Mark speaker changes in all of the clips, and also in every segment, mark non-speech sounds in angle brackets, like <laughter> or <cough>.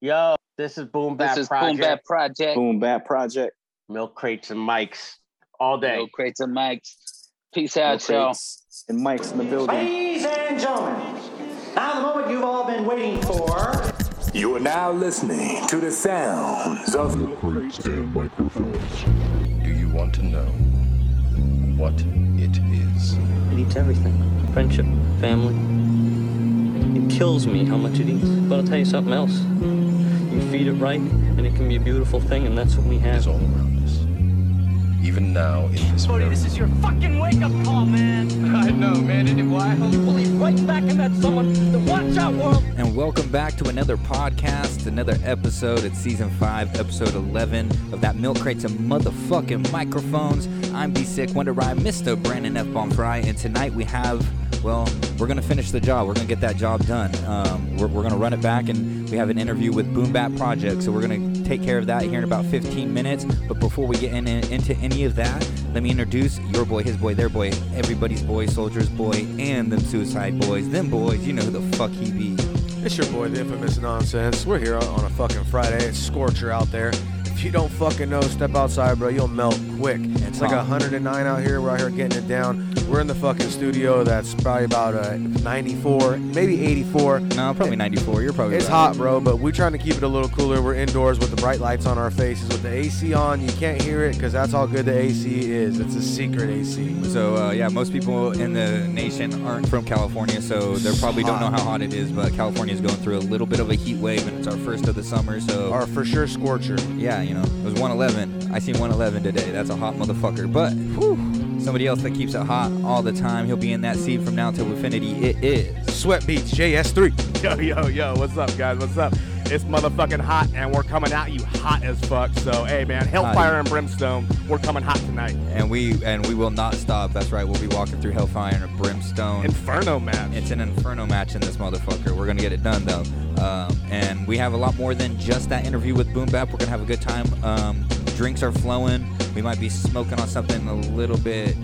Speaker 1: Yo, this is Boom Bat
Speaker 2: This is
Speaker 1: Project.
Speaker 2: Boom Bat Project.
Speaker 3: Boom Bat Project.
Speaker 1: Milk crates and mics all day.
Speaker 2: No crates and mics. Peace out, y'all.
Speaker 3: Crates And Mike's in the building.
Speaker 4: Ladies and gentlemen, now the moment you've all been waiting for.
Speaker 5: You are now listening to the sounds of
Speaker 6: crates and microphones.
Speaker 7: Do you want to know what it is?
Speaker 8: It eats everything friendship, family. It kills me how much it eats. But I'll tell you something else. You feed it right, and it can be a beautiful thing, and that's what we
Speaker 7: It is
Speaker 8: have.
Speaker 7: all around us. Even now in this very
Speaker 9: This is your fucking wake up call, man. <laughs> I know, man. Isn't it wild? We'll be right back in that someone. The watch out world.
Speaker 10: And welcome back to another podcast, another episode. It's season five, episode 11 of that Milk Crates and Motherfucking Microphones. I'm B Sick, Wonder Rhyme, Mr. Brandon F. Bonfry, and tonight we have, well, we're going to finish the job. We're going to get that job done. Um, we're we're going to run it back, and we have an interview with Boom Bat Project, so we're going to take care of that here in about 15 minutes. But before we get in, into any of that, let me introduce your boy, his boy, their boy, everybody's boy, soldier's boy, and them suicide boys. Them boys, you know who the fuck he be.
Speaker 11: It's your boy, the infamous nonsense. We're here on a fucking Friday. It's scorcher out there. If you don't fucking know, step outside, bro. You'll melt quick. It's like
Speaker 10: Tom.
Speaker 11: 109 out here. We're out here getting it down. We're in the fucking studio that's probably about uh, 94, maybe 84.
Speaker 10: No, probably 94. You're probably
Speaker 11: It's
Speaker 10: right.
Speaker 11: hot, bro, but we're trying to keep it a little cooler. We're indoors with the bright lights on our faces, with the AC on. You can't hear it because that's how good the AC is. It's a secret AC.
Speaker 10: So uh, yeah, most people in the nation aren't from California, so they probably don't know how hot it is. But California is going through a little bit of a heat wave, and it's our first of the summer. So
Speaker 11: Or for sure, scorcher.
Speaker 10: yeah, you know, it was 111. I seen 111 today. That's a hot motherfucker. But whew, somebody else that keeps it hot all the time. He'll be in that seat from now till infinity. It is.
Speaker 11: Sweat Beach, JS3.
Speaker 12: Yo, yo, yo, what's up, guys? What's up? It's motherfucking hot, and we're coming at you hot as fuck. So, hey, man, hellfire and brimstone, we're coming hot tonight.
Speaker 10: And we and we will not stop. That's right. We'll be walking through hellfire and a brimstone.
Speaker 12: Inferno match.
Speaker 10: It's an inferno match in this motherfucker. We're gonna get it done though, um, and we have a lot more than just that interview with Boom Bap. We're gonna have a good time. Um, drinks are flowing. We might be smoking on something a little bit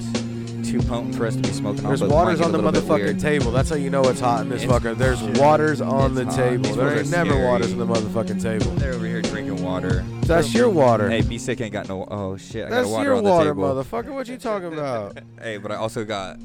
Speaker 10: too potent for us to be smoking
Speaker 11: There's
Speaker 10: on. but it
Speaker 11: waters
Speaker 10: might get
Speaker 11: on
Speaker 10: a
Speaker 11: the
Speaker 10: little bit
Speaker 11: motherfucking
Speaker 10: weird.
Speaker 11: table. That's how you know it's hot in this
Speaker 10: It's
Speaker 11: fucker. There's
Speaker 10: hot.
Speaker 11: waters on
Speaker 10: It's
Speaker 11: the
Speaker 10: hot.
Speaker 11: table.
Speaker 10: These
Speaker 11: There
Speaker 10: fools
Speaker 11: ain't
Speaker 10: are
Speaker 11: never waters in
Speaker 10: scary.
Speaker 11: the motherfucking table.
Speaker 10: They're over here drinking water.
Speaker 11: That's your water.
Speaker 10: Hey, B sick ain't got no. Oh shit, I
Speaker 11: That's
Speaker 10: got water
Speaker 11: your
Speaker 10: on
Speaker 11: water,
Speaker 10: the table.
Speaker 11: motherfucker. What you talking about?
Speaker 10: Hey, but I also got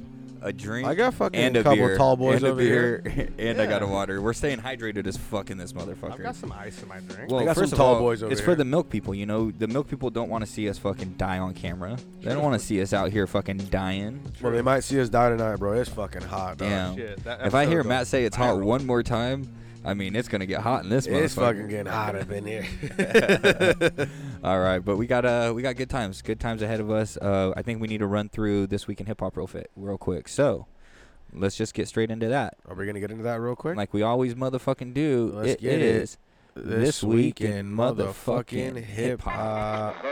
Speaker 10: a drink.
Speaker 11: I got fucking
Speaker 10: and
Speaker 11: a
Speaker 10: a
Speaker 11: couple
Speaker 10: beer,
Speaker 11: tall boys
Speaker 10: and a
Speaker 11: over
Speaker 10: beer, <laughs> and I got a
Speaker 11: Yeah.
Speaker 10: water. We're staying hydrated as fuck in this motherfucker.
Speaker 12: I've got some ice in my drink.
Speaker 10: Well,
Speaker 11: I got
Speaker 10: first
Speaker 11: some
Speaker 10: of
Speaker 11: tall
Speaker 10: all,
Speaker 11: boys over
Speaker 10: it's
Speaker 11: here.
Speaker 10: for the milk people. You know, the milk people don't want to see us fucking die on camera. They don't want to see us out here fucking dying.
Speaker 11: <laughs> well, they might see us die tonight, bro. It's fucking hot, dog.
Speaker 10: Damn.
Speaker 12: shit, that
Speaker 10: if I
Speaker 12: episode
Speaker 10: hear
Speaker 12: goes
Speaker 10: Matt say it's hot
Speaker 12: viral.
Speaker 10: one more time, I mean it's gonna get hot in this.
Speaker 11: It's
Speaker 10: motherfucker.
Speaker 11: fucking getting hot up in here.
Speaker 10: <laughs> All right, but we got uh we got good times, good times ahead of us. Uh, I think we need to run through this week in hip hop real fit, real quick. So, let's just get straight into that,
Speaker 11: Are we gonna get into that real quick?
Speaker 10: like we always motherfucking do.
Speaker 11: Let's
Speaker 10: it
Speaker 11: get it.
Speaker 10: is this week
Speaker 11: week
Speaker 10: in
Speaker 11: in
Speaker 10: motherfucking
Speaker 11: hip hop.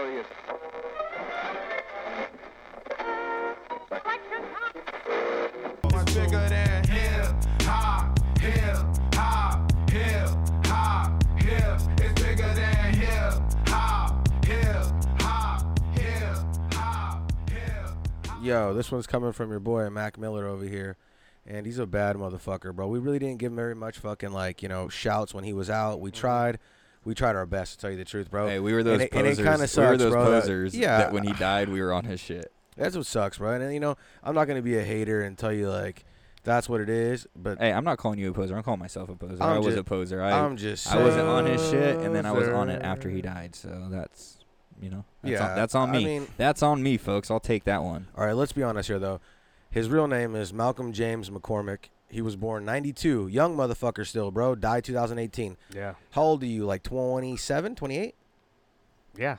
Speaker 11: Yo, this one's coming from your boy Mac Miller over here. And he's a bad motherfucker, bro. We really didn't give him very much fucking like, you know, shouts when he was out. We tried. We tried our best to tell you the truth, bro.
Speaker 10: Mm-hmm. Hey, we were
Speaker 11: And
Speaker 10: those
Speaker 11: it- and
Speaker 10: posers.
Speaker 11: it kind of sucks,
Speaker 10: we were those
Speaker 11: bro, that-
Speaker 10: posers.
Speaker 11: yeah,
Speaker 10: that when he died, we were on his shit.
Speaker 11: that's what sucks, bro. And you know, I'm not gonna be a hater and tell you like that's what it is, but
Speaker 10: Hey, I'm not calling you a poser. I'm calling myself a poser. i
Speaker 11: I'm
Speaker 10: was
Speaker 11: ju-
Speaker 10: a poser. I
Speaker 11: I'm just
Speaker 10: I wasn't on his shit, and then I was on it
Speaker 11: so-
Speaker 10: after he died. So that's you know that's
Speaker 11: Yeah,
Speaker 10: on, that's on
Speaker 11: Uh, I
Speaker 10: me.
Speaker 11: mean-
Speaker 10: that's on me, folks. I'll take that one.
Speaker 11: All right, let's be honest here though. His real name is Malcolm James McCormick. He was born 92, young motherfucker still, bro. Died 2018.
Speaker 12: Yeah.
Speaker 11: How old are you? Like 27, 28?
Speaker 12: Yeah.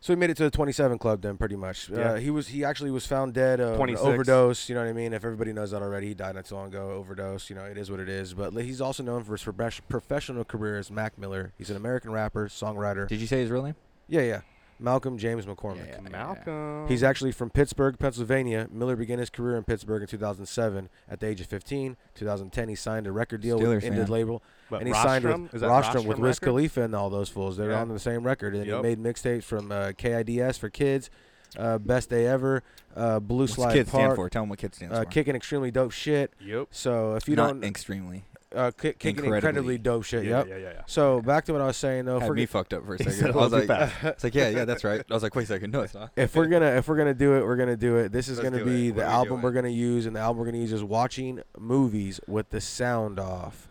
Speaker 11: So he made it to the 27 club then, pretty much.
Speaker 12: Yeah.
Speaker 11: Uh, he was he actually was found dead of an
Speaker 12: 26.
Speaker 11: overdose. You know what I mean? If everybody knows that already, he died not too long ago. Overdose. You know it is what it is. But li- he's also known for his profes- professional career as Mac Miller. He's an American rapper, songwriter.
Speaker 10: Did you say his real name?
Speaker 11: yeah, yeah. Malcolm James McCormick.
Speaker 12: Malcolm.
Speaker 11: He's actually from Pittsburgh, Pennsylvania. Miller began his career in Pittsburgh in 2007 at the age of 15. 2010, he signed a record deal
Speaker 10: Steelers
Speaker 11: with Ended
Speaker 10: fan.
Speaker 11: label,
Speaker 12: What,
Speaker 11: and he signed with
Speaker 12: Rostrum? Is that
Speaker 11: Rostrum with
Speaker 12: Rostrum
Speaker 11: Wiz
Speaker 12: record?
Speaker 11: Khalifa and all those fools. They're
Speaker 12: Yeah.
Speaker 11: on the same record, and
Speaker 12: Yup.
Speaker 11: he made mixtapes from uh, KIDS for kids, uh, Best Day Ever, uh, Blue
Speaker 10: What's
Speaker 11: Slide
Speaker 10: kids stand
Speaker 11: Park,
Speaker 10: for? Tell him what kids stands
Speaker 11: uh,
Speaker 10: for.
Speaker 11: kicking extremely dope shit.
Speaker 12: Yep.
Speaker 11: So if you
Speaker 10: Not
Speaker 11: don't,
Speaker 10: extremely.
Speaker 11: uh, ki- kicking incredibly,
Speaker 10: Incredibly.
Speaker 11: dope shit.
Speaker 10: Yeah,
Speaker 11: yep.
Speaker 10: yeah, yeah, yeah.
Speaker 11: So back to what I was saying though. if
Speaker 10: Had
Speaker 11: we're
Speaker 10: me
Speaker 11: g-
Speaker 12: <laughs>
Speaker 10: fucked up for a second. I was like, it's like, yeah, yeah, that's right. I was like, wait a second, no, it's not.
Speaker 11: if we're gonna if we're gonna do it, we're gonna do it. This is
Speaker 10: Let's
Speaker 11: gonna
Speaker 10: do it.
Speaker 11: be
Speaker 10: What
Speaker 11: the
Speaker 10: are we
Speaker 11: album we're gonna use, and the album we're gonna use is watching movies with the sound off.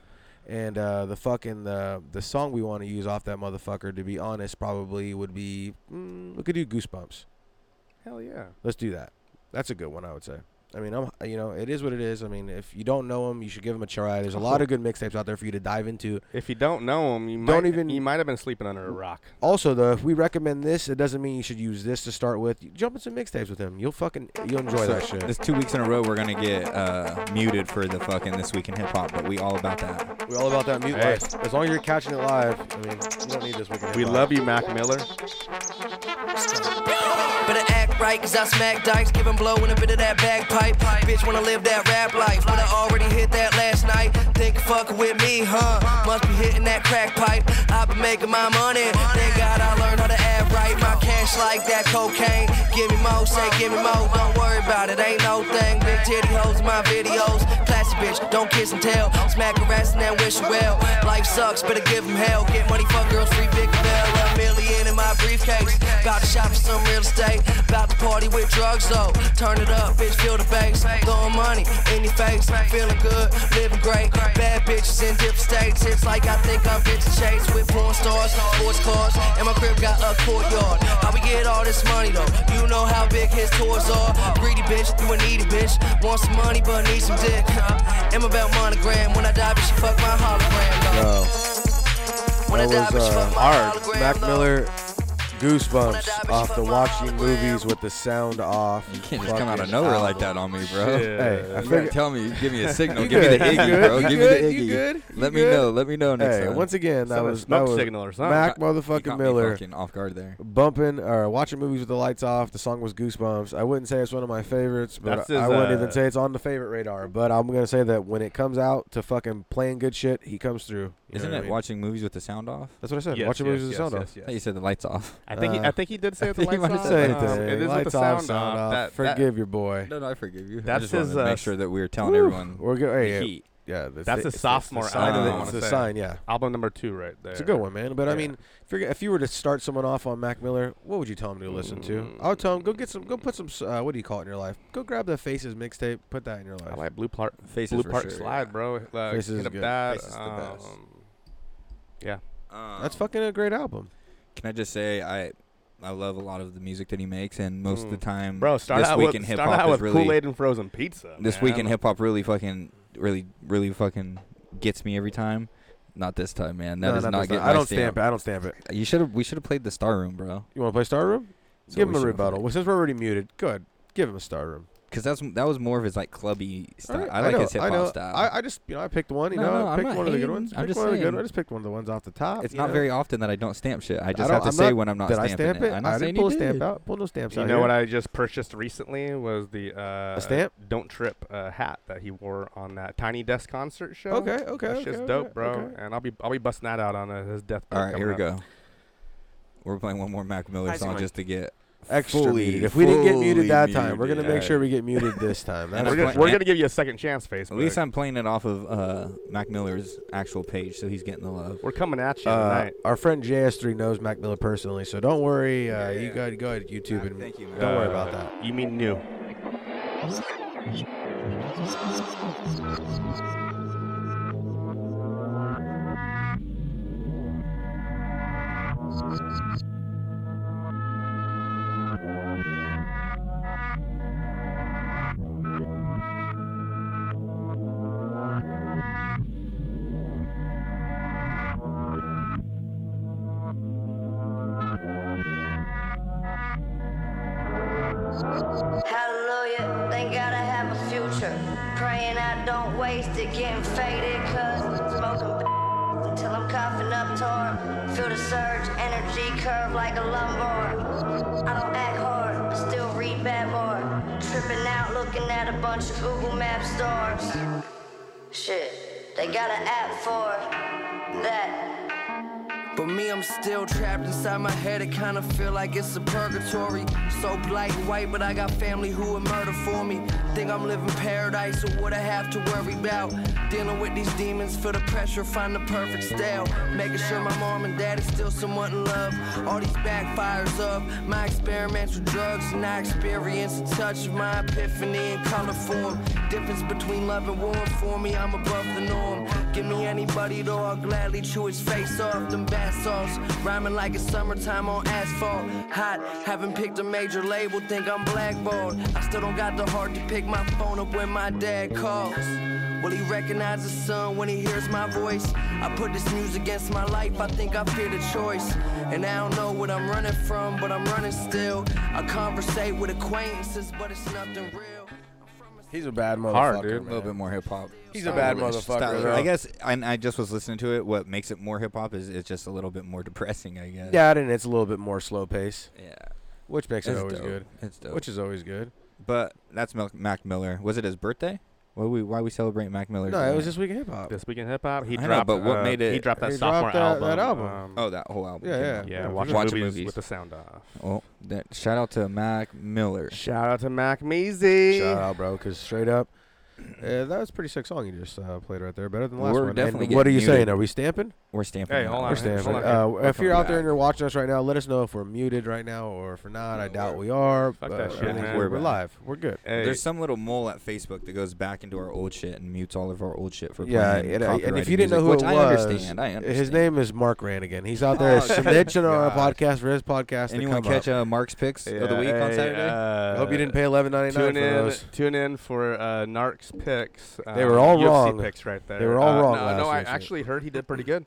Speaker 11: And uh, the fucking the the song we want to use off that motherfucker, to be honest, probably would be mm, we could do Goosebumps.
Speaker 12: Hell yeah.
Speaker 11: Let's do that. That's a good one, I would say. I mean, I'm you know it is what it is. I mean, if you don't know them, you should give them a try. There's a lot of good mixtapes out there for you to dive into.
Speaker 12: If you don't know him, you
Speaker 11: Don't
Speaker 12: might,
Speaker 11: even-
Speaker 12: you might have been sleeping under a rock.
Speaker 11: Also, though, if we recommend this, it doesn't mean you should use this to start with. You jump into mixtapes with him. You'll fucking you'll enjoy that shit.
Speaker 10: There's two weeks in a row we're gonna get uh, muted for the fucking this week in hip hop, but we all about that.
Speaker 11: We're all about that mute
Speaker 10: Hey.
Speaker 11: life. As long as you're catching it live, I mean, you don't need this weekend.
Speaker 12: We love you, Mac Miller.
Speaker 13: Better act right, cause I smack dikes, give 'em blow and a bit of that bagpipe. Bitch, wanna live that rap life, but I already hit that last night. Think you fucking with me, huh? Must be hitting that crack pipe. i been making my money, thank God I learned how to act right. My cash like that cocaine, give me more, say give me more. Don't worry about it, ain't no thing. Big titty hoes in my videos. Classy bitch, don't kiss and tell. Smack her ass and then wish her well. Life sucks, better give 'em hell. Get money, fuck girls, free big bell. A million in my briefcase. About to shop for some real estate. About to party with drugs though. Turn it up, bitch, feel the bass. Throwing money in your face. Feeling good, living great. Bad bitches in different states. It's like I think I'm getting chased with porn stars, sports cars. And my crib got a courtyard. How we get all this money though? You know how big his tours are. Greedy bitch, you a needy bitch. Want some money, but need some dick. <laughs> Am about monogram. When I die, bitch, she fuck my hologram though.
Speaker 11: Yo.
Speaker 13: When I
Speaker 11: That was
Speaker 13: die, bitch,
Speaker 11: uh,
Speaker 13: fuck my
Speaker 11: hard.
Speaker 13: hologram
Speaker 11: Mac
Speaker 13: though.
Speaker 11: Miller, Goosebumps off the watching movies with the sound off. You
Speaker 10: can't just come out of nowhere like that on me, bro.
Speaker 11: Hey, I
Speaker 10: you
Speaker 11: figure-
Speaker 10: gotta tell me, give
Speaker 11: <laughs>
Speaker 10: me a signal,
Speaker 11: You
Speaker 10: give me the
Speaker 11: good, you
Speaker 10: Iggy,
Speaker 11: good,
Speaker 10: bro,
Speaker 11: you
Speaker 10: give
Speaker 11: good,
Speaker 10: me the
Speaker 11: you
Speaker 10: Iggy.
Speaker 11: good,
Speaker 10: let
Speaker 11: you
Speaker 10: me
Speaker 11: good?
Speaker 10: know, let me know next
Speaker 11: Hey,
Speaker 10: time.
Speaker 11: once again, that
Speaker 10: Send a
Speaker 11: was that
Speaker 10: smoke
Speaker 11: was
Speaker 10: signal or something.
Speaker 11: Mac
Speaker 10: You got- you
Speaker 11: motherfucking
Speaker 10: got me
Speaker 11: Miller.
Speaker 10: fucking off guard there.
Speaker 11: Bumping or watching movies with the lights off. The song was Goosebumps. I wouldn't say it's one of my favorites, but
Speaker 12: That's
Speaker 11: I,
Speaker 12: his,
Speaker 11: wouldn't
Speaker 12: uh,
Speaker 11: even say it's on the favorite radar. But I'm gonna say that when it comes out to fucking playing good shit, he comes through. You know
Speaker 10: Isn't
Speaker 11: what I
Speaker 10: it
Speaker 11: mean?
Speaker 10: watching movies with the sound off?
Speaker 11: That's what I said. Yes, Watching movies yes, with the yes, sound yes, off.
Speaker 10: I thought you said the lights off.
Speaker 12: I
Speaker 11: Uh,
Speaker 12: think he, I think he did say
Speaker 10: I <laughs>
Speaker 12: it the
Speaker 10: think he
Speaker 12: lights
Speaker 10: might
Speaker 12: off.
Speaker 10: have said
Speaker 12: Um,
Speaker 10: that.
Speaker 12: it is with the
Speaker 11: Lights
Speaker 12: sound
Speaker 11: off, sound
Speaker 12: off.
Speaker 11: off.
Speaker 12: That- that-
Speaker 11: Forgive your boy.
Speaker 10: No, no, I forgive you. I
Speaker 12: That's
Speaker 10: just wanted
Speaker 12: his,
Speaker 10: to
Speaker 12: uh,
Speaker 10: make sure that we were telling
Speaker 11: Woo.
Speaker 10: everyone.
Speaker 11: We're good.
Speaker 10: the
Speaker 11: Hey,
Speaker 10: heat.
Speaker 11: yeah,
Speaker 12: that's
Speaker 11: the-
Speaker 12: his
Speaker 11: it's the
Speaker 12: sophomore
Speaker 11: sign
Speaker 12: album.
Speaker 11: of it.
Speaker 12: I wanna
Speaker 11: It's the
Speaker 12: say.
Speaker 11: sign, yeah.
Speaker 12: Album number two, right there.
Speaker 11: It's a good one, man. But I
Speaker 12: Yeah.
Speaker 11: mean, if, you're, if you were to start someone off on Mac Miller, what would you tell him to listen
Speaker 10: Mm.
Speaker 11: to? I would tell him go get some, go put some. s- Uh, what do you call it in your life? Go grab the Faces mixtape, put that in your life.
Speaker 12: I like Blue Park.
Speaker 10: Faces
Speaker 12: Blue
Speaker 10: for
Speaker 12: Park
Speaker 10: sure,
Speaker 12: Slide,
Speaker 10: yeah.
Speaker 12: bro. Like,
Speaker 11: Faces
Speaker 12: hit
Speaker 11: is
Speaker 12: up
Speaker 11: good.
Speaker 12: that.
Speaker 10: Faces is the best.
Speaker 12: um, Yeah.
Speaker 11: um, That's fucking a great album.
Speaker 10: Can I just say I I love a lot of the music that he makes, and most of the
Speaker 12: Mm.
Speaker 10: time,
Speaker 12: Bro, start
Speaker 10: this
Speaker 12: out
Speaker 10: week
Speaker 12: with-
Speaker 10: in hip
Speaker 12: start
Speaker 10: hop
Speaker 12: out
Speaker 10: is
Speaker 12: with
Speaker 10: really
Speaker 12: Kool-Aid and frozen pizza,
Speaker 10: This week in
Speaker 12: man.
Speaker 10: hip hop really fucking really really fucking gets me every time. Not this time, man. That
Speaker 11: No,
Speaker 10: does
Speaker 11: not
Speaker 10: not,
Speaker 11: this
Speaker 10: get.
Speaker 11: time.
Speaker 10: my
Speaker 11: I don't stamp it. I don't stamp it.
Speaker 10: You should have. We should have played the Star Room, bro.
Speaker 11: You want to play Star Room?
Speaker 10: That's
Speaker 11: give
Speaker 10: what
Speaker 11: him
Speaker 10: we
Speaker 11: a
Speaker 10: should
Speaker 11: rebuttal. Well, since we're already muted, good. Give him a Star Room.
Speaker 10: Because that's that was more of his like clubby style.
Speaker 11: Alright,
Speaker 10: I like
Speaker 11: know,
Speaker 10: his hip
Speaker 11: I know.
Speaker 10: hop style.
Speaker 11: I, I just you know I picked one. You
Speaker 10: No,
Speaker 11: know
Speaker 10: no,
Speaker 11: I
Speaker 10: I'm
Speaker 11: picked
Speaker 10: not
Speaker 11: one of the good
Speaker 10: hating.
Speaker 11: ones.
Speaker 10: I'm
Speaker 11: picked
Speaker 10: just
Speaker 11: one of the good
Speaker 10: saying.
Speaker 11: ones. I just picked one of the ones off the top.
Speaker 10: it's
Speaker 11: you
Speaker 10: not
Speaker 11: know?
Speaker 10: very often that I don't stamp shit. I
Speaker 11: I
Speaker 10: just
Speaker 11: don't-
Speaker 10: have to
Speaker 11: I'm
Speaker 10: say
Speaker 11: not-
Speaker 10: when I'm not
Speaker 11: did I
Speaker 10: stamping
Speaker 11: stamp it?
Speaker 10: I'm
Speaker 11: I
Speaker 10: not
Speaker 11: didn't
Speaker 10: saying
Speaker 11: pull
Speaker 10: you
Speaker 11: a stamp
Speaker 10: did.
Speaker 11: out. Pull no stamps
Speaker 12: You
Speaker 11: out
Speaker 12: know
Speaker 11: here.
Speaker 12: what I just purchased recently was the uh,
Speaker 11: stamp?
Speaker 12: "Don't Trip" uh, hat that he wore on that Tiny Desk concert show.
Speaker 11: Okay, okay,
Speaker 12: that
Speaker 11: okay,
Speaker 12: shit's
Speaker 11: okay,
Speaker 12: dope, bro.
Speaker 11: okay.
Speaker 12: And I'll be I'll be busting that out on uh, his deathbed.
Speaker 10: All right, here we
Speaker 12: coming up.
Speaker 10: go. We're playing one more Mac Miller
Speaker 12: Hi,
Speaker 10: song
Speaker 12: Simon.
Speaker 10: just to get
Speaker 11: extra
Speaker 10: fully,
Speaker 11: muted. If we didn't get
Speaker 10: fully
Speaker 11: muted that time, we're
Speaker 10: muted.
Speaker 11: gonna make sure we get muted
Speaker 10: <laughs>
Speaker 11: this
Speaker 10: And
Speaker 11: time. That's
Speaker 10: I'm
Speaker 12: We're gonna,
Speaker 10: playing-
Speaker 12: we're gonna give you a second chance, Facebook.
Speaker 10: At least I'm playing it off of uh, Mac Miller's actual page, so he's getting the love.
Speaker 12: We're coming at you
Speaker 11: Uh,
Speaker 12: tonight.
Speaker 11: Our friend JS3 knows Mac Miller personally, so don't worry. Uh, You go go ahead YouTube and
Speaker 10: thank you, man.
Speaker 11: don't worry
Speaker 12: Uh,
Speaker 11: about that.
Speaker 12: You mean new?
Speaker 14: Hallelujah, thank God I have a future. Praying I don't waste it, getting faded, cuz smoking <laughs> until I'm coughing up tar. Feel the surge, energy curve like a lumbar. I don't act hard, but still read bad bar. Tripping out, looking at a bunch of Google Map stars. Shit, they got an app for that.
Speaker 13: But me, I'm still trapped inside my head. It kinda feel like it's a purgatory. So black, white, but I got family who would murder for me. Think I'm living paradise or what I have to worry about. Dealing with these demons, feel the pressure, find the perfect style. Making sure my mom and dad is still somewhat in love. All these backfires of my experimental drugs, and I experience a touch of my epiphany in color form. Difference between love and war for me, I'm above the norm. Give me anybody though, I'll gladly chew his face off. Them bad sauce, rhyming like it's summertime on asphalt. Hot, haven't picked a major label, think I'm blackballed. I still don't got the heart to pick my phone up when my dad calls. Will he recognize the sun when he hears my voice? I put this news against my life, I think I fear the choice. And I don't know what I'm running from, but I'm running still. I conversate with acquaintances, but it's nothing real.
Speaker 11: He's a bad motherfucker.
Speaker 10: Hard, dude. A
Speaker 11: man.
Speaker 10: little bit more hip hop.
Speaker 11: He's a bad motherfucker. bro.
Speaker 10: I guess, and I just was listening to it. What makes it more hip hop is it's just a little bit more <laughs> depressing. I guess.
Speaker 11: Yeah, and it's a little bit more slow pace.
Speaker 10: Yeah.
Speaker 11: Which makes
Speaker 10: It's
Speaker 11: it always
Speaker 10: dope.
Speaker 11: good.
Speaker 10: It's dope.
Speaker 11: Which is always good.
Speaker 10: But that's Mil- Mac Miller. Was it his birthday? Why we why we celebrate Mac Miller?
Speaker 11: No, it was
Speaker 10: tonight?
Speaker 11: this week in hip hop.
Speaker 12: This weekend hip hop. He
Speaker 10: I know,
Speaker 12: dropped.
Speaker 10: but what
Speaker 12: uh,
Speaker 10: made it-
Speaker 12: He dropped that
Speaker 11: He
Speaker 12: sophomore
Speaker 11: dropped that-
Speaker 12: album. um,
Speaker 11: that album.
Speaker 10: Oh, that whole album.
Speaker 11: Yeah,
Speaker 10: came
Speaker 11: yeah.
Speaker 10: out.
Speaker 11: Yeah,
Speaker 12: watch
Speaker 10: watch
Speaker 12: movies
Speaker 10: movies,
Speaker 12: with the sound off.
Speaker 10: Oh, that shout out to Mac Miller.
Speaker 12: Shout out to Mac Measy.
Speaker 11: Shout out, bro, because straight up, uh, that was a pretty sick song you just uh, played right there. Better than the last
Speaker 10: We're
Speaker 11: one.
Speaker 10: definitely
Speaker 11: And what are
Speaker 10: getting
Speaker 11: you
Speaker 10: muted.
Speaker 11: saying? Are we stamping?
Speaker 10: We're stamping.
Speaker 12: Hey, hold on.
Speaker 11: We're
Speaker 12: hold on.
Speaker 11: stamping.
Speaker 12: Hold
Speaker 11: Uh,
Speaker 12: on.
Speaker 11: if
Speaker 12: Fuck
Speaker 11: you're
Speaker 12: all
Speaker 11: out there
Speaker 12: that.
Speaker 11: and you're watching us right now, let us know if we're muted right now or if we're not. I doubt we are.
Speaker 12: Fuck
Speaker 11: but
Speaker 12: that shit,
Speaker 11: everything's-
Speaker 12: man.
Speaker 11: uh, We're,
Speaker 10: We're back.
Speaker 11: live. We're good.
Speaker 12: Hey.
Speaker 10: There's some little mole at Facebook that goes back into our old shit and mutes all of our old shit for
Speaker 11: Yeah,
Speaker 10: playing
Speaker 11: and, uh, and if
Speaker 10: copyrighted
Speaker 11: you didn't know who
Speaker 10: music,
Speaker 11: it
Speaker 10: which
Speaker 11: was,
Speaker 10: I understand. I understand.
Speaker 11: his name is Mark Rannigan. He's out there
Speaker 10: Oh,
Speaker 11: <laughs> snitching on our
Speaker 10: God.
Speaker 11: podcast for his podcast.
Speaker 10: Anyone
Speaker 11: to come
Speaker 10: catch
Speaker 11: up.
Speaker 10: uh, Mark's picks of the
Speaker 12: Yeah,
Speaker 10: week on
Speaker 12: hey,
Speaker 10: Saturday?
Speaker 12: uh,
Speaker 11: Hope you didn't pay eleven ninety nine
Speaker 12: Tune
Speaker 11: for
Speaker 12: in,
Speaker 11: those.
Speaker 12: tune in for uh, Narc's picks.
Speaker 11: They
Speaker 12: Uh,
Speaker 11: were all
Speaker 12: UFC
Speaker 11: wrong.
Speaker 12: Picks right there.
Speaker 11: They were all
Speaker 12: Uh,
Speaker 11: wrong
Speaker 12: No,
Speaker 11: last
Speaker 12: no, I
Speaker 11: year, so-
Speaker 12: actually heard he did pretty good.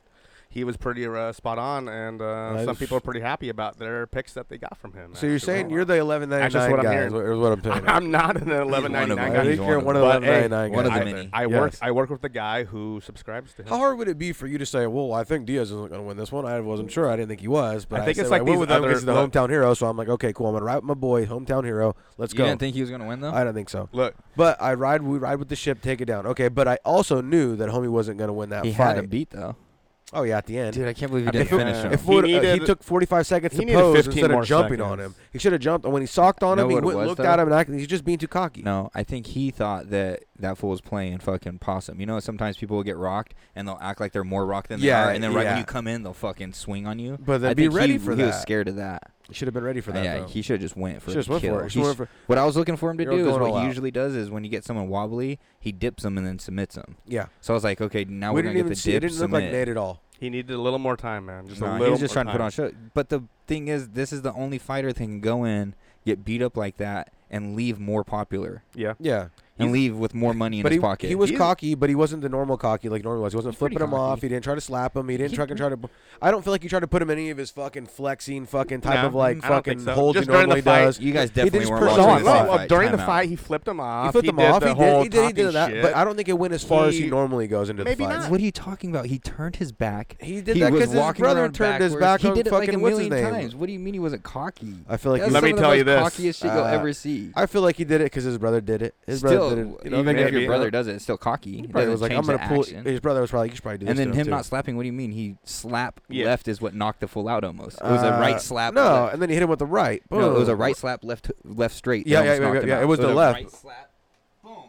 Speaker 12: He was pretty uh, spot on, and uh,
Speaker 11: That
Speaker 12: some
Speaker 11: was-
Speaker 12: people are pretty happy about their picks that they got from him.
Speaker 11: So you're
Speaker 12: actually.
Speaker 11: saying you're the eleven
Speaker 12: That's
Speaker 11: ninety
Speaker 12: just
Speaker 11: nine
Speaker 12: what I'm
Speaker 11: guy?
Speaker 12: hearing.
Speaker 11: Is what, is what I'm
Speaker 12: <laughs>
Speaker 11: telling.
Speaker 12: I'm not an 1199
Speaker 11: I
Speaker 10: them.
Speaker 12: guy.
Speaker 11: think you're one of the
Speaker 12: But,
Speaker 11: eleven
Speaker 12: hey,
Speaker 11: ninety nine guys.
Speaker 10: one of the
Speaker 12: I-
Speaker 10: many.
Speaker 12: I work.
Speaker 11: Yes.
Speaker 12: I work with the guy who subscribes to him.
Speaker 11: How hard would it be for you to say, "Well, I think Diaz isn't going to win this one"? I wasn't sure. I didn't think he was, but
Speaker 12: I
Speaker 11: I
Speaker 12: think
Speaker 11: said,
Speaker 12: it's
Speaker 11: "Well,
Speaker 12: like
Speaker 11: I went
Speaker 12: these
Speaker 11: with him 'cause
Speaker 12: other-
Speaker 11: he's the
Speaker 12: look-
Speaker 11: hometown hero. So I'm like, okay, cool. I'm going to ride with my boy, hometown hero. Let's
Speaker 10: you
Speaker 11: go.
Speaker 10: didn't think he was gonna win though?
Speaker 11: I don't think so.
Speaker 12: Look,
Speaker 11: But I ride. We ride with the ship. Take it down. Okay, but I also knew that homie wasn't going to win that
Speaker 10: he had
Speaker 11: fight.
Speaker 10: a beat though.
Speaker 11: Oh yeah, at the end.
Speaker 10: Dude, I can't believe he
Speaker 11: I
Speaker 10: didn't
Speaker 11: think-
Speaker 10: finish him.
Speaker 11: If
Speaker 12: He
Speaker 11: he, he
Speaker 12: needed-
Speaker 11: took 45 seconds
Speaker 12: he
Speaker 11: to
Speaker 12: needed
Speaker 11: pose
Speaker 12: 15
Speaker 11: instead
Speaker 12: more
Speaker 11: of jumping on
Speaker 12: seconds.
Speaker 11: him, he should have jumped. When he socked on
Speaker 10: Know
Speaker 11: him, he
Speaker 10: what it
Speaker 11: went,
Speaker 10: was,
Speaker 11: looked
Speaker 10: though?
Speaker 11: at him, and acted, he's just being too cocky.
Speaker 10: No, I think he thought that that fool was playing fucking possum. You know, sometimes people will get rocked and they'll act like they're more rocked than
Speaker 11: Yeah,
Speaker 10: they are, and then right when
Speaker 11: yeah.
Speaker 10: you come in, they'll fucking swing on you.
Speaker 11: But then
Speaker 10: I
Speaker 11: be
Speaker 10: think
Speaker 11: ready
Speaker 10: he,
Speaker 11: for
Speaker 10: he was
Speaker 11: that.
Speaker 10: scared of that. Uh,
Speaker 11: He should have been ready for that.
Speaker 10: yeah,
Speaker 11: though.
Speaker 10: he should have just went for
Speaker 11: Should've
Speaker 10: a
Speaker 11: went for
Speaker 10: kill.
Speaker 11: it.
Speaker 10: He
Speaker 11: Should've
Speaker 10: sh-
Speaker 11: went for-
Speaker 10: what I was looking for him to
Speaker 11: They were
Speaker 10: do is
Speaker 11: going
Speaker 10: what
Speaker 11: all
Speaker 10: he
Speaker 11: out.
Speaker 10: usually does is when you get someone wobbly, he dips them and then submits them.
Speaker 11: Yeah.
Speaker 10: So I was like, okay, now
Speaker 11: we
Speaker 10: are gonna
Speaker 11: didn't
Speaker 10: get
Speaker 11: even
Speaker 10: the
Speaker 11: see.
Speaker 10: dip
Speaker 11: it didn't look
Speaker 10: submit.
Speaker 11: like Nate at all.
Speaker 12: He needed a little more time, man. Just a
Speaker 10: Nah,
Speaker 12: little.
Speaker 10: he was just
Speaker 12: more
Speaker 10: trying to put
Speaker 12: time.
Speaker 10: on a show. But the thing is, this is the only fighter that can go in, get beat up like that, and leave more popular
Speaker 12: Yeah.
Speaker 11: Yeah.
Speaker 10: and leave with more money in
Speaker 11: but
Speaker 10: his
Speaker 11: he,
Speaker 10: pocket.
Speaker 11: he was
Speaker 12: He's-
Speaker 11: cocky, but he wasn't the normal cocky like normal was. He wasn't
Speaker 10: pretty
Speaker 11: flipping him off.
Speaker 10: cocky.
Speaker 11: He didn't try to slap him. He didn't try to try to. I don't feel like he tried to put him in any of his fucking flexing, fucking type
Speaker 12: No,
Speaker 11: of like
Speaker 12: I don't think
Speaker 11: fucking
Speaker 12: so.
Speaker 11: holds
Speaker 12: Just
Speaker 11: he
Speaker 12: during the
Speaker 11: normally
Speaker 12: fight,
Speaker 11: does.
Speaker 10: you guys
Speaker 11: He
Speaker 10: definitely
Speaker 11: just
Speaker 10: weren't
Speaker 11: pushed
Speaker 10: watching the
Speaker 11: on.
Speaker 12: No,
Speaker 10: fight.
Speaker 12: no, uh, during the
Speaker 10: Timeout.
Speaker 12: fight, he flipped him off.
Speaker 11: He flipped him
Speaker 12: did
Speaker 11: off.
Speaker 12: The
Speaker 11: He
Speaker 12: whole
Speaker 11: did. He did. He
Speaker 12: talking
Speaker 11: did that.
Speaker 12: shit.
Speaker 11: But I don't think it went as far as he
Speaker 12: He-
Speaker 11: normally goes into the
Speaker 12: maybe
Speaker 11: fight.
Speaker 12: not.
Speaker 10: What are you talking about? He turned his back.
Speaker 11: He did that 'cause his
Speaker 10: walking
Speaker 11: brother
Speaker 10: around
Speaker 11: turned his
Speaker 10: backwards.
Speaker 11: back on
Speaker 10: he did it like a
Speaker 11: fucking what's
Speaker 10: million
Speaker 11: his name?
Speaker 10: times. What do you mean he wasn't cocky?
Speaker 11: I feel like
Speaker 10: That's
Speaker 11: he-
Speaker 12: Let me
Speaker 10: some of the
Speaker 12: tell
Speaker 10: most
Speaker 12: you this.
Speaker 10: Cockiest shit you'll
Speaker 11: Uh,
Speaker 10: ever see.
Speaker 11: I feel like he did it because his brother did it. His
Speaker 10: still,
Speaker 11: brother did it.
Speaker 10: even if
Speaker 12: maybe,
Speaker 10: your brother
Speaker 12: uh,
Speaker 10: does it, it's still cocky. It
Speaker 11: Probably
Speaker 10: doesn't
Speaker 11: was like,
Speaker 10: change
Speaker 11: I'm gonna
Speaker 10: the
Speaker 11: pull.
Speaker 10: action.
Speaker 11: His brother was probably, you should probably do this.
Speaker 10: And then
Speaker 11: to
Speaker 10: him
Speaker 11: too.
Speaker 10: not slapping. What do you mean? He slap
Speaker 12: Yeah.
Speaker 10: left is what knocked the fool out almost. It was a
Speaker 11: Uh,
Speaker 10: right slap.
Speaker 11: No,
Speaker 10: left.
Speaker 11: and then he hit him with the right.
Speaker 10: no, it was a
Speaker 11: Boom.
Speaker 10: right slap left left straight. that
Speaker 11: Oh. Yeah, yeah,
Speaker 10: almost
Speaker 11: yeah,
Speaker 10: knocked him
Speaker 11: yeah,
Speaker 10: out.
Speaker 11: it was
Speaker 10: a
Speaker 11: the left.
Speaker 10: right slap.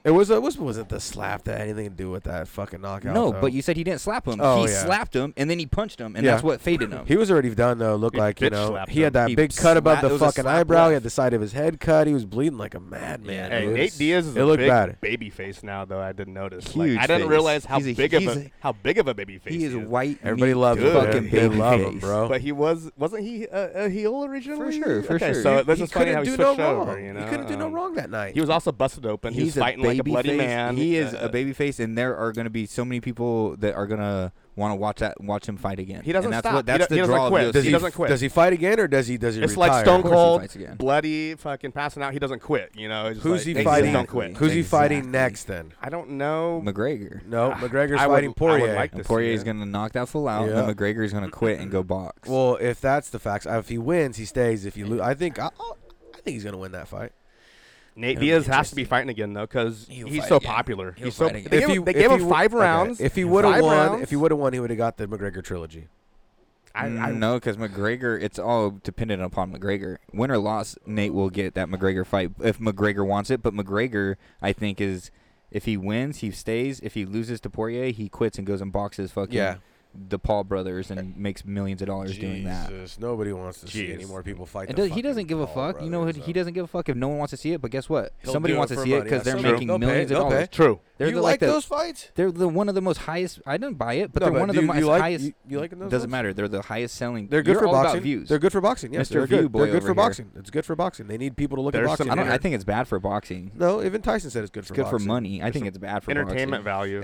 Speaker 11: It was. It was. Was it the slap that had anything to do with that fucking knockout?
Speaker 10: No,
Speaker 11: though?
Speaker 10: but you said he didn't slap him.
Speaker 11: Oh,
Speaker 10: he
Speaker 11: yeah.
Speaker 10: slapped him and then he punched him, and
Speaker 11: Yeah.
Speaker 10: that's what faded him.
Speaker 11: He was already done though. Looked
Speaker 12: He
Speaker 11: like you
Speaker 12: bitch
Speaker 11: know
Speaker 12: slapped
Speaker 11: he had
Speaker 12: him.
Speaker 11: that
Speaker 10: He
Speaker 11: big cut above
Speaker 10: slapped- it
Speaker 11: the
Speaker 10: was a
Speaker 11: fucking
Speaker 10: slap
Speaker 11: eyebrow. He
Speaker 10: left.
Speaker 11: had the side of his head cut. He was bleeding like a madman.
Speaker 12: Hey,
Speaker 11: dude.
Speaker 12: Nate Diaz is
Speaker 11: it
Speaker 12: a
Speaker 11: looked
Speaker 12: big
Speaker 11: bad.
Speaker 12: baby face now, though. I didn't notice.
Speaker 10: Huge
Speaker 12: like, I didn't
Speaker 10: face.
Speaker 12: realize how
Speaker 10: He's a-
Speaker 12: big of
Speaker 10: he's
Speaker 12: a,
Speaker 10: a-
Speaker 12: how big of a baby face
Speaker 10: he is white.
Speaker 11: Everybody
Speaker 10: meat
Speaker 11: loved him.
Speaker 10: Fucking
Speaker 11: They
Speaker 10: baby
Speaker 11: love
Speaker 10: face.
Speaker 11: him, bro.
Speaker 12: But he was wasn't he uh, a, a heel originally?
Speaker 10: sure, for
Speaker 12: okay,
Speaker 10: sure.
Speaker 12: So
Speaker 10: He-
Speaker 12: this
Speaker 11: he
Speaker 12: is funny
Speaker 11: couldn't
Speaker 12: how he
Speaker 11: do
Speaker 12: switched
Speaker 11: no
Speaker 12: over.
Speaker 11: wrong.
Speaker 12: You know?
Speaker 11: He couldn't do no
Speaker 12: Um,
Speaker 11: wrong that night.
Speaker 12: He was also busted open. he was
Speaker 10: He's
Speaker 12: fighting like a bloody
Speaker 10: babyface.
Speaker 12: man.
Speaker 10: He is
Speaker 12: Uh,
Speaker 10: a baby face, and there are going to be so many people that are going to want to watch that, watch him fight again.
Speaker 12: He doesn't
Speaker 10: and that's
Speaker 12: stop.
Speaker 10: What,
Speaker 12: He
Speaker 10: that's
Speaker 12: do- he
Speaker 10: the
Speaker 12: doesn't
Speaker 10: draw. of
Speaker 12: quit.
Speaker 10: UFC.
Speaker 12: Does he doesn't quit.
Speaker 11: Does he fight again or does he does he
Speaker 12: It's
Speaker 11: retire?
Speaker 12: like Stone
Speaker 10: course he
Speaker 12: Cold,
Speaker 10: fights again.
Speaker 12: bloody fucking passing out. He doesn't quit. You know, It's
Speaker 11: Who's
Speaker 12: like,
Speaker 11: he
Speaker 12: they just
Speaker 11: fighting?
Speaker 12: Don't quit.
Speaker 11: Who's he fighting
Speaker 10: Exactly.
Speaker 11: next then?
Speaker 12: I don't know.
Speaker 10: McGregor.
Speaker 11: No, McGregor's
Speaker 12: I would- I
Speaker 11: fighting
Speaker 12: would
Speaker 11: Poirier.
Speaker 12: like
Speaker 10: And
Speaker 12: This
Speaker 10: Poirier
Speaker 12: year.
Speaker 10: is going to knock that fool out,
Speaker 11: Yeah.
Speaker 10: and McGregor is going to quit and go box.
Speaker 11: well, if that's the facts, if he wins, he stays. If you lose, I think I, I'll- I think he's gonna win that fight.
Speaker 12: Nate Diaz has to be fighting again though, because
Speaker 10: He'll
Speaker 12: he's
Speaker 10: fight
Speaker 12: so
Speaker 10: again.
Speaker 12: popular.
Speaker 10: He'll
Speaker 12: he's so.
Speaker 10: fight again.
Speaker 12: They
Speaker 11: If
Speaker 12: gave,
Speaker 11: he-
Speaker 12: him, they
Speaker 11: if
Speaker 12: gave
Speaker 11: he-
Speaker 12: him five
Speaker 11: okay,
Speaker 12: rounds.
Speaker 11: If he would have
Speaker 12: Five
Speaker 11: won,
Speaker 12: rounds.
Speaker 11: if he would have won, he would have got the McGregor trilogy.
Speaker 12: I, I,
Speaker 10: Mm, no, because McGregor, it's all dependent upon McGregor. Win or loss, Nate will get that McGregor fight if McGregor wants it. But McGregor, I think, is If he wins, he stays. If he loses to Poirier, he quits and goes and boxes fucking
Speaker 11: Yeah.
Speaker 10: the Paul brothers and makes millions of dollars doing that.
Speaker 11: Jesus, nobody wants to see any
Speaker 10: Jeez.
Speaker 11: more people fight.
Speaker 10: It
Speaker 11: the
Speaker 10: does, he doesn't
Speaker 11: fucking
Speaker 10: give a
Speaker 11: Paul
Speaker 10: fuck. You know what? He doesn't give a fuck if no one wants to see it. But guess what?
Speaker 11: He'll
Speaker 10: Somebody
Speaker 11: do it
Speaker 10: wants to
Speaker 11: for
Speaker 10: see it
Speaker 11: money.
Speaker 10: because they're
Speaker 11: That's true.
Speaker 10: making
Speaker 11: They'll pay.
Speaker 10: millions
Speaker 11: They'll
Speaker 10: of dollars.
Speaker 11: pay. True.
Speaker 10: They're
Speaker 11: You
Speaker 10: the-
Speaker 11: like
Speaker 10: the-
Speaker 11: those fights?
Speaker 10: They're the one of the most highest. I didn't buy it, but
Speaker 11: No,
Speaker 10: they're
Speaker 11: but
Speaker 10: one of
Speaker 11: do
Speaker 10: the
Speaker 11: you-
Speaker 10: most
Speaker 11: you like-
Speaker 10: highest.
Speaker 11: you- you liking those
Speaker 10: Doesn't
Speaker 11: ones?
Speaker 10: matter. They're the highest selling.
Speaker 11: They're good
Speaker 10: You're
Speaker 11: for
Speaker 10: all
Speaker 11: boxing.
Speaker 10: About views.
Speaker 11: They're good for boxing. Yes,
Speaker 10: Mr.
Speaker 11: they're good.
Speaker 10: View Boy
Speaker 11: they're good
Speaker 10: over
Speaker 11: for
Speaker 10: here.
Speaker 11: boxing. It's good for boxing. They need people to look at boxing.
Speaker 10: I don't.
Speaker 11: here.
Speaker 10: I think it's bad for boxing.
Speaker 11: no, even Tyson said it's good
Speaker 10: It's
Speaker 11: for
Speaker 10: good
Speaker 11: boxing.
Speaker 10: for money. I think it's bad for boxing.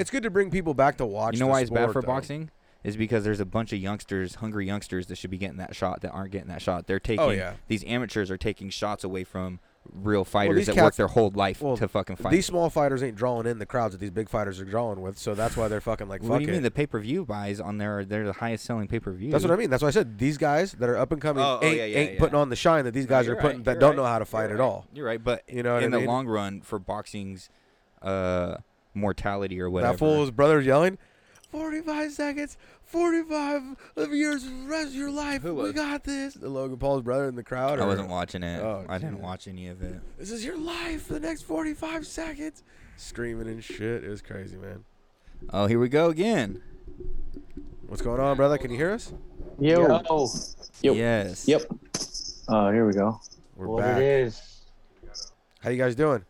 Speaker 11: It's good to bring people back to watch.
Speaker 10: You know
Speaker 11: the
Speaker 10: why it's bad
Speaker 11: sport,
Speaker 10: for
Speaker 11: though.
Speaker 10: boxing? Is because there's a bunch of youngsters, hungry youngsters that should be getting that shot that aren't getting that shot. They're taking
Speaker 11: Oh, yeah.
Speaker 10: these amateurs are taking shots away from real fighters
Speaker 11: these
Speaker 10: that
Speaker 11: cats-
Speaker 10: work their whole life
Speaker 11: well,
Speaker 10: to fucking fight.
Speaker 11: These small fighters ain't drawing in the crowds that these big fighters are drawing with, so that's why they're fucking like.
Speaker 10: what
Speaker 11: fuck
Speaker 10: do you
Speaker 11: it.
Speaker 10: mean the pay per view buys on there? are- They're the highest selling pay per view.
Speaker 11: That's what I mean. That's why I said these guys that are up and coming
Speaker 10: Oh, oh,
Speaker 11: ain't,
Speaker 10: yeah, yeah,
Speaker 11: ain't
Speaker 10: yeah.
Speaker 11: putting on the shine that these guys are
Speaker 10: you're
Speaker 11: putting
Speaker 10: right,
Speaker 11: that
Speaker 10: you're
Speaker 11: don't
Speaker 10: right,
Speaker 11: know how to fight at all.
Speaker 10: You're right, but
Speaker 11: you know what
Speaker 10: in
Speaker 11: I
Speaker 10: the
Speaker 11: mean?
Speaker 10: long run for boxing's uh, mortality or whatever.
Speaker 11: that fool's brother yelling.
Speaker 15: 45 seconds, 45 of years, rest of your life. We got this.
Speaker 11: The Logan Paul's brother in the crowd.
Speaker 10: I
Speaker 11: or-
Speaker 10: wasn't watching it.
Speaker 11: Oh,
Speaker 10: I didn't
Speaker 11: geez.
Speaker 10: watch any of it.
Speaker 15: This is your life for the next 45 seconds.
Speaker 11: Screaming and shit. It was crazy, man.
Speaker 10: Oh, here we go again.
Speaker 11: What's going on, brother? Can you hear us?
Speaker 3: Yo.
Speaker 10: Yes.
Speaker 3: Yep.
Speaker 4: Oh, here we go.
Speaker 11: We're
Speaker 1: Well,
Speaker 11: back.
Speaker 1: it is.
Speaker 11: How you guys doing?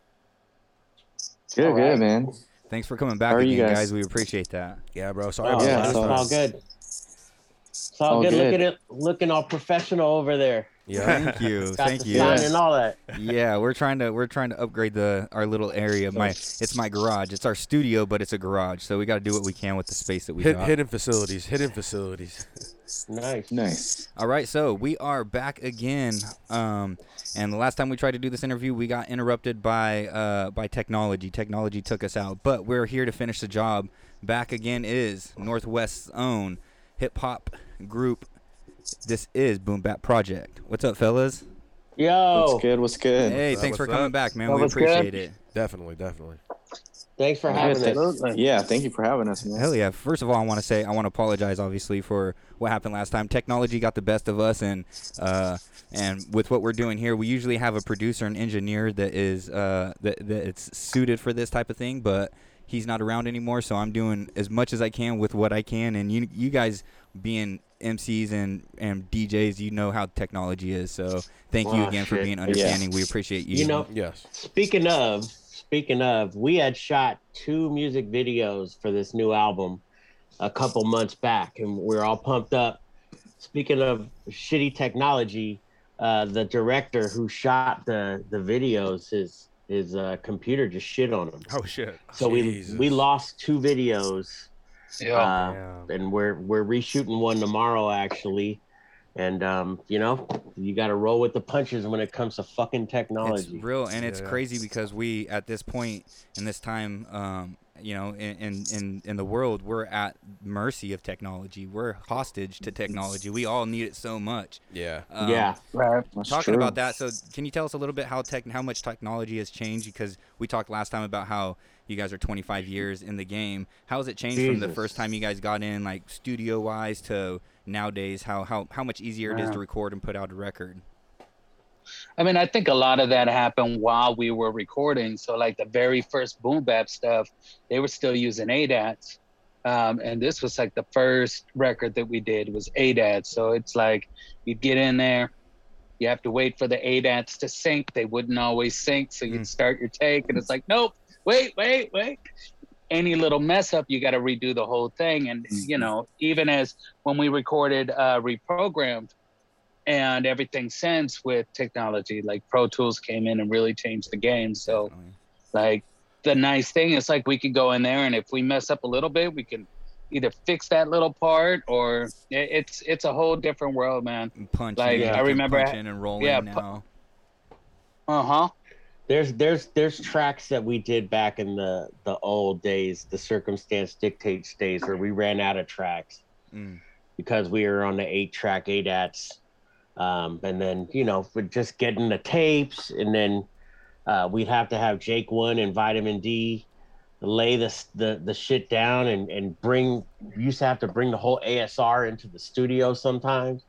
Speaker 4: Good,
Speaker 11: All
Speaker 4: good,
Speaker 11: right.
Speaker 4: man.
Speaker 10: Thanks for coming back
Speaker 4: How are you
Speaker 10: again,
Speaker 4: guys?
Speaker 10: guys? We appreciate that.
Speaker 11: Yeah, bro. Sorry.
Speaker 1: Oh,
Speaker 11: about
Speaker 1: yeah,
Speaker 11: last
Speaker 1: it's
Speaker 11: time.
Speaker 1: all good. It's all,
Speaker 11: All
Speaker 1: good.
Speaker 11: good.
Speaker 1: Look at it, looking all professional over there.
Speaker 10: Thank
Speaker 1: <laughs>
Speaker 11: <laughs>
Speaker 10: you.
Speaker 1: Got
Speaker 10: Thank
Speaker 1: the
Speaker 10: you.
Speaker 1: sign and all that.
Speaker 10: Yeah, we're trying to we're trying to upgrade the our little area. My it's my garage. It's our studio, but it's a garage. So we got to do what we can with the space that we
Speaker 11: Hid-
Speaker 10: got.
Speaker 11: hidden facilities. Hidden facilities.
Speaker 1: Nice.
Speaker 4: Nice.
Speaker 10: All right, so we are back again. Um, and the last time we tried to do this interview, we got interrupted by uh, by technology. Technology took us out, but we're here to finish the job. Back again is Northwest's own hip hop group. This is Boom Bap Project. What's up, fellas?
Speaker 1: Yo.
Speaker 4: What's good? What's good?
Speaker 10: Hey,
Speaker 11: What's
Speaker 10: thanks for
Speaker 11: up?
Speaker 10: coming back, man.
Speaker 11: Well,
Speaker 10: we
Speaker 11: what's good?
Speaker 10: appreciate it.
Speaker 11: Definitely, definitely.
Speaker 1: Thanks for
Speaker 4: Yeah,
Speaker 1: having us.
Speaker 4: th- yeah, thank you for having us, man.
Speaker 10: Hell yeah! First of all, I want to say I want to apologize, obviously, for what happened last time. Technology got the best of us, and uh, and with what we're doing here, we usually have a producer and engineer that is uh, that that it's suited for this type of thing, but he's not around anymore. So I'm doing as much as I can with what I can, and you you guys being MCs and and DJs, you know how technology is. So thank you
Speaker 1: Wow,
Speaker 10: again for
Speaker 1: Oh, shit.
Speaker 10: being
Speaker 1: Yeah.
Speaker 10: understanding. We appreciate you.
Speaker 1: You know,
Speaker 11: yes.
Speaker 1: Speaking of, speaking of, we had shot two music videos for this new album a couple months back, and we are all pumped up. Speaking of shitty technology, uh, the director who shot the the videos, his his uh, computer just shit on him.
Speaker 12: Oh shit.
Speaker 1: So we we lost two videos.
Speaker 3: Yeah.
Speaker 1: Uh, and we're we're reshooting one tomorrow actually. And um, you know, you got to roll with the punches when it comes to fucking
Speaker 10: It's
Speaker 1: technology.
Speaker 10: real, and it's
Speaker 1: Yeah.
Speaker 10: crazy because we, at this point in this time, um, you know, in, in in in the world, we're at mercy of technology. We're hostage to technology. We all need it so much.
Speaker 11: Yeah.
Speaker 10: Um,
Speaker 1: Yeah. Right.
Speaker 4: That's
Speaker 10: Talking
Speaker 4: true.
Speaker 10: about that, so can you tell us a little bit how tech, how much technology has changed? Because we talked last time about how you guys are 25 years in the game. How has it changed from the
Speaker 1: Jesus.
Speaker 10: first time you guys got in, like studio wise, to nowadays? How how how much easier it is
Speaker 3: Yeah.
Speaker 10: to record and put out a record?
Speaker 3: I mean, I think a lot of that happened while we were recording. So, like the very first Boom Bap stuff, they were still using ADATs, um, and this was like the first record that we did was ADATs. So it's like you get in there, you have to wait for the ADATs to sync. They wouldn't always sync, so you'd start your take, and it's like, nope, wait, wait, wait. Any little mess up, you got to redo the whole thing. And you know, even as when we recorded uh, reprogrammed and everything since with technology like pro tools came in and really changed the game so like the nice thing is like we could go in there and if we mess up a little bit we can either fix that little part or it- it's it's a whole different world man
Speaker 10: Punch
Speaker 3: like
Speaker 10: in,
Speaker 3: i remember
Speaker 10: punch in and roll
Speaker 3: yeah,
Speaker 10: in
Speaker 3: pu-
Speaker 10: now.
Speaker 3: uh-huh
Speaker 1: There's there's there's tracks that we did back in the the old days, the circumstance dictates days where we ran out of tracks
Speaker 10: Mm.
Speaker 1: because we were on the eight track ADATs. Um, and then, you know, for just getting the tapes and then uh, we'd have to have Jake one and vitamin D lay the, s- the, the shit down and, and bring, we used to have to bring the whole ASR into the studio sometimes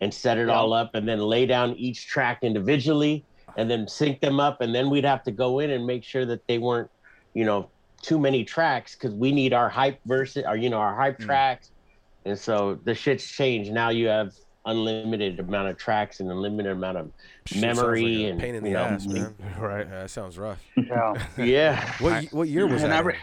Speaker 1: and set it all up and then lay down each track individually and then sync them up. And then we'd have to go in and make sure that they weren't, you know, too many tracks because we need our hype versus or you know our
Speaker 11: Mm.
Speaker 1: hype tracks, and so the shit's changed. Now you have unlimited amount of tracks and unlimited amount of
Speaker 11: Shit sounds
Speaker 1: memory
Speaker 11: like a
Speaker 1: and
Speaker 11: pain in the
Speaker 1: you know, <laughs>
Speaker 11: ass, man. Right? Yeah, that sounds rough. Yeah.
Speaker 12: <laughs>
Speaker 1: Yeah.
Speaker 11: What y- what year was
Speaker 1: And
Speaker 11: that?
Speaker 1: I re-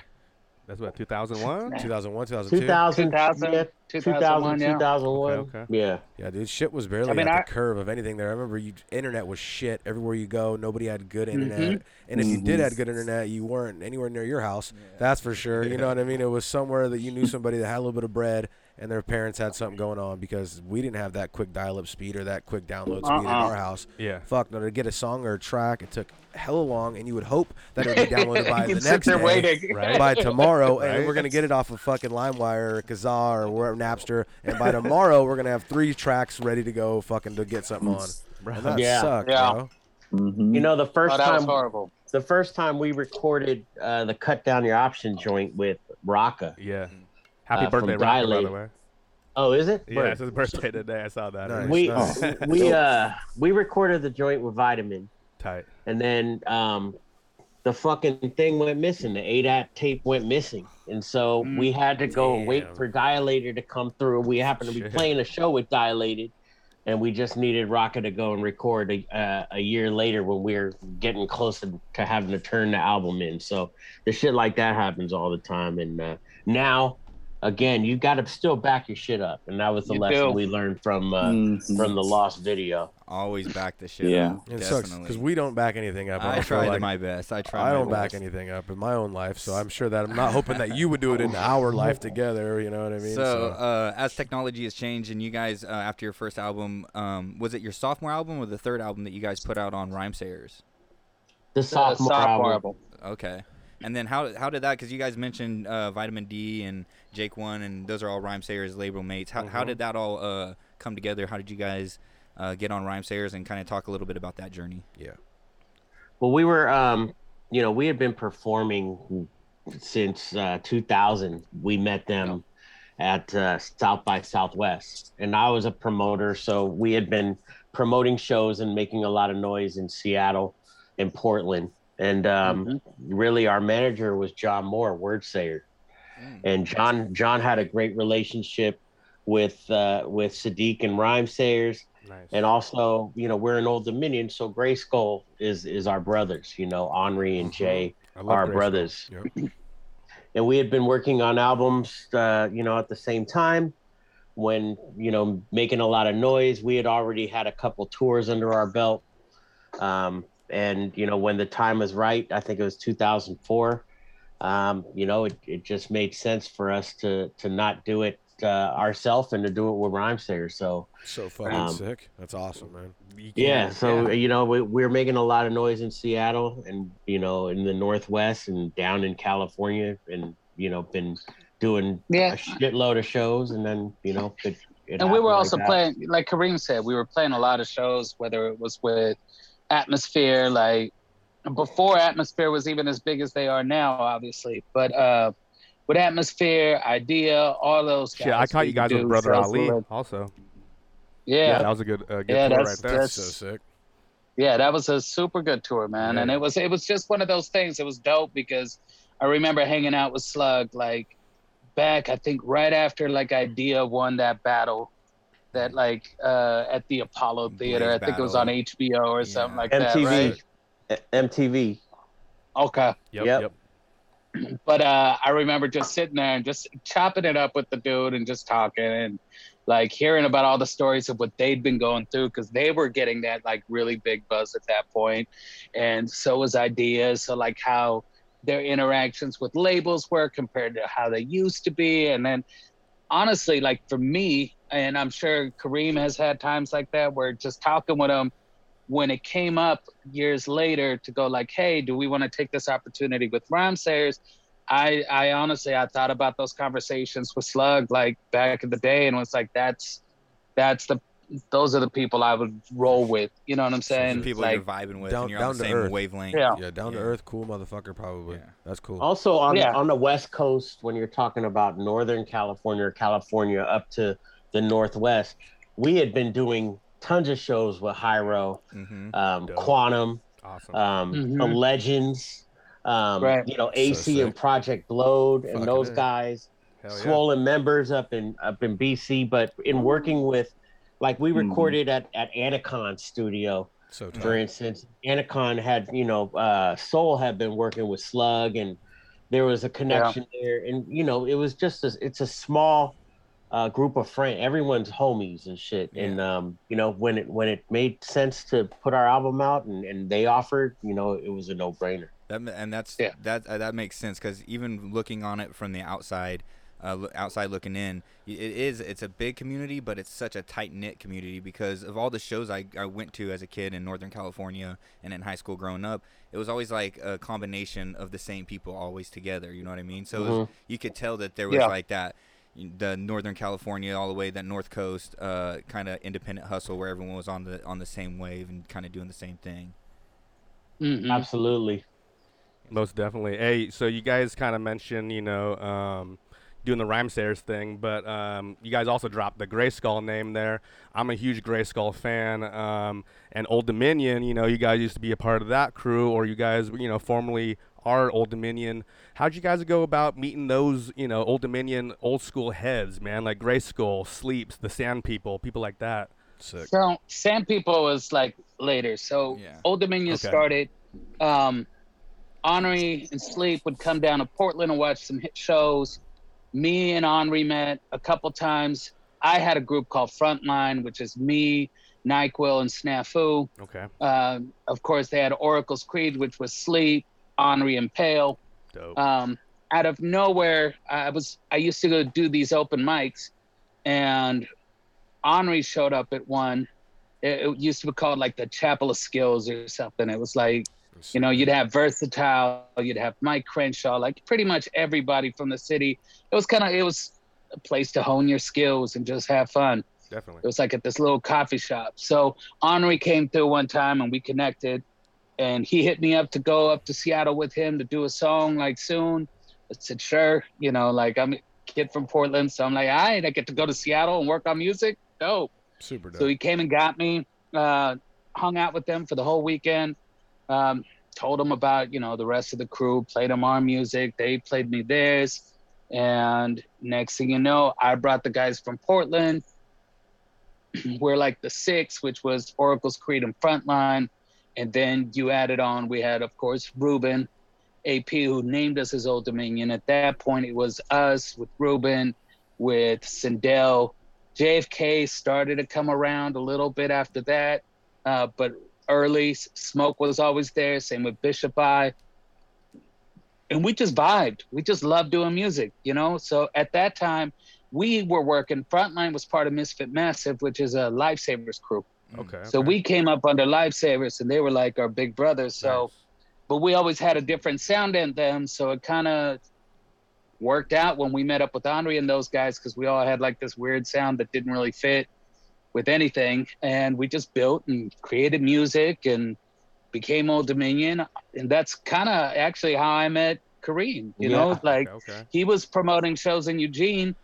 Speaker 12: That's what 2001,
Speaker 11: 2001, 2002,
Speaker 1: 2000,
Speaker 3: 2000,
Speaker 1: yeah,
Speaker 3: 2001, yeah.
Speaker 1: 2001.
Speaker 11: Okay,
Speaker 1: okay. Yeah.
Speaker 11: Yeah, dude, shit was barely
Speaker 1: I mean,
Speaker 11: at
Speaker 1: I-
Speaker 11: the curve of anything there. I remember you, internet was shit everywhere you go. Nobody had good
Speaker 16: Mm-hmm.
Speaker 11: internet,
Speaker 1: Mhm.
Speaker 11: and if you did
Speaker 1: Mhm.
Speaker 11: had good internet, you weren't anywhere near your house. That's for sure. You know what I mean? It was somewhere that you
Speaker 16: <laughs>
Speaker 11: knew somebody that had a little bit of bread, and their parents had something going on because we didn't have that quick dial-up speed or that quick download speed in
Speaker 16: Uh-uh.
Speaker 11: our house.
Speaker 16: Yeah.
Speaker 11: Fuck no, to get a song or a track, it took hella long, and you would hope that
Speaker 16: <laughs>
Speaker 11: it would be downloaded by
Speaker 16: You
Speaker 11: the
Speaker 16: sit
Speaker 11: next
Speaker 16: there
Speaker 11: day,
Speaker 16: waiting. Right.
Speaker 11: by tomorrow, and
Speaker 16: Right.
Speaker 11: we're gonna get it off of fucking LimeWire or Kazaa or wherever Napster, and by tomorrow we're gonna have three tracks ready to go, fucking to get something on. And that
Speaker 1: Yeah.
Speaker 11: sucked,
Speaker 1: Yeah. Mm-hmm.
Speaker 11: bro.
Speaker 1: You know, the first
Speaker 3: Oh, that
Speaker 1: time
Speaker 3: was horrible.
Speaker 1: The first time we recorded uh, the cut down your option joint with Rocca.
Speaker 12: Yeah.
Speaker 11: Mm-hmm.
Speaker 12: Happy
Speaker 1: Uh, from
Speaker 12: birthday, Rocco, by the
Speaker 1: Dilate.
Speaker 12: way.
Speaker 1: Oh, is it?
Speaker 12: Yeah,
Speaker 1: Word.
Speaker 12: it's his birthday today. I saw that. already.
Speaker 1: we
Speaker 11: <laughs>
Speaker 1: we uh we recorded the joint with Vitamin.
Speaker 12: Tight.
Speaker 1: And then um the fucking thing went missing. The ADAT tape went missing. And so we had to go wait for Dilator to come through. We happened to be
Speaker 16: Shit.
Speaker 1: playing a show with Dilated and we just needed Rocket to go and record a, uh, a year later when we were getting closer to having to turn the album in. So the shit like that happens all the time. And uh, now, again, you got to still back your shit up. And that was the
Speaker 10: You
Speaker 1: lesson
Speaker 10: do.
Speaker 1: we learned from uh,
Speaker 10: Mhm.
Speaker 1: from the lost video.
Speaker 10: Always back the shit up.
Speaker 11: It sucks
Speaker 10: definitely.
Speaker 11: because we don't back anything up.
Speaker 10: I
Speaker 11: feel
Speaker 10: tried my best. I tried
Speaker 11: I
Speaker 10: my
Speaker 11: don't back
Speaker 10: best.
Speaker 11: anything up in my own life, so I'm sure that I'm not hoping that you would do it in our life together. You know what I mean?
Speaker 10: So,
Speaker 17: uh, as technology has changed, and you guys, uh, after your first album, um, was it your sophomore album or the third album that you guys put out on Rhymesayers?
Speaker 1: The sophomore sophomore album.
Speaker 17: Okay. And then how how did that? Because you guys mentioned uh, Vitamin D and Jake One, and those are all Rhymesayers label mates. How how
Speaker 1: Mhm.
Speaker 17: did that all uh, come together? How did you guys uh, get on Rhymesayers and kind of talk a little bit about that journey?
Speaker 11: Yeah.
Speaker 1: Well, we were, um, you know, we had been performing since uh, 2000. We met them at uh, South by Southwest, and I was a promoter, so we had been promoting shows and making a lot of noise in Seattle and Portland. And um, really, our manager was John Moore, Wordsayer, and John John had a great relationship with uh, with Sadiq and Rhymesayers. And also, you know, we're in Old Dominion, so Gray Skull is is our brothers. You know, Henri and Jay
Speaker 11: Mm-hmm. I love
Speaker 1: are our
Speaker 11: Gray Skull.
Speaker 1: brothers. And we had been working on albums, uh, you know, at the same time. When you know, making a lot of noise, we had already had a couple tours under our belt. Um, and you know, when the time was right, I think it was 2004. Um, you know, it, it just made sense for us to to not do it uh, ourselves and to do it with Rhymesayers. So
Speaker 11: so fucking
Speaker 1: um,
Speaker 11: sick. That's awesome, man.
Speaker 1: yeah, so you know we, we're making a lot of noise in Seattle and you know in the Northwest and down in California and you know been doing
Speaker 3: Yeah.
Speaker 1: a shitload of shows and then you know it, it
Speaker 3: and we were
Speaker 1: happened like
Speaker 3: also
Speaker 1: that.
Speaker 3: playing, like Kareem said, we were playing a lot of shows, whether it was with Atmosphere, like before Atmosphere was even as big as they are now, obviously. But uh, with Atmosphere, Idea, all those guys.
Speaker 12: Shit, I caught
Speaker 3: we
Speaker 12: you guys
Speaker 3: do
Speaker 12: with Brother
Speaker 3: shows
Speaker 12: Ali
Speaker 3: with.
Speaker 12: also.
Speaker 3: Yeah.
Speaker 12: that was a good, uh, good
Speaker 3: Yeah,
Speaker 12: tour
Speaker 3: that's-
Speaker 12: right there.
Speaker 3: that's- So
Speaker 11: sick.
Speaker 3: Yeah, that was a super good tour, man. And it was it was just one of those things. It was dope because I remember hanging out with Slug like back I think right after like Idea won that battle that like uh at the Apollo Theater. I think it was on
Speaker 1: battle.
Speaker 3: HBO or something like
Speaker 1: MTV,
Speaker 3: that, right?
Speaker 1: E- MTV.
Speaker 3: Okay.
Speaker 1: Yep. Yep.
Speaker 3: <clears throat> But uh I remember just sitting there and just chopping it up with the dude and just talking and like hearing about all the stories of what they'd been going through because they were getting that like really big buzz at that point and so was ideas so like how their interactions with labels were compared to how they used to be and then honestly like for me and i'm sure kareem has had times like that where just talking with him when it came up years later to go like hey do we want to take this opportunity with rhymesayers i i honestly i thought about those conversations with slug like back in the day and was like that's that's the those are the people i would roll with you know what i'm saying
Speaker 17: people
Speaker 3: like
Speaker 17: you're vibing with,
Speaker 11: down,
Speaker 17: and you're
Speaker 11: down
Speaker 17: on the
Speaker 11: to
Speaker 17: same
Speaker 11: earth.
Speaker 17: wavelength.
Speaker 3: Yeah.
Speaker 11: yeah, down to earth, cool motherfucker. Probably. That's cool.
Speaker 1: Also on
Speaker 11: Yeah.
Speaker 1: on the West Coast, when you're talking about Northern California or California up to the Northwest, we had been doing tons of
Speaker 3: Mm-hmm.
Speaker 1: shows with Hyro, um, Quantum, um,
Speaker 12: Mhm.
Speaker 1: the Legends, uh, Um,
Speaker 3: Right.
Speaker 1: You know,
Speaker 3: So
Speaker 1: AC and
Speaker 3: sick.
Speaker 1: Project Blowed and
Speaker 3: Fucking
Speaker 1: those
Speaker 3: A.
Speaker 1: guys,
Speaker 3: Hell yeah.
Speaker 1: swollen members up in up in BC. But in working with, like we recorded at at Anacon Studio,
Speaker 17: so
Speaker 1: for instance, Anacon had you know uh, Soul had been working with Slug, and there was a connection there, and you know it was just a, it's a small uh, group of friends, everyone's homies and shit, and um, you know when it when it made sense to put our album out, and, and they offered, you know it was a no brainer.
Speaker 10: That ma- and that's that uh, that makes sense because even looking on it from the outside, uh, lo- outside looking in, y- it is it's a big community, but it's such a tight knit community because of all the shows I, I went to as a kid in Northern California and in high school growing up, it was always like a combination of the same people always together. You know what I mean? So it was-
Speaker 1: Mm-hmm.
Speaker 17: Mhm.
Speaker 10: you could tell that there was
Speaker 17: Yeah.
Speaker 10: like that. The Northern California, all the way that North Coast, uh, kind of independent hustle where everyone was on the on the same wave and kind of doing the same thing.
Speaker 1: Absolutely.
Speaker 12: Most definitely. Hey, so you guys kind of mentioned, you know, um, doing the Rhymesayers thing, but um, you guys also dropped the Gray Skull name there. I'm a huge Gray Skull fan. Um, and Old Dominion, you know, you guys used to be a part of that crew, or you guys, you know, formerly are Old Dominion. How'd you guys go about meeting those, you know, Old Dominion old school heads, man, like Gray Skull, Sleeps, the Sand People, people like that?
Speaker 11: Sick.
Speaker 3: So Sand People was like later. So Old Dominion
Speaker 12: Okay.
Speaker 3: started. Um, Henri and Sleep would come down to Portland and watch some hit shows. Me and Henri met a couple times. I had a group called Frontline, which is me, NyQuil, and Snafu.
Speaker 12: Okay.
Speaker 3: Um, of course, they had Oracle's Creed, which was Sleep, Henri, and Pale.
Speaker 12: Dope.
Speaker 3: Um, out of nowhere, I was I used to go do these open mics, and Henri showed up at one. It, it used to be called like the Chapel of Skills or something. It was like, you know, you'd have Versatile, you'd have Mike Crenshaw, like pretty much everybody from the city. It was kind of it was a place to hone your skills and just have fun.
Speaker 12: Definitely.
Speaker 3: It was like at this little coffee shop. So Henri came through one time and we connected, and he hit me up to go up to Seattle with him to do a song like soon. I said sure, you know, like I'm a kid from Portland, so I'm like, all right, I get to go to Seattle and work on music. Dope.
Speaker 11: Super dope.
Speaker 3: So he came and got me, uh, hung out with them for the whole weekend. Um, told them about you know the rest of the crew, played them our music, they played me theirs, and next thing you know, I brought the guys from Portland. We're like the six, which was Oracle's Creed and Frontline, and then you added on. We had, of course, Ruben, AP, who named us as Old Dominion. At that point, it was us with Ruben, with Sindel. JFK started to come around a little bit after that, uh, but early S- Smoke was always there. Same with Bishop I. And we just vibed. We just loved doing music, you know. So at that time, we were working. Frontline was part of Misfit Massive, which is a Lifesavers crew.
Speaker 12: Okay.
Speaker 3: So we came up under Lifesavers, and they were like our big brothers. So, but we always had a different sound than them. So it kind of worked out when we met up with Henri and those guys because we all had like this weird sound that didn't really fit with anything, and we just built and created music and became Old Dominion, and that's kind of actually how I met Kareem. You know,
Speaker 18: Yeah.
Speaker 3: like
Speaker 18: Okay.
Speaker 3: he was promoting shows in Eugene.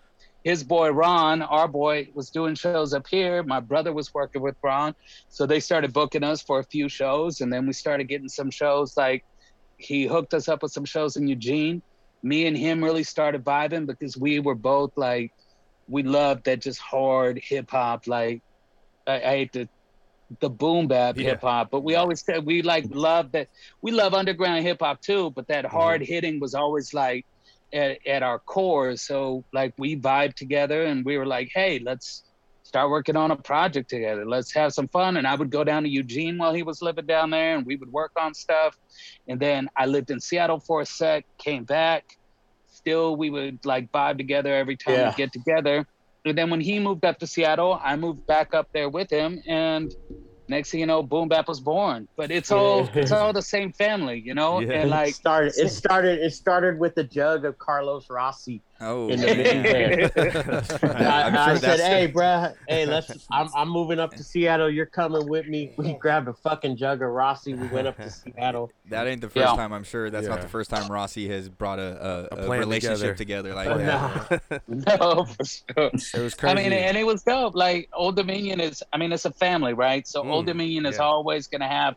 Speaker 3: His boy Ron, our boy, was doing shows up here. My brother was working with Ron. So they started booking us for a few shows. And then we started getting some shows. Like he hooked us up with some shows in Eugene. Me and him really started vibing because we were both like, we loved that just hard hip hop. Like, I, I hate to the boom bap
Speaker 18: Yeah.
Speaker 3: hip hop, but we always said we like love that we love underground hip hop too, but that
Speaker 18: Mm-hmm.
Speaker 3: hard hitting was always like at, at our core. So like we vibed together and we were like, hey, let's start working on a project together. Let's have some fun. And I would go down to Eugene while he was living down there and we would work on stuff. And then I lived in Seattle for a sec, came back. Still, we would like vibe together every time
Speaker 18: Yeah.
Speaker 3: we get together. And then when he moved up to Seattle, I moved back up there with him. And next thing you know, Boom Bap was born. But it's all
Speaker 1: Yeah.
Speaker 3: it's all the same family,
Speaker 1: <laughs>
Speaker 3: you know. Oh,
Speaker 1: like
Speaker 3: And like
Speaker 1: started it started it started with a jug of Carlos Rossi.
Speaker 10: Oh,
Speaker 1: in the <laughs>
Speaker 3: <laughs>
Speaker 1: minivan.
Speaker 10: I'm sure
Speaker 1: I, I said,
Speaker 10: that's-
Speaker 1: "Hey, bruh, hey, let's. I'm, I'm moving up to Seattle. You're coming with me." We grabbed a fucking jug of Rossi. We went
Speaker 10: <laughs>
Speaker 1: up to Seattle.
Speaker 10: That ain't the first
Speaker 1: Yeah.
Speaker 10: time. I'm sure that's not
Speaker 1: Yeah.
Speaker 10: the first time Rossi has brought a, a, a,
Speaker 1: plan
Speaker 10: relationship together,
Speaker 1: together.
Speaker 10: like
Speaker 1: A
Speaker 10: that.
Speaker 3: Oh, no, <laughs> for sure.
Speaker 11: It was
Speaker 3: I mean, and it was dope. Like Old Dominion is, I mean, it's a family, right? So Old Dominion is always going to have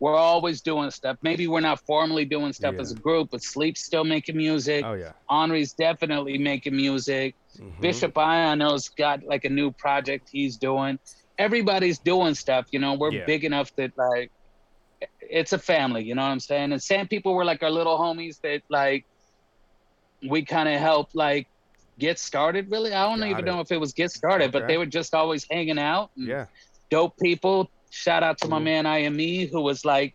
Speaker 3: we're always doing stuff. Maybe we're not formally doing stuff as a group, but Sleep's still making music.
Speaker 12: Oh yeah.
Speaker 3: Henri's definitely making music. Bishop Iano's got like a new project he's doing. Everybody's doing stuff, you know. We're
Speaker 12: Yeah.
Speaker 3: big enough that like it's a family, you know what I'm saying? And Sand people were like our little homies that like we kind of helped like get started. Really, I don't
Speaker 12: Got
Speaker 3: even
Speaker 12: it.
Speaker 3: know if it was get started, but
Speaker 12: Okay.
Speaker 3: they were just always hanging out.
Speaker 19: Mm.
Speaker 3: and
Speaker 12: Yeah.
Speaker 3: dope people. Shout out to
Speaker 10: Mm-hmm.
Speaker 3: my man IME who was like,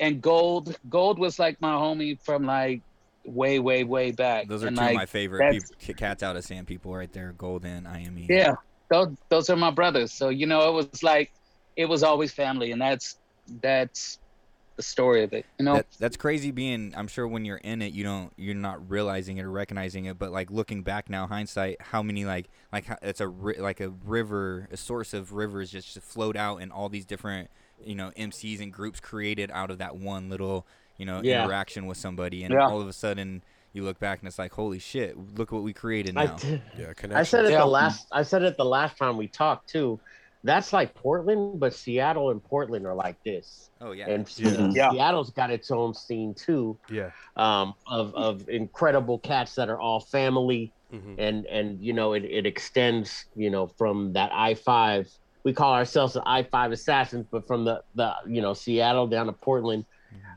Speaker 3: and Gold. Gold was like my homie from like way, way, way back.
Speaker 10: Those are
Speaker 3: And,
Speaker 10: two
Speaker 3: like,
Speaker 10: of my favorite
Speaker 3: that's-
Speaker 10: people, cats out of sand people right there. Golden, E. IME.
Speaker 3: Yeah, those those are my brothers. So you know, it was like it was always family, and that's that's the story of it. You know,
Speaker 10: That, that's crazy being I'm sure when you're in it you don't you're not realizing it or recognizing it but like looking back now hindsight how many like like how, it's a ri- like a river a source of rivers just flowed out and all these different you know MCs and groups created out of that one little you know
Speaker 1: Yeah.
Speaker 10: interaction with somebody and
Speaker 1: Yeah.
Speaker 10: all of a sudden you look back and it's like holy shit look what we created
Speaker 1: I
Speaker 10: now
Speaker 1: did-
Speaker 11: yeah
Speaker 1: I said it the last. I said it the last time we talked too. That's like Portland, but Seattle and Portland are like this.
Speaker 10: Oh yeah,
Speaker 1: and
Speaker 10: Yeah.
Speaker 1: Se-
Speaker 10: Yeah.
Speaker 1: Seattle's got its own scene too.
Speaker 12: Yeah.
Speaker 1: um, of of incredible cats that are all family,
Speaker 10: Mm-hmm.
Speaker 12: Mhm.
Speaker 1: and and you know it it extends you know from that I five. We call ourselves the I five assassins, but from the the you know Seattle down to Portland,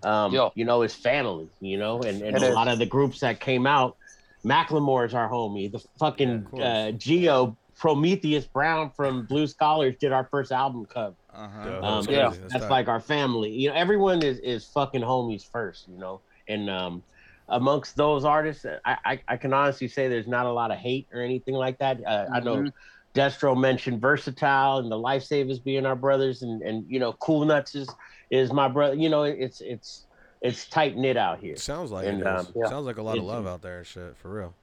Speaker 1: um, you know is family. You know, and and
Speaker 3: It
Speaker 1: a
Speaker 3: is.
Speaker 1: lot of the groups that came out, Macklemore is our homie. The fucking uh, Geo Prometheus Brown from Blue Scholars did our first album cover.
Speaker 10: Uh-huh.
Speaker 12: Yeah,
Speaker 1: Um,
Speaker 12: that's
Speaker 1: yeah,
Speaker 12: crazy.
Speaker 1: that's,
Speaker 12: That's tight.
Speaker 1: like our family. You know, everyone is is fucking homies first. You know, and um, amongst those artists, I, I I can honestly say there's not a lot of hate or anything like that. Uh, I know
Speaker 12: Mm-hmm.
Speaker 3: Mhm.
Speaker 1: Destro mentioned Versatile and the Lifesavers being our brothers, and and you know Cool Nuts is is my brother. You know, it's it's it's tight knit out here.
Speaker 11: Sounds like
Speaker 1: And,
Speaker 11: it is.
Speaker 1: um, yeah.
Speaker 11: sounds like a lot of
Speaker 1: It's-
Speaker 11: love out there and shit for real.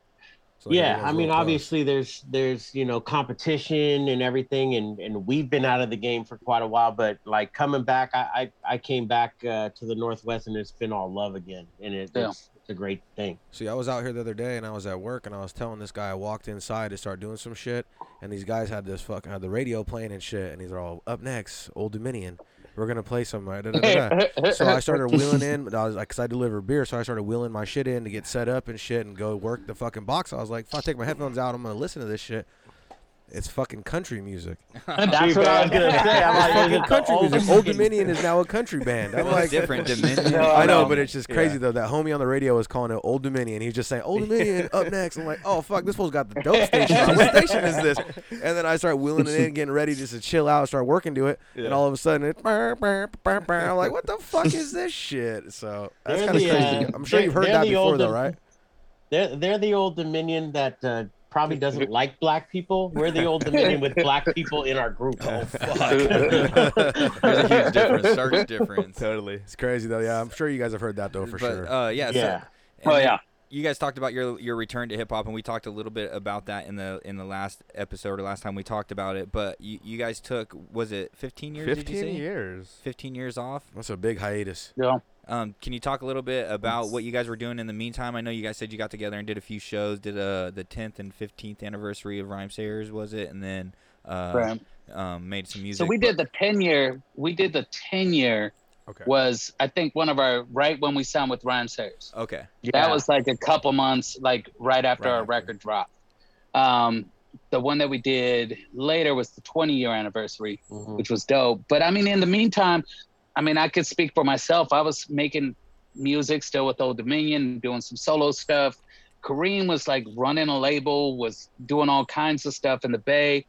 Speaker 11: It's like
Speaker 1: yeah,
Speaker 11: everyone's
Speaker 1: I mean,
Speaker 11: real close.
Speaker 1: obviously there's there's you know competition and everything, and and we've been out of the game for quite a while. But like coming back, I I, I came back uh, to the Northwest, and it's been all love again, and it,
Speaker 11: Yeah.
Speaker 1: it's, it's a great thing.
Speaker 11: See, I was out here the other day and I was at work and I was telling this guy I walked inside to start doing some shit and these guys had this fucking had the radio playing and shit and these are all up next, Old Dominion. We're gonna play some. Da, da, da, da. so I started wheeling in, but I was like, cause I deliver beer, so I started wheeling my shit in to get set up and shit and go work the fucking box. I was like, if I take my headphones out, I'm gonna listen to this shit. It's fucking country music.
Speaker 1: <laughs> That's what I was gonna say. I'm like, is it the
Speaker 11: It's fucking country
Speaker 1: Old
Speaker 11: music. Old
Speaker 1: Dominion?
Speaker 11: Dominion is now a
Speaker 1: <laughs>
Speaker 11: country band. I'm
Speaker 10: Well,
Speaker 11: like <laughs>
Speaker 10: different Dominion.
Speaker 11: I know, but
Speaker 10: Yeah.
Speaker 11: it's just crazy
Speaker 10: Yeah.
Speaker 11: though. That homie on the radio is calling it Old Dominion. He's just saying
Speaker 12: <laughs>
Speaker 11: Old <laughs> Dominion up next. I'm like, oh fuck, this fool's got the dope station. on. What station is this? And then I start wheeling it in, getting ready just to chill out, start working to it, and all of a sudden it. I'm
Speaker 10: <laughs>
Speaker 11: like, what the fuck is this shit? So that's
Speaker 1: They're
Speaker 11: kind of
Speaker 1: the,
Speaker 11: crazy.
Speaker 1: uh,
Speaker 11: I'm sure
Speaker 1: they're-
Speaker 11: you've heard
Speaker 1: they're
Speaker 11: that
Speaker 1: the
Speaker 11: before
Speaker 1: old
Speaker 11: though,
Speaker 1: Dom-
Speaker 11: right?
Speaker 1: They're they're the Old Dominion that uh, probably doesn't like black people. We're the Old Dominion with black people in our group.
Speaker 11: <laughs>
Speaker 1: Oh
Speaker 10: fuck. There's a huge difference, stark
Speaker 11: <laughs>
Speaker 10: difference.
Speaker 12: Totally.
Speaker 11: It's crazy though. Yeah, I'm sure you guys have heard that though for
Speaker 10: but,
Speaker 11: sure.
Speaker 10: Uh, yeah. so-
Speaker 11: Yeah.
Speaker 10: and
Speaker 11: Oh,
Speaker 10: then
Speaker 11: yeah.
Speaker 10: You guys talked about your your return to hip hop, and we talked a little bit about that in the in the last episode or last time we talked about it. But you, you guys took was it 15 years? did you
Speaker 12: 15
Speaker 10: say?
Speaker 12: years.
Speaker 10: 15 years off.
Speaker 11: That's a big hiatus.
Speaker 3: Yeah.
Speaker 10: Um, can you talk a little bit about what you guys were doing in the meantime? I know you guys said you got together and did a few shows. Did uh the 10th and 15th anniversary of Rhyme Sayers was it? And then uh
Speaker 3: Right.
Speaker 10: um, made some music.
Speaker 3: so we did the ten year. We did the ten year.
Speaker 12: Okay.
Speaker 3: Was I think one of our right when we signed with Rhyme Sayers.
Speaker 10: Okay.
Speaker 3: That was like a couple months, like right after our record drop. Um, the one that we did later was the 20 year anniversary, which was dope. But I mean, in the meantime, I mean, I could speak for myself. I was making music still with Old Dominion, doing some solo stuff. Kareem was like running a label, was doing all kinds of stuff in the Bay.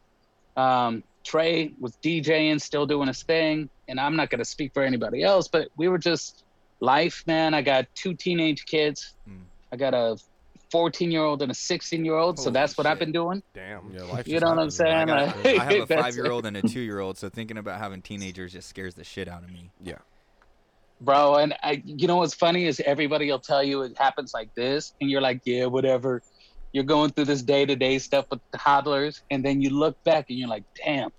Speaker 3: Um, Trey was DJing, still doing his thing. And I'm not going to speak for anybody else, but we were just life, man. I got two teenage kids. I got a 14 year old and a 16 year old. So that's what I've been doing.
Speaker 12: Damn.
Speaker 11: Your
Speaker 3: life You just know what I'm happens, man. saying?
Speaker 10: I, got a-
Speaker 3: Like,
Speaker 10: I have a
Speaker 3: <laughs> that's-
Speaker 10: five year old and a two year old, so thinking about having teenagers just scares the shit out of me.
Speaker 11: Yeah.
Speaker 3: bro. And I, you know what's funny is everybody will tell you it happens like this, and you're like, yeah, whatever. You're going through this day to day stuff with the toddlers, and then you look back and you're like, damn,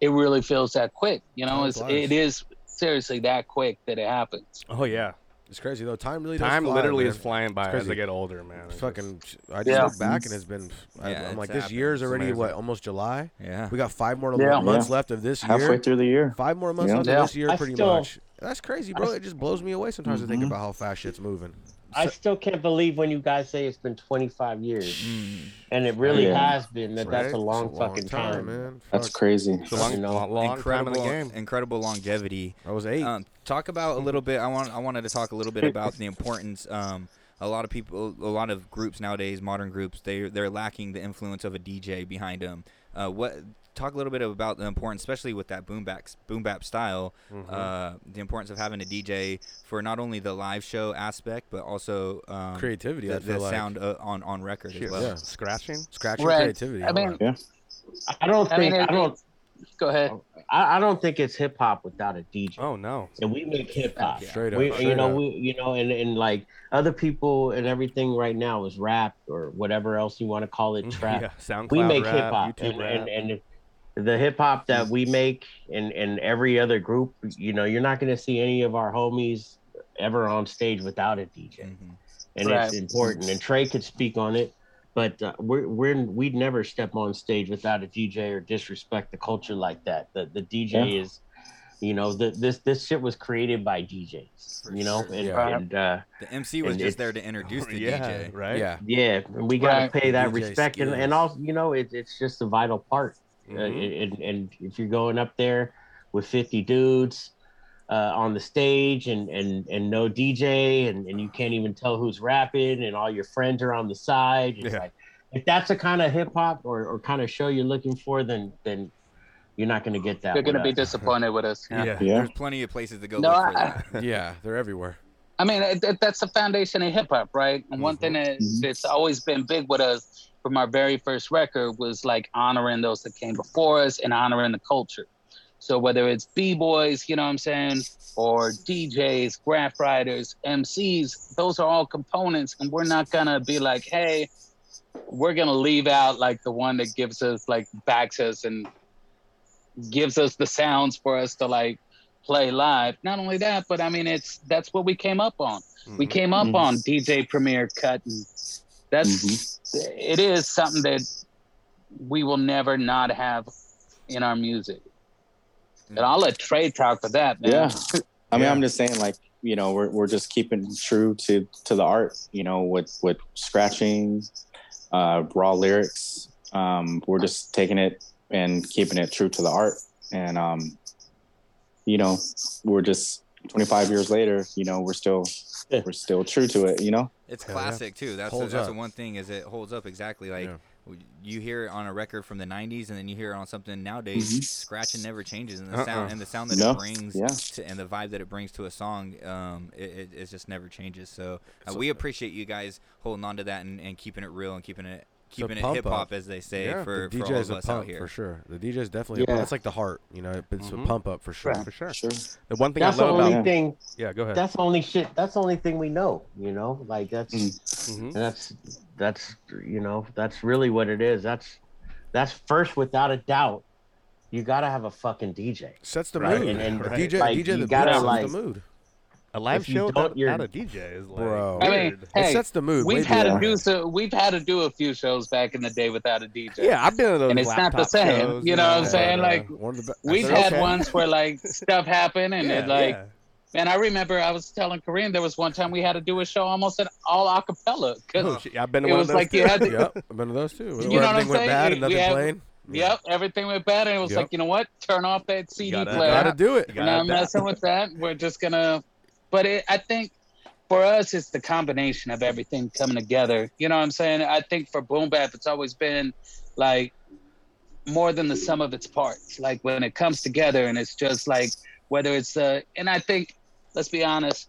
Speaker 3: it really feels that quick. You know,
Speaker 11: Time
Speaker 3: it's,
Speaker 11: flies.
Speaker 3: it is seriously that quick that it happens.
Speaker 12: Oh yeah.
Speaker 11: It's crazy though. Time really does
Speaker 12: Time
Speaker 11: fly,
Speaker 12: literally
Speaker 11: man.
Speaker 12: is flying by as
Speaker 11: It's
Speaker 12: I
Speaker 11: crazy.
Speaker 12: get older, man. It's
Speaker 11: fucking,
Speaker 12: just-
Speaker 11: I just
Speaker 12: Yeah.
Speaker 11: look back and it's been. I,
Speaker 12: Yeah,
Speaker 11: I'm
Speaker 12: it's
Speaker 11: like, this
Speaker 12: happened.
Speaker 11: year's
Speaker 12: It's
Speaker 11: already
Speaker 12: amazing.
Speaker 11: what? Almost July.
Speaker 10: Yeah.
Speaker 11: We got five more
Speaker 12: Yeah.
Speaker 11: months
Speaker 12: Yeah.
Speaker 11: left of this year.
Speaker 4: Halfway through the year.
Speaker 11: Five more months
Speaker 4: Yeah.
Speaker 11: left
Speaker 4: Yeah.
Speaker 11: of this year,
Speaker 4: I
Speaker 1: <laughs>
Speaker 11: pretty
Speaker 4: still-
Speaker 11: much. That's crazy, bro. It just blows me away sometimes to think
Speaker 1: Mm-hmm.
Speaker 11: about how fast shit's moving.
Speaker 1: I still can't believe when you guys say it's been 25 years,
Speaker 11: Mm.
Speaker 1: and it really
Speaker 4: Yeah.
Speaker 1: has been. That
Speaker 4: Right?
Speaker 1: that's a long fucking time,
Speaker 4: That's crazy.
Speaker 10: incredible, Incredible longevity.
Speaker 11: I was eight.
Speaker 10: Um, talk about a little bit. I want. I wanted to talk a little bit about the importance. Um, a lot of people, a lot of groups nowadays, modern groups, they they're lacking the influence of a DJ behind them. Uh, what? Talk a little bit about the importance, especially with that boom bap, boom bap style.
Speaker 11: Mm-hmm.
Speaker 12: Mhm.
Speaker 10: Uh, the importance of having a DJ for not only the live show aspect, but also um,
Speaker 11: Creativity, I
Speaker 10: the, the
Speaker 11: feel like.
Speaker 10: sound uh, on on record
Speaker 11: Shit,
Speaker 10: as well.
Speaker 11: yeah. Scratching? Scratching
Speaker 3: Right. creativity, I mean-
Speaker 4: yeah.
Speaker 1: I don't
Speaker 3: I mean,
Speaker 1: think I,
Speaker 3: it-
Speaker 1: don't.
Speaker 3: Go ahead.
Speaker 1: I, I don't think it's hip hop without a DJ.
Speaker 12: Oh no.
Speaker 1: And we make hip hop.
Speaker 11: Straight up,
Speaker 1: We,
Speaker 11: straight
Speaker 1: you know,
Speaker 11: up.
Speaker 1: we, you know, and, and like other people and everything right now is rap or whatever else you want to call it, trap.
Speaker 12: <laughs> Yeah, SoundCloud
Speaker 1: we make
Speaker 12: rap,
Speaker 1: hip hop,
Speaker 12: YouTube
Speaker 1: and,
Speaker 12: rap.
Speaker 1: and, and the hip hop that we make, and and every other group, you know, you're not going to see any of our homies ever on stage without a DJ,
Speaker 12: Mm-hmm.
Speaker 1: and
Speaker 3: Right.
Speaker 1: it's important. And Trey could speak on it. But uh, we're, we're we'd never step on stage without a DJ or disrespect the culture like that. The the DJ
Speaker 3: Yeah.
Speaker 1: is you know the, this this shit was created by djs you know and,
Speaker 10: Yeah.
Speaker 1: and uh
Speaker 10: The MC was
Speaker 1: and it's-
Speaker 10: just there to introduce the DJ,
Speaker 1: yeah yeah and we gotta
Speaker 10: Right.
Speaker 1: pay that
Speaker 10: DJ
Speaker 1: respect and, and
Speaker 10: skills.
Speaker 1: also you know it, it's just a vital part uh,
Speaker 10: Mhm.
Speaker 1: and, and if you're going up there with 50 dudes uh, on the stage and and and no dj and, and you can't even tell who's rapping and all your friends are on the side it's like, if that's the kind of hip-hop or, or kind of show you're looking for then then you're not going to get that
Speaker 3: They're gonna
Speaker 1: with
Speaker 3: be
Speaker 1: us.
Speaker 3: disappointed with us.
Speaker 10: There's plenty of places to go
Speaker 3: No,
Speaker 10: look for
Speaker 3: I-
Speaker 10: that. <laughs>
Speaker 11: yeah, they're everywhere.
Speaker 3: I mean, it, it- that's the foundation of hip hop, right? And one thing that, that's always been big with us from our very first record was like honoring those that came before us and honoring the culture. So whether it's b boys, you know what I'm saying, or DJs, graph writers, MCs, those are all components, and we're not gonna be like, hey, we're gonna leave out like the one that gives us like backs us and gives us the sounds for us to like play live. Not only that, but I mean, it's that's what we came up on.
Speaker 12: Mm-hmm.
Speaker 3: We
Speaker 9: Mm-hmm.
Speaker 18: Mhm.
Speaker 3: came up
Speaker 18: Mhm.
Speaker 3: on DJ Premier Cut, and that's it is something that we will never not have in our music. And I'll let Trey talk for that, man.
Speaker 4: Yeah. I mean, I'm just saying, like, you know, we're, we're just keeping true to, to the art, you know, with, with scratching, uh, raw lyrics. Um, we're just taking it and keeping it true to the art. And, um, you know, we're just 25 years later, you know, we're still, we're still true to it, you know?
Speaker 10: It's
Speaker 4: Hell yeah.
Speaker 10: classic too. That's the,
Speaker 4: Holds
Speaker 10: that's the
Speaker 4: up.
Speaker 10: one thing is it holds up exactly. Like w- you hear it on a record from the '90s, and then you hear it on something nowadays.
Speaker 4: Mhm.
Speaker 10: Scratching never changes, and the
Speaker 4: Uh-uh.
Speaker 10: sound and the sound that
Speaker 4: No.
Speaker 10: it brings
Speaker 4: Yeah.
Speaker 10: to, and the vibe that it brings to a song, um, it, it, it just never changes. So uh, we appreciate you guys holding on to that and, and keeping it real and keeping it keeping it
Speaker 11: pump
Speaker 10: hip
Speaker 11: up.
Speaker 10: hop, as they say,
Speaker 11: Yeah,
Speaker 10: for,
Speaker 11: the
Speaker 10: for
Speaker 11: DJ's
Speaker 10: all of
Speaker 11: a
Speaker 10: us
Speaker 11: pump
Speaker 10: out here.
Speaker 11: for sure. The DJ's definitely a pump.
Speaker 1: Yeah.
Speaker 11: It's like the heart, you know. It's
Speaker 12: Mm-hmm.
Speaker 10: Mhm.
Speaker 11: a pump up Mm-hmm. for sure.
Speaker 1: Right.
Speaker 12: For sure.
Speaker 4: Sure.
Speaker 12: The one thing
Speaker 1: that's
Speaker 12: I love
Speaker 1: the only
Speaker 12: about
Speaker 1: thing.
Speaker 12: Yeah, go ahead.
Speaker 1: That's the <clears throat> only shit. That's the only thing we know. You know, like that's
Speaker 12: Mhm.
Speaker 1: that's that's you know that's really what it is. That's that's first without a doubt. You gotta have a fucking DJ.
Speaker 11: Sets the
Speaker 1: Right,
Speaker 11: mood.
Speaker 1: and- and
Speaker 11: A
Speaker 1: right.
Speaker 11: DJ,
Speaker 1: like,
Speaker 11: DJ
Speaker 1: you
Speaker 11: that
Speaker 1: gotta,
Speaker 11: sets
Speaker 1: like-
Speaker 11: the mood.
Speaker 12: A live
Speaker 1: If you
Speaker 12: show
Speaker 1: don't,
Speaker 12: without,
Speaker 1: you're-
Speaker 12: without a DJ is like
Speaker 11: Bro.
Speaker 3: I mean,
Speaker 12: weird.
Speaker 3: hey,
Speaker 11: It sets the mood way
Speaker 3: We've had to
Speaker 11: beyond.
Speaker 3: do so. We've had to do a few shows back in the day without a DJ.
Speaker 12: Yeah, I've been to those
Speaker 3: and it's not the
Speaker 12: laptop
Speaker 3: same.
Speaker 12: shows,
Speaker 3: you know what I'm saying?
Speaker 12: but, uh,
Speaker 3: Like
Speaker 11: one of the be-
Speaker 3: we've
Speaker 11: That's
Speaker 3: had
Speaker 11: okay.
Speaker 3: ones where like stuff happened and
Speaker 12: Yeah,
Speaker 3: it like
Speaker 12: yeah.
Speaker 3: man i remember i was telling Kareem there was one time we had to do a show almost at all a cappella 'cause
Speaker 11: Oh, shit, I've been to
Speaker 3: it
Speaker 11: one
Speaker 3: was
Speaker 11: of those
Speaker 3: like
Speaker 11: too.
Speaker 3: you had to
Speaker 11: <laughs> Yep, I've been to those too.
Speaker 3: you
Speaker 11: Where
Speaker 3: know what i'm
Speaker 11: everything went
Speaker 3: saying
Speaker 11: bad
Speaker 3: We-
Speaker 11: and
Speaker 3: we
Speaker 11: nothing
Speaker 3: had-
Speaker 11: playing.
Speaker 3: Yep, everything went bad, and it was
Speaker 11: Yep.
Speaker 3: like, you know what? Turn off that CD
Speaker 11: Gotta
Speaker 3: player.
Speaker 11: adapt. Gotta do it.
Speaker 3: We're
Speaker 11: Gotta
Speaker 3: not
Speaker 11: adapt.
Speaker 3: messing with that. We're just gonna. But it, I think for us, it's the combination of everything coming together. You know what I'm saying? I think for Boom Bap, it's always been like more than the sum of its parts. Like when it comes together, and it's just like whether it's uh, and I think let's be honest.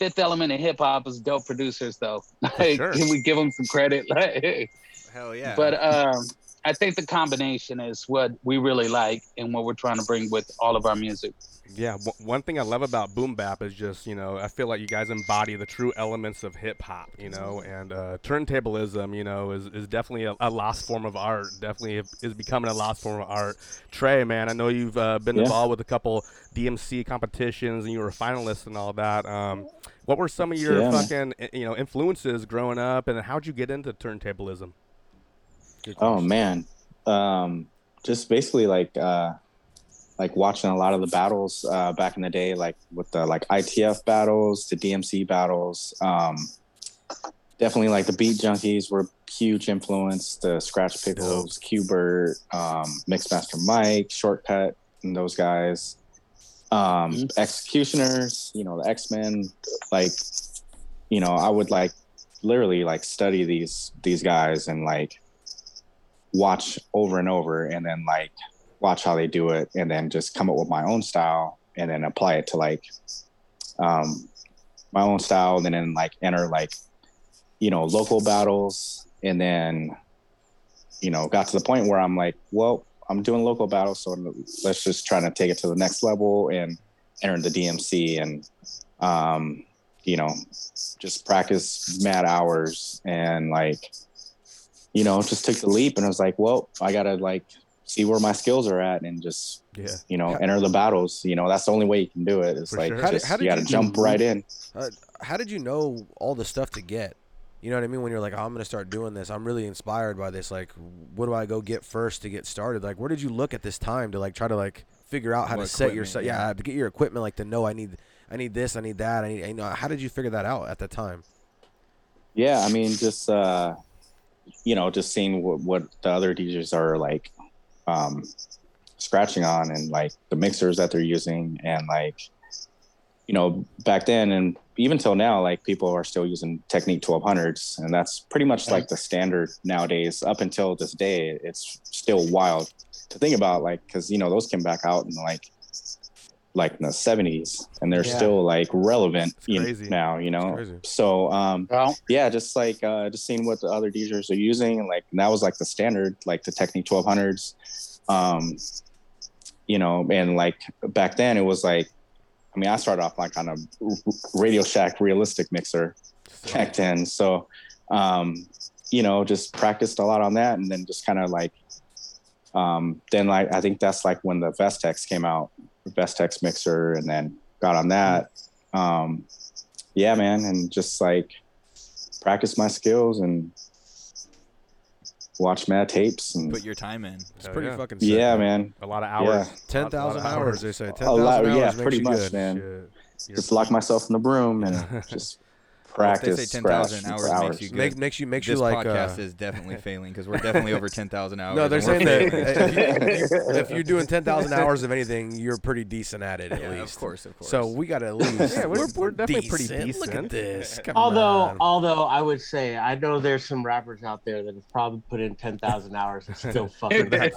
Speaker 3: Fifth Element in hip hop is dope producers though. <laughs> Like,
Speaker 10: sure.
Speaker 3: Can we give them some credit? <laughs> Like,
Speaker 10: Hell yeah!
Speaker 3: but um, I think the combination is what we really like and what we're trying to bring with all of our music.
Speaker 12: Yeah, w- one thing I love about boom bap is just you know I feel like you guys embody the true elements of hip hop, you know, and uh, turntablism, you know, is, is definitely a, a lost form of art. Definitely is becoming a lost form of art. Trey, man, I know you've uh, been
Speaker 11: Yeah.
Speaker 12: involved with a couple DMC competitions and you were a finalist and all that. Um, what were some of your
Speaker 11: Yeah, man.
Speaker 12: fucking i- you know influences growing up, and how'd you get into turntablism?
Speaker 4: Oh man, um, just basically like uh, like watching a lot of the battles uh, back in the day, like with the like ITF battles, the DMC battles. Um, definitely like the Beat Junkies were huge influence. The Scratch Pickles, Q Bird, um, Mixmaster Mike, Shortcut, and those guys. Um, mm-hmm. Executioners, you know the X Men. Like, you know, I would like literally like study these these guys and like watch over and over, and then like watch how they do it and then just come up with my own style and then apply it to like um, my own style and then like enter like you know local battles and then you know got to the point where i'm like well i'm doing local battles so let's just try to take it to the next level and enter the dmc and um, you know just practice mad hours and like you know just took the leap and i was like well i gotta like see where my skills are at and just yeah. you know enter the battles you know that's the only way you can do it it's For like sure. just, how did, how did you gotta you, jump right in
Speaker 11: uh, how did you know all the stuff to get you know what i mean when you're like oh, i'm gonna start doing this i'm really inspired by this like what do i go get first to get started like where did you look at this time to like try to like figure out how what to set your set yeah, yeah to get your equipment like to know i need i need this i need that i need you know how did you figure that out at that time
Speaker 4: yeah i mean just uh you know just seeing what, what the other djs are like um, scratching on and like the mixers that they're using and like you know back then and even till now like people are still using technique 1200s and that's pretty much like the standard nowadays up until this day it's still wild to think about like because you know those came back out in like like in the 70s and they're yeah. still like relevant you now you know so um well, yeah just like uh just seeing what the other DJs are using and like and that was like the standard like the Technique 1200s um you know and like back then it was like I mean I started off like on a Radio Shack realistic mixer so. back then so um you know just practiced a lot on that and then just kind of like um, then like I think that's like when the Vestex came out, Vestex mixer, and then got on that. Um, yeah, man, and just like practice my skills and watch mad tapes and
Speaker 10: put your time in.
Speaker 11: It's pretty oh, yeah. fucking
Speaker 4: sick, yeah, man.
Speaker 12: A lot of hours. Yeah.
Speaker 11: Ten thousand hours, they say. Ten thousand hours.
Speaker 4: Yeah, pretty much, good. man. Just lock myself in the room and
Speaker 10: <laughs>
Speaker 4: just practice.
Speaker 10: They say ten thousand hours, hours, makes you good.
Speaker 11: Make, makes you makes
Speaker 10: this
Speaker 11: you like.
Speaker 10: podcast uh, is definitely failing because we're definitely
Speaker 11: <laughs>
Speaker 10: over ten thousand hours.
Speaker 11: No, they're saying that uh,
Speaker 10: <laughs>
Speaker 11: if, you, if you're doing ten thousand hours of anything, you're pretty decent at it at
Speaker 10: yeah,
Speaker 11: least.
Speaker 10: Of course, of course.
Speaker 11: So we got to at least.
Speaker 12: yeah, we're, we're definitely decent. pretty decent.
Speaker 11: Look at this. Come
Speaker 1: although,
Speaker 11: on.
Speaker 1: although I would say I know there's some rappers out there that have probably put in ten thousand hours and
Speaker 11: <laughs>
Speaker 1: still fucking.
Speaker 10: I heard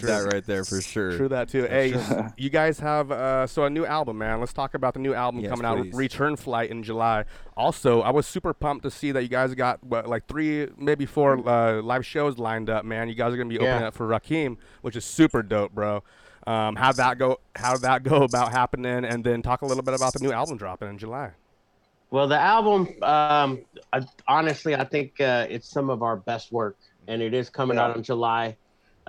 Speaker 10: true. that right there for sure.
Speaker 12: True that too. Hey, sure. <laughs> you guys have uh, so a new album, man. Let's talk about the new album yes, coming please. out, Return Flight in July. Also, I was super pumped to see that you guys got what, like three, maybe four uh, live shows lined up. Man, you guys are gonna be opening yeah. up for Rakim, which is super dope, bro. Um, how that go? How that <laughs> go about happening? And then talk a little bit about the new album dropping in July.
Speaker 1: Well, the album, um, I, honestly, I think uh, it's some of our best work, and it is coming yeah. out in July.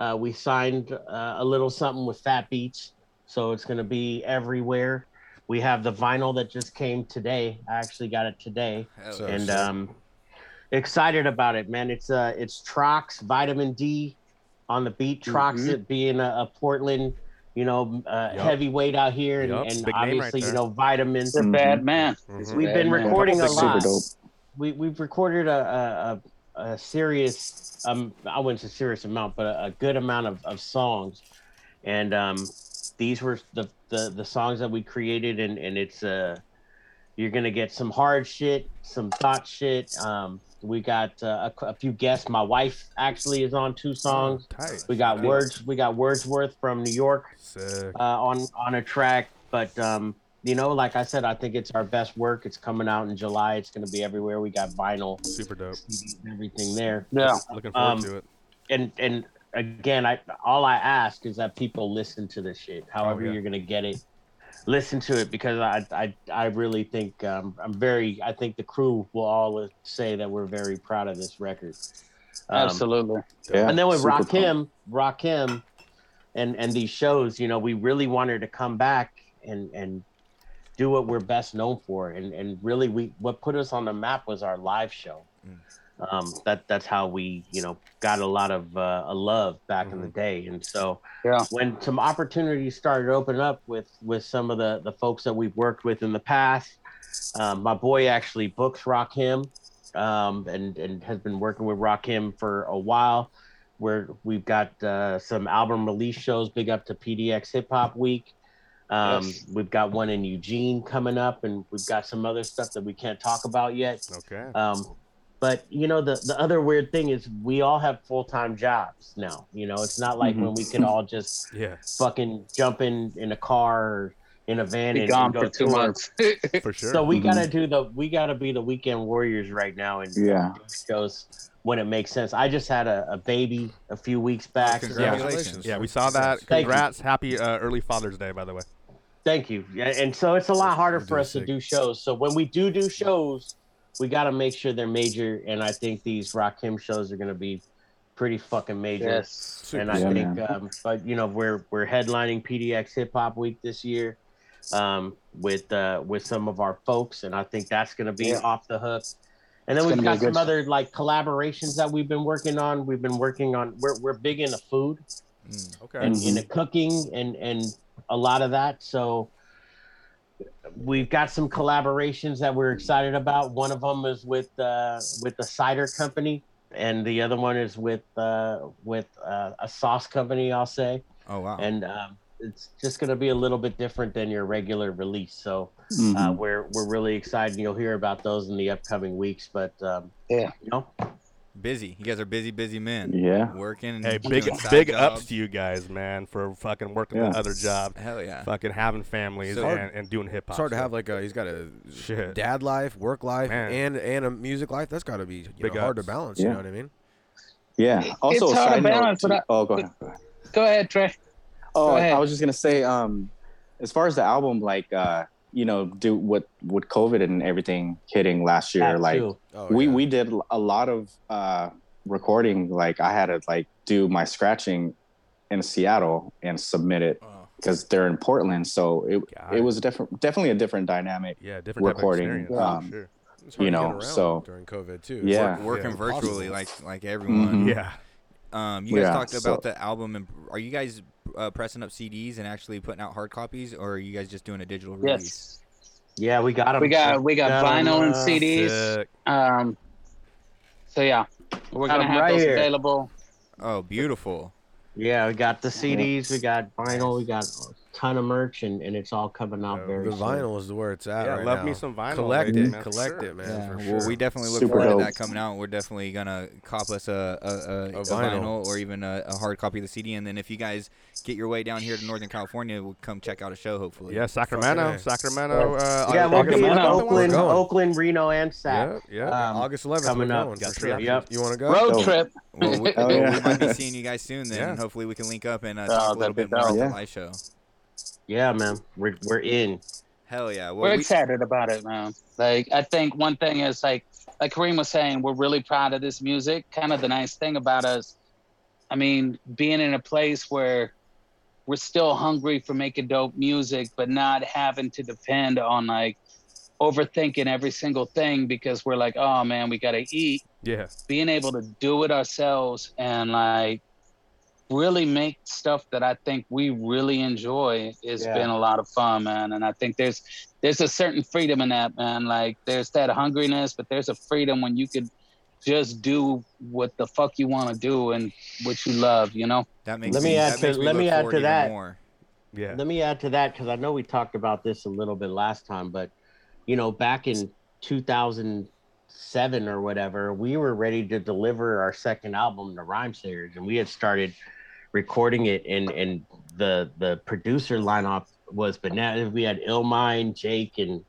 Speaker 1: Uh, we signed uh, a little something with Fat Beats, so it's gonna be everywhere we have the vinyl that just came today. I actually got it today, oh, and um, excited about it, man. It's uh, it's Trox Vitamin D on the beat. Trox mm-hmm. it being a, a, Portland, you know, uh, yep. heavyweight out here, and, yep. and obviously right you know vitamins.
Speaker 3: It's a bad man.
Speaker 1: Mm-hmm. We've been recording a lot. We we've recorded a a, a serious um I wouldn't say serious amount, but a, a good amount of, of songs, and um these were the, the the songs that we created and and it's uh you're gonna get some hard shit some thought shit um we got uh, a, a, few guests my wife actually is on two songs Tight. we got Tight. words we got wordsworth from new york uh, on on a track but um you know like i said i think it's our best work it's coming out in july it's going to be everywhere we got vinyl
Speaker 12: super dope
Speaker 1: everything there
Speaker 12: yeah looking forward um, to it
Speaker 1: and and again, I all I ask is that people listen to this shit. However, oh, yeah. you're gonna get it, listen to it because I I, I really think um, I'm very. I think the crew will all say that we're very proud of this record.
Speaker 3: Um, Absolutely.
Speaker 1: Yeah, and then with Rakim, punk. Rakim, and and these shows, you know, we really wanted to come back and and do what we're best known for, and and really we what put us on the map was our live show. Mm Um, that that's how we you know got a lot of uh, a love back in the day. And so
Speaker 3: Mm-hmm. Yeah.
Speaker 1: when some opportunities started to open up with with some of the the folks that we've worked with in the past, um, my boy actually books Rock Him, um, and and has been working with Rock Him for a while. Where we've got uh, some album release shows. Big up to PDX Hip Hop Week. Um,
Speaker 3: Yes.
Speaker 1: We've got one in Eugene coming up, and we've got some other stuff that we can't talk about yet.
Speaker 12: Okay.
Speaker 1: Um, but you know, the the other weird thing is we all have full time jobs now. You know, it's not like when
Speaker 12: Mhm.
Speaker 1: we could all just
Speaker 12: Yeah.
Speaker 1: fucking jump in in a car or in a van
Speaker 3: Be
Speaker 1: and,
Speaker 3: gone
Speaker 1: and go
Speaker 3: for two
Speaker 1: tour.
Speaker 3: months. <laughs>
Speaker 12: for sure. Mm-hmm.
Speaker 1: So we gotta do the we gotta be the weekend warriors right now and
Speaker 4: Yeah.
Speaker 1: do shows when it makes sense. I just had a, a baby a few weeks back.
Speaker 12: Congratulations. Yeah, we saw that.
Speaker 1: Thank you.
Speaker 12: Congrats. Happy uh, early Father's Day, by the way.
Speaker 1: Thank you. Yeah, and so it's a lot harder for
Speaker 12: doing
Speaker 1: us to
Speaker 12: sick.
Speaker 1: do shows. So when we do do shows, we got to make sure they're major. And I think these Rock Him shows are going to be pretty fucking major.
Speaker 3: Yes.
Speaker 1: And I
Speaker 3: Yeah,
Speaker 1: think,
Speaker 3: man.
Speaker 1: um, but you know, we're we're headlining PDX Hip Hop Week this year um, with uh, with some of our folks, and I think that's going to be
Speaker 3: Yeah.
Speaker 1: off the hook. And then
Speaker 3: It's
Speaker 1: we've
Speaker 3: gonna
Speaker 1: got
Speaker 3: be a good
Speaker 1: some other like collaborations that we've been working on. We've been working on. We're we're big into food
Speaker 10: Mm,
Speaker 12: Okay.
Speaker 1: and into cooking and and a lot of that. So we've got some collaborations that we're excited about. One of them is with uh, with the cider company, and the other one is with uh, with uh, a sauce company. I'll say.
Speaker 10: Oh wow.
Speaker 1: And um, it's just going to be a little bit different than your regular release. So uh,
Speaker 4: Mhm.
Speaker 1: we're we're really excited. and You'll hear about those in the upcoming weeks. But um,
Speaker 3: yeah,
Speaker 1: you know,
Speaker 10: busy. You guys are busy, busy men.
Speaker 4: Yeah.
Speaker 10: Working. And
Speaker 12: Hey,
Speaker 10: doing
Speaker 12: big
Speaker 10: side
Speaker 12: big
Speaker 10: jobs.
Speaker 12: ups to you guys, man, for fucking working
Speaker 4: Yeah.
Speaker 12: the other job.
Speaker 10: Hell yeah.
Speaker 12: Fucking having families
Speaker 10: So-
Speaker 12: and, and doing hip hop.
Speaker 11: It's hard to have like a he's got a
Speaker 12: Shit.
Speaker 11: dad life, work life,
Speaker 12: Man.
Speaker 11: and and a music life. That's got to be you
Speaker 12: Big
Speaker 11: know, hard to
Speaker 12: ups.
Speaker 11: balance.
Speaker 4: Yeah.
Speaker 11: You know what I mean?
Speaker 4: Yeah. Also,
Speaker 3: it's hard
Speaker 4: a
Speaker 3: to
Speaker 4: side note
Speaker 3: balance,
Speaker 4: to-
Speaker 3: but I-
Speaker 4: oh, go ahead. go ahead.
Speaker 3: Go ahead, Trey.
Speaker 4: Oh,
Speaker 3: ahead.
Speaker 4: I was just gonna say, um, as far as the album, like, uh, you know, do what with COVID and everything hitting last year,
Speaker 1: that
Speaker 4: like,
Speaker 1: too.
Speaker 11: Oh,
Speaker 4: we
Speaker 11: yeah.
Speaker 4: we did a lot of uh, recording. Like, I had to like do my scratching in Seattle and submit it
Speaker 10: Oh,
Speaker 4: because they're in Portland. So it
Speaker 12: Got
Speaker 4: it
Speaker 12: it.
Speaker 4: was different, definitely a different dynamic.
Speaker 12: Yeah, different
Speaker 4: recording,
Speaker 12: Type of experience,
Speaker 4: um,
Speaker 12: for sure.
Speaker 11: It's hard
Speaker 4: you
Speaker 11: to get
Speaker 4: know,
Speaker 11: around
Speaker 4: so-
Speaker 11: during COVID too.
Speaker 4: Yeah.
Speaker 11: It's like-
Speaker 10: Working
Speaker 11: it's
Speaker 10: virtually,
Speaker 11: impossible.
Speaker 10: like like everyone.
Speaker 4: Mhm. <laughs>
Speaker 12: Yeah.
Speaker 10: Um, you guys
Speaker 4: Yeah,
Speaker 10: talked
Speaker 4: so-
Speaker 10: about the album, and are you guys uh, pressing up CDs and actually putting out hard copies, or are you guys just doing a digital release?
Speaker 3: Yes.
Speaker 1: Yeah, we got uh, them.
Speaker 3: We got we got vinyl and CDs.
Speaker 12: Sick.
Speaker 3: Um. So yeah, we're
Speaker 1: Got
Speaker 3: gonna
Speaker 1: 'em
Speaker 3: have
Speaker 1: right
Speaker 3: those
Speaker 1: here.
Speaker 3: available.
Speaker 10: Oh, beautiful.
Speaker 1: Yeah, we got the CDs, we got vinyl, we got a ton of merch, and, and it's all coming out
Speaker 12: Yeah,
Speaker 1: very
Speaker 11: The
Speaker 1: soon.
Speaker 11: vinyl is where it's at.
Speaker 12: Yeah,
Speaker 11: right
Speaker 12: love me
Speaker 11: now.
Speaker 12: some vinyl,
Speaker 11: Collect
Speaker 12: baby,
Speaker 11: it,
Speaker 12: man, for
Speaker 11: collect
Speaker 12: sure.
Speaker 11: it, man. for sure.
Speaker 10: Well, we definitely look
Speaker 4: Super
Speaker 10: forward
Speaker 4: dope.
Speaker 10: to that coming out. We're definitely gonna cop us a a, a, a
Speaker 11: vinyl.
Speaker 10: vinyl. or even a, a hard copy of the CD, and then if you guys get your way down here to Northern California, we'll come check out a show hopefully.
Speaker 12: Yeah, Sacramento,
Speaker 11: A.
Speaker 12: Sacramento. Uh,
Speaker 1: Yeah, we'll
Speaker 12: August
Speaker 1: be in
Speaker 12: 11th.
Speaker 1: Oakland,
Speaker 11: We're going.
Speaker 1: Oakland, Reno, and Sac.
Speaker 12: Yeah, yeah.
Speaker 1: Um,
Speaker 11: August 11th.
Speaker 1: coming
Speaker 11: we're
Speaker 1: up.
Speaker 11: going
Speaker 12: Got
Speaker 11: for
Speaker 12: three
Speaker 11: sure.
Speaker 1: options.
Speaker 11: You want to go?
Speaker 3: Road
Speaker 4: dope.
Speaker 3: trip.
Speaker 1: <laughs>
Speaker 10: Well, we, <laughs>
Speaker 4: Oh, yeah.
Speaker 10: we might be seeing you guys soon then.
Speaker 12: Yeah.
Speaker 10: Hopefully, we can link up and uh,
Speaker 3: Oh,
Speaker 10: talk a little
Speaker 3: that'd be
Speaker 10: bit more about
Speaker 4: dope.
Speaker 10: the
Speaker 4: Yeah.
Speaker 10: live show.
Speaker 1: Yeah, man, we're we're in.
Speaker 10: Hell yeah! Well,
Speaker 3: we're
Speaker 10: we-
Speaker 3: excited about it, man. Like I think one thing is like like Kareem was saying, we're really proud of this music. Kind of the nice thing about us, I mean, being in a place where we're still hungry for making dope music, but not having to depend on like overthinking every single thing because we're like, oh man, we gotta eat
Speaker 12: Yeah.
Speaker 3: being able to do it ourselves and like really make stuff that I think we really enjoy has
Speaker 1: Yeah.
Speaker 3: been a lot of fun, man. And I think there's there's a certain freedom in that, man. Like there's that hungriness, but there's a freedom when you could just do what the fuck you want to do and what you love, you know?
Speaker 10: that makes
Speaker 1: Let me add
Speaker 10: that
Speaker 1: to-
Speaker 10: makes
Speaker 1: let
Speaker 10: look
Speaker 1: me add
Speaker 10: forward
Speaker 1: to
Speaker 10: even
Speaker 1: that.
Speaker 10: More.
Speaker 12: Yeah.
Speaker 1: Let me add to that because I know we talked about this a little bit last time, but you know, back in 2007 or whatever, we were ready to deliver our second album, The Rhyme Series, and we had started recording it, and and the the producer lineup was bananas. We had Illmind, Jake, and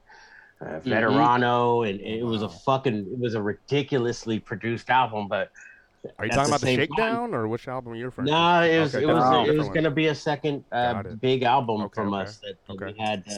Speaker 1: uh, Veterano, and it was a fucking it was a ridiculously produced album, but
Speaker 12: Are you
Speaker 1: at
Speaker 12: talking
Speaker 1: the
Speaker 12: about the
Speaker 1: same time-
Speaker 12: Shakedown or which album you're referring?
Speaker 1: no,
Speaker 12: to?
Speaker 1: it was
Speaker 12: Okay,
Speaker 1: it
Speaker 12: that's
Speaker 1: was
Speaker 12: a
Speaker 1: it
Speaker 12: different
Speaker 1: was
Speaker 12: one.
Speaker 1: gonna be a second uh,
Speaker 12: Got it.
Speaker 1: big album
Speaker 12: Okay,
Speaker 1: from
Speaker 12: okay,
Speaker 1: us that, that
Speaker 12: okay.
Speaker 1: we had uh,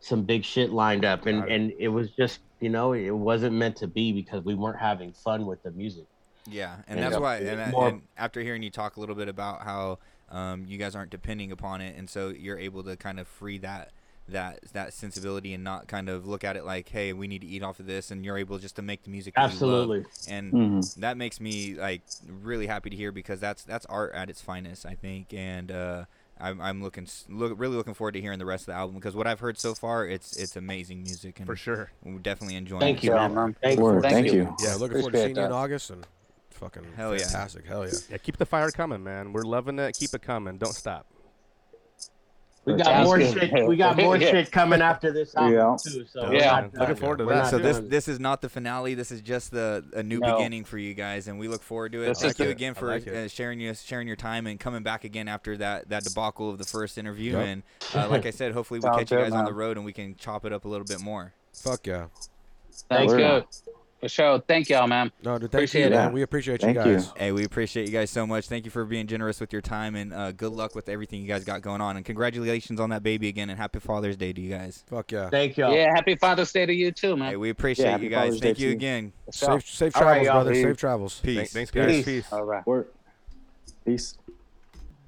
Speaker 1: some big shit lined up, and
Speaker 12: Got it.
Speaker 1: and it was just you know it wasn't meant to be because we weren't having fun with the music.
Speaker 10: Yeah, and
Speaker 1: Yeah.
Speaker 10: that's why.
Speaker 1: It's
Speaker 10: And, I-
Speaker 1: more-
Speaker 10: and after hearing you talk a little bit about how um, you guys aren't depending upon it, and so you're able to kind of free that that that sensibility and not kind of look at it like, hey, we need to eat off of this, and you're able just to make the music that you love.
Speaker 1: Absolutely.
Speaker 10: and
Speaker 1: Mhm.
Speaker 10: that makes me like really happy to hear because that's that's art at its finest, I think, and uh, I'm I'm looking s- look really looking forward to hearing the rest of the album because what I've heard so far, it's it's amazing music and for
Speaker 12: sure,
Speaker 10: we're definitely enjoying.
Speaker 11: Thank
Speaker 10: it.
Speaker 11: you, man.
Speaker 10: So far.
Speaker 11: Thank you. Word, thank you. Yeah, looking forward to seeing you in August and fucking
Speaker 10: Hell yeah.
Speaker 11: fantastic. Hell yeah.
Speaker 12: Yeah, keep the fire coming, man. We're loving it. Keep it coming. Don't stop.
Speaker 1: We got more shit. We got more
Speaker 12: Yeah.
Speaker 1: shit coming after this album
Speaker 12: Yeah.
Speaker 1: too. So
Speaker 12: Yeah.
Speaker 1: we're not
Speaker 12: Looking
Speaker 1: done.
Speaker 12: forward to
Speaker 1: We're
Speaker 12: that.
Speaker 1: not
Speaker 10: So this <laughs>
Speaker 1: done.
Speaker 10: this is not the finale. This is just the a new
Speaker 1: No.
Speaker 10: beginning for you guys, and we look forward to it.
Speaker 1: This
Speaker 10: Thank
Speaker 1: is
Speaker 10: you
Speaker 1: it.
Speaker 10: again
Speaker 1: I
Speaker 10: for
Speaker 1: like it.
Speaker 10: uh, sharing your sharing your time and coming back again after that that debacle of the first interview.
Speaker 11: Yep.
Speaker 10: And uh, like I said, hopefully we
Speaker 11: Sounds
Speaker 10: catch you
Speaker 11: good,
Speaker 10: guys on the
Speaker 11: man.
Speaker 10: road and we can chop it up a little bit more.
Speaker 11: Fuck yeah.
Speaker 3: Sounds
Speaker 10: Word.
Speaker 3: good. For sure. Thank y'all, man.
Speaker 11: No, dude,
Speaker 3: Appreciate
Speaker 11: you,
Speaker 3: it.
Speaker 11: man. We appreciate you Thank you. guys.
Speaker 10: Hey, we appreciate you guys so much. Thank you for being generous with your time and uh, good luck with everything you guys got going on. And congratulations on that baby again and happy Father's Day to you guys.
Speaker 11: Fuck yeah.
Speaker 1: Thank
Speaker 3: Yeah, happy Father's Day to you too, man. Hey,
Speaker 10: we appreciate you guys. Thank you again.
Speaker 11: Safe, safe travels, brother. Safe travels.
Speaker 10: Peace.
Speaker 3: All right.
Speaker 4: Peace.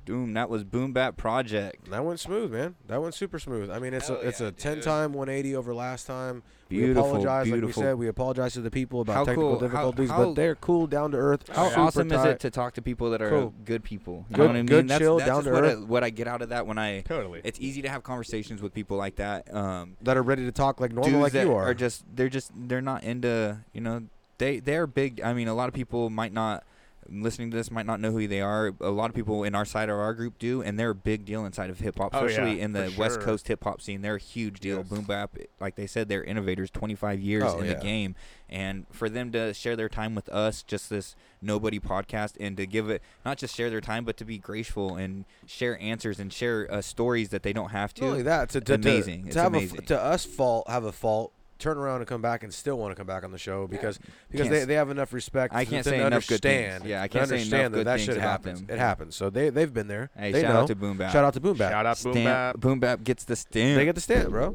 Speaker 10: Doom. That was Boom Bat Project.
Speaker 11: That went smooth, man. That went super smooth. I mean, it's a it's a ten time 180 over last time.
Speaker 10: Beautiful,
Speaker 11: we apologize,
Speaker 10: beautiful.
Speaker 11: like we said, we apologize to the people about
Speaker 10: How
Speaker 11: technical
Speaker 10: cool- how-
Speaker 11: difficulties,
Speaker 10: how-
Speaker 11: but they're cool, down to earth.
Speaker 10: How
Speaker 11: super
Speaker 10: awesome is
Speaker 11: tight.
Speaker 10: it to talk to people that are
Speaker 11: Cool.
Speaker 10: good people? You
Speaker 11: Good-
Speaker 10: know what I mean?
Speaker 11: good,
Speaker 10: that's
Speaker 11: chill,
Speaker 10: that's
Speaker 11: down
Speaker 10: just
Speaker 11: to
Speaker 10: what, I,
Speaker 11: earth.
Speaker 10: what I get out of that when I
Speaker 12: totally.
Speaker 10: It's easy to have conversations with people like that. Um,
Speaker 11: that are ready to talk like normal,
Speaker 10: dudes
Speaker 11: like
Speaker 10: that
Speaker 11: you are.
Speaker 10: just they're just they're not into you know they they're big. I mean, a lot of people might not listening to this might not know who they are. A lot of people in our side of our group do, and they're a big deal inside of hip hop,
Speaker 12: Oh, yeah,
Speaker 10: especially in the
Speaker 12: for
Speaker 10: West
Speaker 12: sure.
Speaker 10: Coast hip hop scene. They're a huge deal. Boom bap, like they said, they're innovators. Twenty five years
Speaker 12: Oh,
Speaker 10: in
Speaker 12: yeah.
Speaker 10: the game, and for them to share their time with us, just this nobody podcast, and to give it not just share their time, but to be graceful and share answers and share uh, stories that they don't have to.
Speaker 11: Not only that, to, to,
Speaker 10: amazing.
Speaker 11: to,
Speaker 10: it's
Speaker 11: to have
Speaker 10: amazing.
Speaker 11: A, to us fault have a fault, turn around and come back and still want to come back on the show because because
Speaker 10: Can't
Speaker 11: they,
Speaker 10: s-
Speaker 11: they have enough respect.
Speaker 10: I
Speaker 11: to-
Speaker 10: can't
Speaker 11: to
Speaker 10: say enough good things.
Speaker 11: understand.
Speaker 10: Yeah, I
Speaker 11: to
Speaker 10: can't say enough
Speaker 11: understand that
Speaker 10: good
Speaker 11: that
Speaker 10: things
Speaker 11: shit
Speaker 10: about
Speaker 11: happens.
Speaker 10: them.
Speaker 11: It happens. So they they've been there.
Speaker 10: Hey,
Speaker 11: They
Speaker 10: shout
Speaker 11: know.
Speaker 10: out to Boom Bap.
Speaker 11: Shout out to Boom Bap.
Speaker 12: Shout out Boom
Speaker 10: Stamp-
Speaker 12: Bap.
Speaker 10: Boom Bap gets the stamp.
Speaker 11: They get the stamp, bro.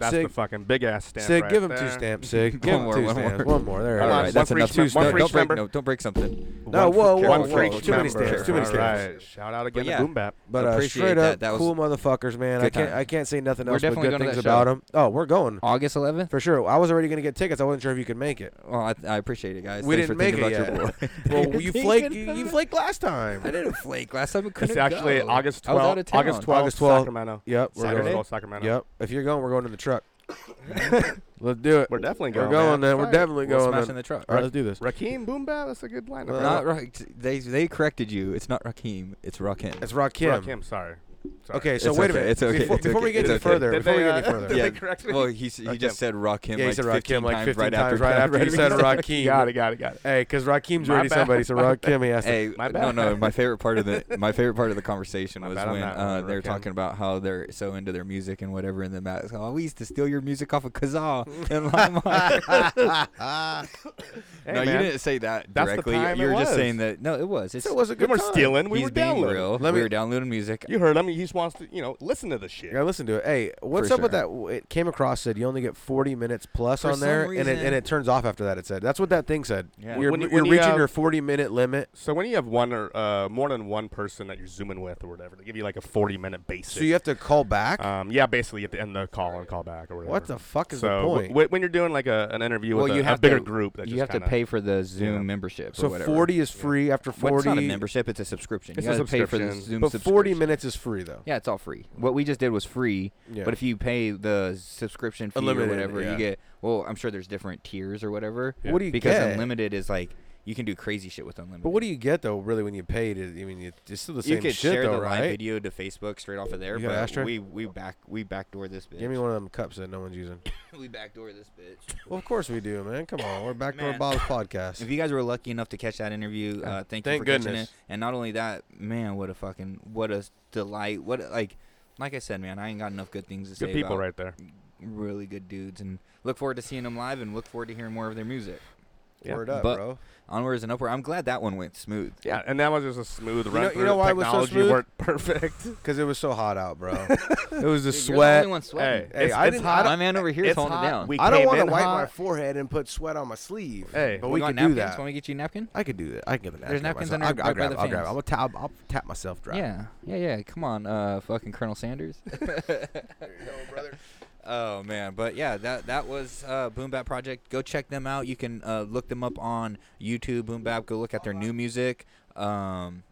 Speaker 12: That's
Speaker 11: Sig-
Speaker 12: the fucking big ass stamp.
Speaker 11: Sig,
Speaker 12: right
Speaker 11: give him two
Speaker 12: there.
Speaker 11: stamps, Sig. Give him two stamps. One more. There
Speaker 10: All
Speaker 11: it
Speaker 10: right,
Speaker 11: is.
Speaker 10: that's
Speaker 11: One for
Speaker 10: enough.
Speaker 11: each
Speaker 10: Two
Speaker 11: mem- one
Speaker 10: stamps.
Speaker 11: for
Speaker 10: Don't
Speaker 11: each
Speaker 10: break,
Speaker 11: member.
Speaker 10: no, don't break something.
Speaker 11: No, whoa, whoa,
Speaker 10: One
Speaker 11: whoa,
Speaker 10: for each
Speaker 11: too many
Speaker 10: member.
Speaker 11: stamps, too many
Speaker 10: All
Speaker 11: stamps.
Speaker 10: right.
Speaker 12: Shout out
Speaker 10: But
Speaker 12: again
Speaker 10: yeah,
Speaker 12: to Boom Bap.
Speaker 11: But uh,
Speaker 10: appreciate
Speaker 11: straight up,
Speaker 10: that. That was-
Speaker 11: cool motherfuckers, man. I
Speaker 10: Good
Speaker 11: can't,
Speaker 10: time.
Speaker 11: I can't say nothing
Speaker 10: We're
Speaker 11: else but
Speaker 10: definitely
Speaker 11: good
Speaker 10: going to
Speaker 11: things
Speaker 10: that
Speaker 11: about
Speaker 10: show.
Speaker 11: them. Oh, we're going
Speaker 10: August 11th.
Speaker 11: for sure. I wasn't already gonna get tickets. I wasn't sure if you could make it.
Speaker 10: Well, I, I appreciate it, guys.
Speaker 11: we
Speaker 10: Thanks
Speaker 11: didn't
Speaker 10: for
Speaker 11: make
Speaker 10: thinking
Speaker 11: it
Speaker 10: about your
Speaker 11: yet.
Speaker 10: boy.
Speaker 11: well, you flaked. You, you flaked last time.
Speaker 10: I didn't flake last time. I couldn't
Speaker 12: It's actually
Speaker 10: go.
Speaker 12: August
Speaker 10: I was out
Speaker 12: 12th.
Speaker 10: of town.
Speaker 12: August 12th.
Speaker 11: August 12th.
Speaker 12: Sacramento.
Speaker 11: Yep. We're
Speaker 12: Saturday?
Speaker 11: going.
Speaker 12: Sacramento.
Speaker 11: Yep. If you're going, we're going in
Speaker 12: <laughs>
Speaker 11: the truck. let's do it.
Speaker 12: We're definitely
Speaker 11: We're
Speaker 12: going,
Speaker 11: going,
Speaker 12: man.
Speaker 11: then. We're
Speaker 12: Fire.
Speaker 11: definitely
Speaker 10: We'll
Speaker 11: going.
Speaker 10: smash
Speaker 11: then.
Speaker 10: in the truck.
Speaker 11: All right, let's do this.
Speaker 12: Rakeem Boom Bap. That's a good lineup.
Speaker 11: Well,
Speaker 10: Not Ra- They they corrected you. It's not Rakim. It's Rakim.
Speaker 11: It's Rakim.
Speaker 12: Rakim. Sorry. Sorry.
Speaker 11: Okay, so
Speaker 10: It's okay,
Speaker 11: wait a minute.
Speaker 10: it's okay,
Speaker 11: Before,
Speaker 10: it's
Speaker 11: before
Speaker 10: okay,
Speaker 11: we get
Speaker 10: it's
Speaker 11: any
Speaker 10: okay.
Speaker 11: further,
Speaker 12: Did
Speaker 11: before
Speaker 12: they,
Speaker 11: we get any
Speaker 12: uh,
Speaker 11: further,
Speaker 12: did
Speaker 11: <laughs>
Speaker 10: Yeah.
Speaker 12: they correct me?
Speaker 10: Well, he s- he just said Rakim.
Speaker 11: Yeah, he
Speaker 10: like
Speaker 11: said Rakim
Speaker 10: 15
Speaker 11: like
Speaker 10: times
Speaker 11: 15
Speaker 10: right
Speaker 11: times
Speaker 10: after <laughs>
Speaker 11: right after he said
Speaker 12: <laughs>
Speaker 11: Rakim.
Speaker 12: Got it. Got it. Got it.
Speaker 11: Hey, because Rakim's
Speaker 12: My
Speaker 11: already
Speaker 12: bad.
Speaker 11: somebody, so
Speaker 12: <laughs>
Speaker 11: Rakim he has to.
Speaker 10: Hey,
Speaker 12: My
Speaker 10: no,
Speaker 12: bad. <laughs>
Speaker 10: no. My favorite part of
Speaker 11: <laughs>
Speaker 10: the my favorite part of the conversation was
Speaker 12: bad on
Speaker 10: when
Speaker 12: that one,
Speaker 10: uh, they were
Speaker 12: Rakim.
Speaker 10: talking about how they're so into their music and whatever, and then Matt's like, "Oh, we used to steal your music off of
Speaker 11: <laughs>
Speaker 10: Kazaa and
Speaker 12: <laughs>
Speaker 10: <laughs> Limelight."
Speaker 12: Hey,
Speaker 10: no, you
Speaker 12: man.
Speaker 10: didn't say that
Speaker 12: That's the
Speaker 10: directly. You-
Speaker 12: time
Speaker 10: you
Speaker 12: it
Speaker 10: were just
Speaker 12: was.
Speaker 10: saying that. No, it was. It's,
Speaker 12: It was a good
Speaker 10: We were
Speaker 12: time.
Speaker 10: stealing. We
Speaker 12: He's
Speaker 10: were
Speaker 12: being
Speaker 10: downloading.
Speaker 12: real.
Speaker 11: Let
Speaker 10: we
Speaker 11: me-
Speaker 10: were downloading music.
Speaker 12: You heard him. He just wants to, you know, listen to the shit.
Speaker 11: Yeah, listen to it. Hey, what's
Speaker 10: For
Speaker 11: up with
Speaker 10: sure.
Speaker 11: that? It came across said you only get 40 minutes plus
Speaker 10: For
Speaker 11: on
Speaker 10: some
Speaker 11: there, and it
Speaker 10: reason-
Speaker 11: and it turns off after that. It said that's what that thing said.
Speaker 10: Yeah.
Speaker 11: You're,
Speaker 12: When you-
Speaker 11: you're
Speaker 12: when you
Speaker 11: reaching
Speaker 12: have-
Speaker 11: your 40 minute limit,
Speaker 12: So when you have one or uh, more than one person that you're zooming with or whatever, they give you like a 40 minute basic.
Speaker 11: so you have to call back.
Speaker 12: Um, yeah, basically at the end of the call and call back or whatever.
Speaker 11: What the fuck is the
Speaker 12: so
Speaker 11: point?
Speaker 12: W- when you're doing like a, an interview
Speaker 10: well,
Speaker 12: with
Speaker 10: you
Speaker 12: a,
Speaker 10: have
Speaker 12: a bigger
Speaker 10: to,
Speaker 12: group, that
Speaker 10: you
Speaker 12: just
Speaker 10: have to
Speaker 12: kinda-
Speaker 10: pay for the Zoom membership.
Speaker 11: so
Speaker 10: or whatever.
Speaker 11: 40 is free after
Speaker 10: Well,
Speaker 11: 40.
Speaker 10: it's not a membership; it's a subscription.
Speaker 11: It's
Speaker 10: you
Speaker 11: a
Speaker 10: got to pay for the
Speaker 11: subscription.
Speaker 10: Zoom
Speaker 11: But 40
Speaker 10: subscription.
Speaker 11: minutes is free though.
Speaker 10: Yeah, it's all free. What we just did was free,
Speaker 11: Yeah.
Speaker 10: but if you pay the subscription fee
Speaker 11: Unlimited,
Speaker 10: or whatever,
Speaker 11: yeah.
Speaker 10: you get. Well, I'm sure there's different tiers or whatever.
Speaker 11: Yeah. What do you
Speaker 10: because
Speaker 11: get?
Speaker 10: unlimited is like you can do crazy shit with unlimited.
Speaker 11: But what do you get though? Really, when you pay to, I mean, it- it's still the same
Speaker 10: you could
Speaker 11: shit
Speaker 10: share
Speaker 11: though,
Speaker 10: the
Speaker 11: right?
Speaker 10: live video to Facebook straight off of there,
Speaker 11: You got an
Speaker 10: but
Speaker 11: ashtray?
Speaker 10: we we back we backdoor this bitch.
Speaker 11: Give me one of them cups that no one's using.
Speaker 10: we backdoor this bitch.
Speaker 11: well, of course we do, man. Come on, we're back to
Speaker 10: Man. <laughs>
Speaker 11: our Bob's podcast.
Speaker 10: If you guys were lucky enough to catch that interview,
Speaker 11: Yeah.
Speaker 10: uh, thank, you
Speaker 11: Thank
Speaker 10: for catching
Speaker 11: goodness.
Speaker 10: it. And not only that, man, what a fucking what a delight. What a- like like I said, man, I ain't got enough good things to
Speaker 12: Good
Speaker 10: say.
Speaker 12: people
Speaker 10: about
Speaker 12: right there.
Speaker 10: Really good dudes, and look forward to seeing them live, and look forward to hearing more of their music. Yeah.
Speaker 11: Word up,
Speaker 10: but
Speaker 11: bro.
Speaker 10: Onwards and upward. I'm glad that one went smooth.
Speaker 12: Yeah, and that was just a smooth
Speaker 11: You
Speaker 12: run.
Speaker 11: know, you
Speaker 12: through.
Speaker 11: know why it was so
Speaker 12: Technology
Speaker 11: smooth?
Speaker 12: worked <laughs> perfect.
Speaker 11: <laughs> Because it was so hot
Speaker 12: <laughs>
Speaker 11: out, bro. it was the
Speaker 12: Dude,
Speaker 11: sweat.
Speaker 12: you're the only one sweating.
Speaker 11: Hey,
Speaker 12: It's-
Speaker 11: I
Speaker 12: it's
Speaker 11: didn't.
Speaker 12: hot.
Speaker 11: I don't-
Speaker 12: My man over here is
Speaker 11: it's
Speaker 12: holding it
Speaker 11: hot.
Speaker 12: down. We
Speaker 11: I don't
Speaker 12: came
Speaker 11: want to
Speaker 12: in
Speaker 11: wipe
Speaker 12: hot.
Speaker 11: my forehead and put sweat on my sleeve.
Speaker 12: Hey.
Speaker 11: but
Speaker 12: We
Speaker 11: we,
Speaker 12: got
Speaker 11: can do
Speaker 12: napkins?
Speaker 11: that.
Speaker 12: Want me to get you a napkin?
Speaker 11: I could do that. I can give a napkin.
Speaker 12: There's napkins
Speaker 11: myself.
Speaker 12: under-
Speaker 11: I'll,
Speaker 12: right by
Speaker 11: I'll grab.
Speaker 12: the
Speaker 11: it, I'll grab. it.
Speaker 12: fans.
Speaker 11: I'm gonna tap. I'll tap myself dry.
Speaker 17: Yeah, yeah, yeah. Come on, uh, fucking Colonel Sanders.
Speaker 10: Oh man, but yeah, that that was uh, Boom Bap Project. Go check them out. You can uh, look them up on YouTube. Boom Bap. Go look at their new music. Um,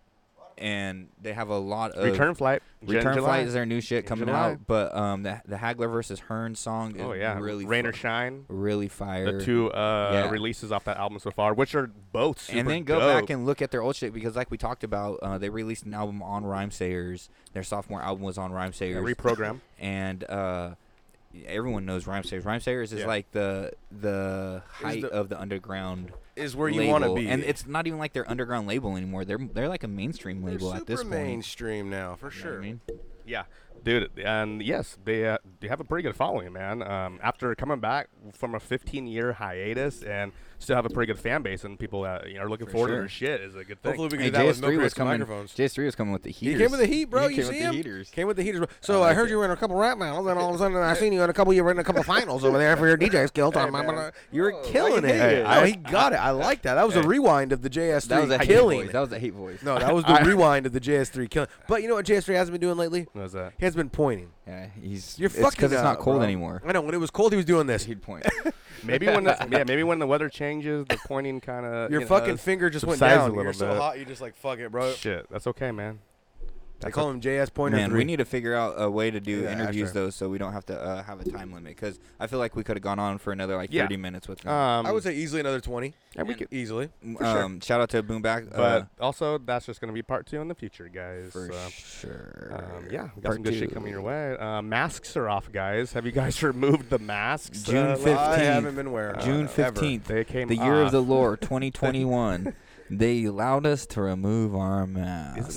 Speaker 10: and they have a lot of
Speaker 12: Return Flight, Jen
Speaker 10: Return
Speaker 12: July.
Speaker 10: Flight is their new shit
Speaker 12: In
Speaker 10: coming
Speaker 12: July.
Speaker 10: out. But um, the the Hagler versus Hearn song. Is
Speaker 12: Oh, yeah.
Speaker 10: really
Speaker 12: Rain
Speaker 10: fu-
Speaker 12: or Shine.
Speaker 10: really fire.
Speaker 12: The two uh,
Speaker 10: Yeah.
Speaker 12: releases off that album so far, which are both super
Speaker 10: and then go
Speaker 12: dope.
Speaker 10: back and look at their old shit because, like we talked about, uh, they released an album on Rhymesayers. Their sophomore album was on Rhymesayers.
Speaker 12: Reprogram.
Speaker 10: <laughs> and uh, everyone knows Rhymesayers. Rhymesayers is
Speaker 12: Yeah.
Speaker 10: like the the height
Speaker 11: the-
Speaker 10: of the underground.
Speaker 11: is where you wanna
Speaker 10: label.
Speaker 11: be.
Speaker 10: and it's not even like their underground label anymore. They're they're like a mainstream label at this
Speaker 11: super
Speaker 10: point.
Speaker 11: mainstream now for sure.
Speaker 12: Yeah, dude, and yes, they uh, they have a pretty good following, man. Um, after coming back from a 15 year hiatus and still have a pretty good fan base, and people that you know, are looking
Speaker 10: For
Speaker 12: forward
Speaker 10: sure.
Speaker 12: to their shit is a good thing.
Speaker 11: Hopefully we
Speaker 10: Hey,
Speaker 11: can do that with
Speaker 10: JS3
Speaker 11: milk
Speaker 10: was
Speaker 11: crates and
Speaker 10: coming.
Speaker 11: microphones.
Speaker 10: JS3 was coming with the heaters.
Speaker 11: He came with the heat, bro.
Speaker 10: He
Speaker 11: you
Speaker 10: came
Speaker 11: see
Speaker 10: with
Speaker 11: him?
Speaker 10: The heaters.
Speaker 11: Came with the heaters. Bro. So I,
Speaker 10: like
Speaker 11: heard you were in a couple rap battles, and
Speaker 12: <laughs>
Speaker 11: all of a sudden I seen you in a couple. You were in a couple finals over there for your DJ skills. I'm- I'm gonna- you
Speaker 10: Oh,
Speaker 11: were killing it.
Speaker 12: hating?
Speaker 11: no,
Speaker 12: Hey, I-
Speaker 11: he got it. I like that. That was a rewind of the JS3
Speaker 17: that was a hate
Speaker 11: killing.
Speaker 17: voice. That was a hate voice.
Speaker 11: no, that was
Speaker 10: <laughs>
Speaker 11: the rewind of the JS3 killing. But you know what JS3 hasn't been doing lately?
Speaker 12: What was that?
Speaker 11: He has been pointing.
Speaker 10: Yeah, he's
Speaker 11: You're
Speaker 10: it's
Speaker 11: fucking.
Speaker 10: because it's not
Speaker 11: up,
Speaker 10: cold
Speaker 11: bro.
Speaker 10: anymore.
Speaker 11: I know. When it was cold, he was doing this.
Speaker 10: He'd point.
Speaker 12: <laughs> Maybe when the yeah, maybe when the weather changes, the pointing kind of
Speaker 11: Your fucking finger just went down.
Speaker 12: a little
Speaker 11: You're
Speaker 12: bit.
Speaker 11: so hot, you just like fuck it, bro.
Speaker 12: Shit, that's okay, man.
Speaker 11: They call him JS Pointer
Speaker 10: Man,
Speaker 11: Three.
Speaker 10: we need to figure out a way to do
Speaker 11: Yeah,
Speaker 10: interviews
Speaker 11: after.
Speaker 10: though, so we don't have to uh, have a time limit. Because I feel like we could have gone on for another like
Speaker 12: Yeah.
Speaker 10: 30 minutes with them.
Speaker 12: Um,
Speaker 11: I would say easily another twenty.
Speaker 12: and we
Speaker 11: And
Speaker 12: could-
Speaker 11: easily.
Speaker 10: M-
Speaker 12: for sure.
Speaker 10: um, Shout out to Boomback.
Speaker 12: but
Speaker 10: uh,
Speaker 12: also that's just gonna be part two in the future, guys.
Speaker 10: for
Speaker 12: so,
Speaker 10: sure.
Speaker 12: um, yeah, we got
Speaker 10: Part
Speaker 12: some good shit
Speaker 10: two.
Speaker 12: coming your way. Uh, masks are off, guys. Have you guys <laughs> removed the masks?
Speaker 10: June
Speaker 12: Uh,
Speaker 10: fifteenth.
Speaker 11: I haven't been wearing
Speaker 10: June
Speaker 11: it ever.
Speaker 10: fifteenth.
Speaker 12: They came
Speaker 10: The year of the
Speaker 12: off. <laughs>
Speaker 10: Lord, 2021. they allowed us to remove our masks.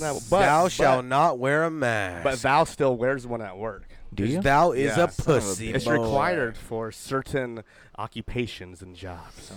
Speaker 12: Isn't that- but-
Speaker 11: thou
Speaker 12: but-
Speaker 11: shall not wear a mask.
Speaker 12: But Val still wears one at work.
Speaker 10: Do you?
Speaker 11: thou is
Speaker 12: Yeah, son
Speaker 11: a
Speaker 12: of
Speaker 11: pussy.
Speaker 12: It's
Speaker 11: boy.
Speaker 12: required for certain occupations and jobs,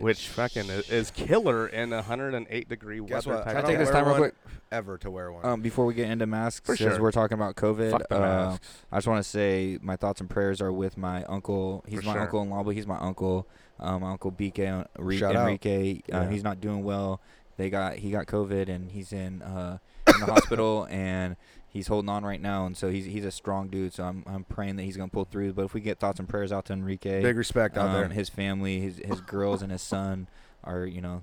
Speaker 12: which fucking is, is killer in a 108 degree
Speaker 11: Guess
Speaker 12: weather.
Speaker 11: what?
Speaker 12: Type
Speaker 11: I
Speaker 12: of
Speaker 11: don't
Speaker 10: take this
Speaker 11: wear
Speaker 10: time real
Speaker 11: one
Speaker 10: quick?
Speaker 11: Ever to wear one.
Speaker 10: Um, before we get into masks,
Speaker 12: For
Speaker 10: since
Speaker 12: sure.
Speaker 10: we're talking about COVID,
Speaker 12: Fuck the
Speaker 10: uh,
Speaker 12: masks.
Speaker 10: I just want to say my thoughts and prayers are with my uncle. He's
Speaker 12: For
Speaker 10: my
Speaker 12: sure.
Speaker 10: uncle-in-law, but he's my uncle. Um, my uncle BK Enri-
Speaker 11: Shout out.
Speaker 10: Enrique. Uh,
Speaker 12: Yeah.
Speaker 10: He's not doing well. They got he got COVID and he's in uh, in the
Speaker 12: <coughs>
Speaker 10: hospital and he's holding on right now. And so he's he's a strong dude. So I'm I'm praying that he's gonna pull through. But if we get thoughts and prayers out to Enrique,
Speaker 11: Big respect out
Speaker 10: um,
Speaker 11: there.
Speaker 10: His family, his his girls, and his son are you know.